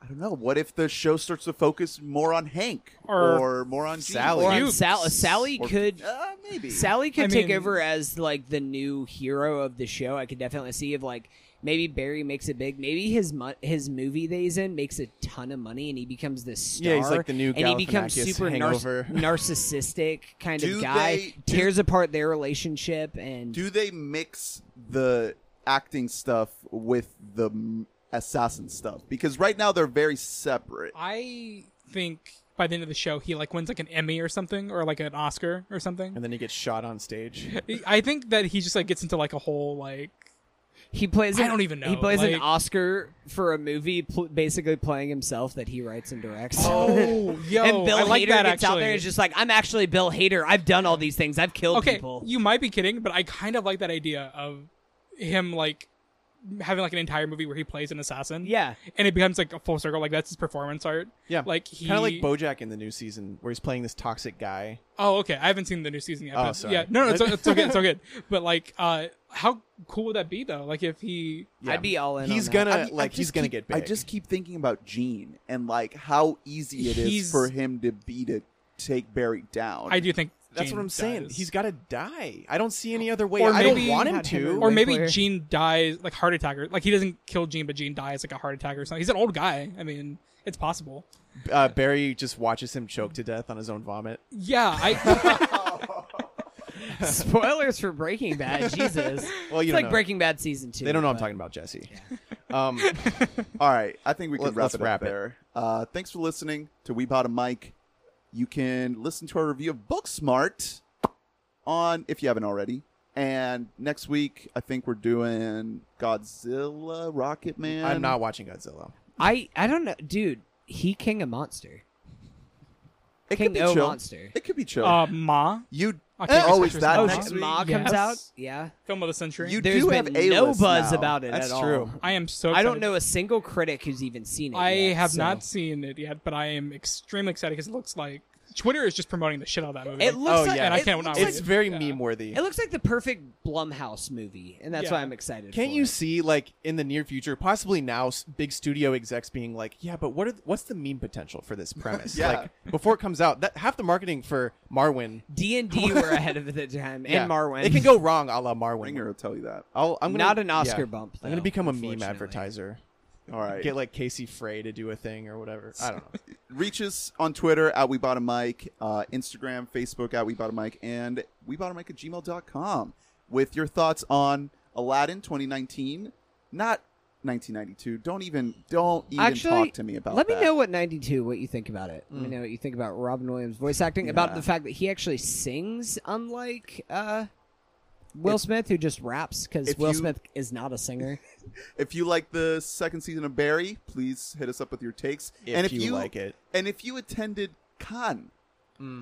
[SPEAKER 1] I don't know. What if the show starts to focus more on Hank
[SPEAKER 5] Or
[SPEAKER 1] or, more on Gene?
[SPEAKER 4] Sally.
[SPEAKER 2] or
[SPEAKER 1] or,
[SPEAKER 2] on
[SPEAKER 5] You-
[SPEAKER 2] Sal- sally
[SPEAKER 1] or-
[SPEAKER 2] could
[SPEAKER 1] uh, maybe
[SPEAKER 2] Sally could
[SPEAKER 5] I
[SPEAKER 2] take
[SPEAKER 5] mean-
[SPEAKER 2] over as like the new hero of the show. I could definitely see if like maybe Barry makes it big. Maybe his mo- his movie that he's in makes a ton of money and he becomes this star.
[SPEAKER 4] Yeah, he's like the new
[SPEAKER 2] and he becomes
[SPEAKER 4] Galifianakis
[SPEAKER 2] super nar-
[SPEAKER 4] hangover.
[SPEAKER 2] narcissistic kind
[SPEAKER 1] Do
[SPEAKER 2] of guy.
[SPEAKER 1] they- do-
[SPEAKER 2] tears apart their relationship and
[SPEAKER 1] Do they mix the acting stuff with the m- assassin stuff? Because right now they're very separate.
[SPEAKER 5] I think by the end of the show he like wins like an Emmy or something or like an Oscar or something.
[SPEAKER 4] And then he gets shot on stage.
[SPEAKER 5] I think that he just like gets into like a whole like
[SPEAKER 2] he plays.
[SPEAKER 5] I
[SPEAKER 2] an-
[SPEAKER 5] don't even know,
[SPEAKER 2] He plays an
[SPEAKER 5] like-
[SPEAKER 2] Oscar for a movie, pl- basically playing himself that he writes and directs.
[SPEAKER 5] oh yo
[SPEAKER 2] and Bill
[SPEAKER 5] I like
[SPEAKER 2] Hader
[SPEAKER 5] that
[SPEAKER 2] gets
[SPEAKER 5] actually.
[SPEAKER 2] out there and is just like, I'm actually Bill Hader. I've done all these things. I've killed
[SPEAKER 5] okay
[SPEAKER 2] people.
[SPEAKER 5] you might be kidding but I kind of like that idea of him like having like an entire movie where he plays an assassin
[SPEAKER 2] yeah.
[SPEAKER 5] and it becomes like a full circle like that's his performance art
[SPEAKER 4] Yeah,
[SPEAKER 5] like he
[SPEAKER 4] kind of like BoJack in the new season, where he's playing this toxic guy.
[SPEAKER 5] oh okay I haven't seen the new season yet
[SPEAKER 4] Oh,
[SPEAKER 5] but
[SPEAKER 4] sorry.
[SPEAKER 5] yeah no no it's, it's okay it's okay but like uh how cool would that be though like if he
[SPEAKER 4] Yeah.
[SPEAKER 2] I'd be all in.
[SPEAKER 4] He's
[SPEAKER 2] on that.
[SPEAKER 4] gonna
[SPEAKER 1] I mean, I
[SPEAKER 4] like he's
[SPEAKER 1] just
[SPEAKER 4] gonna
[SPEAKER 1] keep-
[SPEAKER 4] get big.
[SPEAKER 1] I just keep thinking about Gene and like how easy it is
[SPEAKER 5] He's-
[SPEAKER 1] for him to be to take Barry down.
[SPEAKER 5] I do think
[SPEAKER 4] that's
[SPEAKER 5] Jane
[SPEAKER 4] what I'm saying.
[SPEAKER 5] does.
[SPEAKER 4] He's got to die. I don't see any other way.
[SPEAKER 5] Or
[SPEAKER 4] I don't
[SPEAKER 5] maybe-
[SPEAKER 4] want him
[SPEAKER 2] Had Henry
[SPEAKER 4] to.
[SPEAKER 2] Winkler.
[SPEAKER 5] or maybe Gene dies like heart attack or like he doesn't kill Gene, but Gene dies like a heart attack or something. He's an old guy. I mean, it's possible.
[SPEAKER 4] uh, Barry just watches him choke to death on his own vomit.
[SPEAKER 5] Yeah, I
[SPEAKER 2] Spoilers for Breaking Bad. Jesus.
[SPEAKER 4] Well,
[SPEAKER 2] it's
[SPEAKER 4] you don't
[SPEAKER 2] like
[SPEAKER 4] know.
[SPEAKER 2] Breaking Bad season two.
[SPEAKER 4] They don't know I'm
[SPEAKER 2] but-
[SPEAKER 4] talking about Jesse. Um,
[SPEAKER 1] All right, I think we can
[SPEAKER 4] Let-
[SPEAKER 1] wrap
[SPEAKER 4] let's
[SPEAKER 1] it up
[SPEAKER 4] wrap it.
[SPEAKER 1] there. Uh, thanks for listening to We Bought a Mic. You can listen to our review of Booksmart on if you haven't already. And next week, I think we're doing Godzilla, Rocket Man.
[SPEAKER 4] I'm not watching Godzilla.
[SPEAKER 2] I I don't know, dude. He king of monster.
[SPEAKER 1] It
[SPEAKER 2] King
[SPEAKER 1] could be
[SPEAKER 2] O
[SPEAKER 1] chill.
[SPEAKER 2] monster.
[SPEAKER 1] It could be chill.
[SPEAKER 5] uh, Ma
[SPEAKER 1] you
[SPEAKER 5] October
[SPEAKER 1] oh, is
[SPEAKER 5] Citrus
[SPEAKER 1] that
[SPEAKER 4] Uh,
[SPEAKER 5] Ma.
[SPEAKER 2] Oh,
[SPEAKER 1] next
[SPEAKER 2] shit,
[SPEAKER 1] week?
[SPEAKER 2] Ma
[SPEAKER 5] Yes.
[SPEAKER 2] comes out. Yeah.
[SPEAKER 5] film of the century.
[SPEAKER 1] You-
[SPEAKER 2] There's
[SPEAKER 1] do
[SPEAKER 2] been
[SPEAKER 1] have
[SPEAKER 2] no
[SPEAKER 1] A-list
[SPEAKER 2] buzz
[SPEAKER 1] now.
[SPEAKER 2] about it
[SPEAKER 4] That's
[SPEAKER 2] at all.
[SPEAKER 4] true.
[SPEAKER 5] I am so.
[SPEAKER 2] I
[SPEAKER 5] Excited.
[SPEAKER 2] don't know a single critic who's even seen it.
[SPEAKER 5] I
[SPEAKER 2] yet,
[SPEAKER 5] have
[SPEAKER 2] so.
[SPEAKER 5] not seen it yet, but I am extremely excited because it looks like Twitter is just promoting the shit out of that movie.
[SPEAKER 2] It
[SPEAKER 5] Like,
[SPEAKER 2] looks
[SPEAKER 4] Oh,
[SPEAKER 2] like
[SPEAKER 4] yeah.
[SPEAKER 5] And I
[SPEAKER 2] it
[SPEAKER 5] can't-
[SPEAKER 2] looks
[SPEAKER 5] not
[SPEAKER 2] like-
[SPEAKER 4] It's very
[SPEAKER 5] Yeah.
[SPEAKER 4] meme worthy.
[SPEAKER 2] It looks like the perfect Blumhouse movie, and that's
[SPEAKER 5] Yeah.
[SPEAKER 2] why I'm excited.
[SPEAKER 4] Can't
[SPEAKER 2] for
[SPEAKER 4] you
[SPEAKER 2] it.
[SPEAKER 4] see like in the near future, possibly now, s- big studio execs being like, "Yeah, but what are th- what's the meme potential for this premise?
[SPEAKER 1] Yeah.
[SPEAKER 4] Like before it comes out, that half the marketing for Marwin
[SPEAKER 2] D and D were ahead of the time,
[SPEAKER 4] yeah,
[SPEAKER 2] and Marwin.
[SPEAKER 4] it can go wrong, a la Marwin.
[SPEAKER 1] Ringer will tell you that.
[SPEAKER 4] I'll, I'm gonna,
[SPEAKER 2] not an Oscar
[SPEAKER 4] yeah.
[SPEAKER 2] bump.
[SPEAKER 4] I'm gonna
[SPEAKER 2] though,
[SPEAKER 4] become a meme
[SPEAKER 2] unfortunately.
[SPEAKER 4] advertiser.
[SPEAKER 1] All right.
[SPEAKER 4] Get like Casey Frey to do a thing or whatever. I don't know.
[SPEAKER 1] Reach us on Twitter at We Bought a Mic, uh, Instagram, Facebook at We Bought a Mic, and We Bought a Mic at gmail.com with your thoughts on Aladdin 2019, not 1992. Don't even don't even
[SPEAKER 2] Actually,
[SPEAKER 1] talk to me about
[SPEAKER 2] Let
[SPEAKER 1] that.
[SPEAKER 2] me know what 92 what you think about it. Let me
[SPEAKER 4] Mm.
[SPEAKER 2] know what you think about Robin Williams voice acting about
[SPEAKER 1] Yeah.
[SPEAKER 2] the fact that he actually sings unlike uh Will
[SPEAKER 1] If-
[SPEAKER 2] Smith who just raps cuz
[SPEAKER 1] if
[SPEAKER 2] Will
[SPEAKER 1] you-
[SPEAKER 2] Smith is not a singer.
[SPEAKER 1] If you like the second season of Barry, please hit us up with your takes.
[SPEAKER 4] If,
[SPEAKER 1] and if
[SPEAKER 4] you, like it, Mm.
[SPEAKER 1] and if you attended Cannes,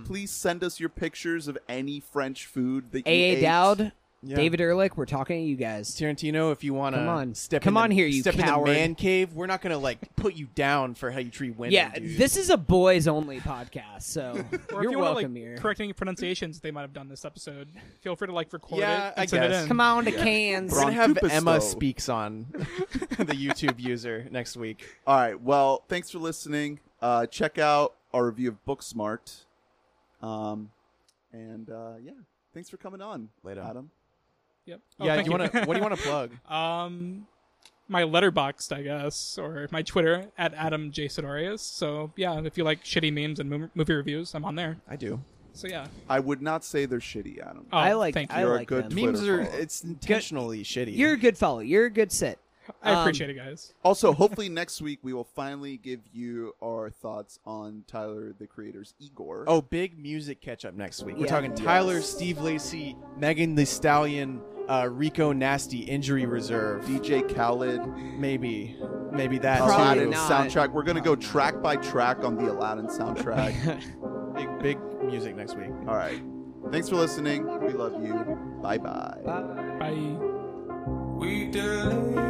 [SPEAKER 1] please send us your pictures of any French food that you
[SPEAKER 2] AA
[SPEAKER 1] ate.
[SPEAKER 2] Dowd,
[SPEAKER 4] Yeah.
[SPEAKER 2] David Ehrlich, we're talking to you guys.
[SPEAKER 4] Tarantino, if you want to
[SPEAKER 2] Come on.
[SPEAKER 4] step
[SPEAKER 2] Come
[SPEAKER 4] in the-
[SPEAKER 2] on here, you
[SPEAKER 4] step
[SPEAKER 2] coward.
[SPEAKER 4] in the man cave, we're not gonna like put you down for how you treat women.
[SPEAKER 2] Yeah,
[SPEAKER 4] dude.
[SPEAKER 2] this is a boys only podcast, so
[SPEAKER 5] or
[SPEAKER 2] Oh, you're
[SPEAKER 5] if you wanna,
[SPEAKER 2] welcome
[SPEAKER 5] like,
[SPEAKER 2] here.
[SPEAKER 5] Correct any pronunciations they might have done this episode. Feel free to like record
[SPEAKER 4] Yeah,
[SPEAKER 5] it and
[SPEAKER 4] I
[SPEAKER 5] send
[SPEAKER 4] guess.
[SPEAKER 5] it in.
[SPEAKER 2] Come on to
[SPEAKER 1] Yeah.
[SPEAKER 2] Cannes.
[SPEAKER 4] We're gonna
[SPEAKER 1] Ron
[SPEAKER 4] have
[SPEAKER 1] Tupisto.
[SPEAKER 4] Emma speaks on the YouTube user next week.
[SPEAKER 1] All right. Well, thanks for listening. Uh, check out our review of Booksmart. Um, and uh, yeah, thanks for coming on,
[SPEAKER 4] Later.
[SPEAKER 1] Adam.
[SPEAKER 5] Yep. Oh,
[SPEAKER 4] Yeah,
[SPEAKER 5] thank
[SPEAKER 4] you want to? What do you want to plug?
[SPEAKER 5] Um, my letterboxed, I guess, or my Twitter at Adam J Sidorius. So yeah, if you like shitty memes and mo- movie reviews, I'm on there.
[SPEAKER 4] I do.
[SPEAKER 5] So yeah,
[SPEAKER 1] I would not say they're shitty, Adam.
[SPEAKER 5] oh,
[SPEAKER 2] I like
[SPEAKER 5] Thank you.
[SPEAKER 2] I
[SPEAKER 1] You're a
[SPEAKER 2] like
[SPEAKER 1] good
[SPEAKER 2] them.
[SPEAKER 1] Twitter
[SPEAKER 4] Memes are.
[SPEAKER 1] follow.
[SPEAKER 4] It's intentionally shitty.
[SPEAKER 2] You're a good follow. You're a good sit.
[SPEAKER 5] I
[SPEAKER 2] um,
[SPEAKER 5] appreciate it, guys.
[SPEAKER 1] Also, hopefully next week we will finally give you our thoughts on Tyler the Creator's Igor.
[SPEAKER 4] Oh, big music catch up next week. We're
[SPEAKER 2] Yeah.
[SPEAKER 4] talking Tyler, Steve Lacey, Megan the Stallion, uh, Rico Nasty, Injury Reserve.
[SPEAKER 1] DJ Khaled,
[SPEAKER 4] Maybe, maybe that
[SPEAKER 2] Probably
[SPEAKER 1] Aladdin
[SPEAKER 2] not.
[SPEAKER 1] soundtrack. We're gonna go
[SPEAKER 2] Probably not.
[SPEAKER 1] track by track on the Aladdin soundtrack.
[SPEAKER 4] too. Big, big music next week.
[SPEAKER 1] All right. Thanks for listening. We love you. Bye bye.
[SPEAKER 2] Bye.
[SPEAKER 5] Bye.
[SPEAKER 6] We did.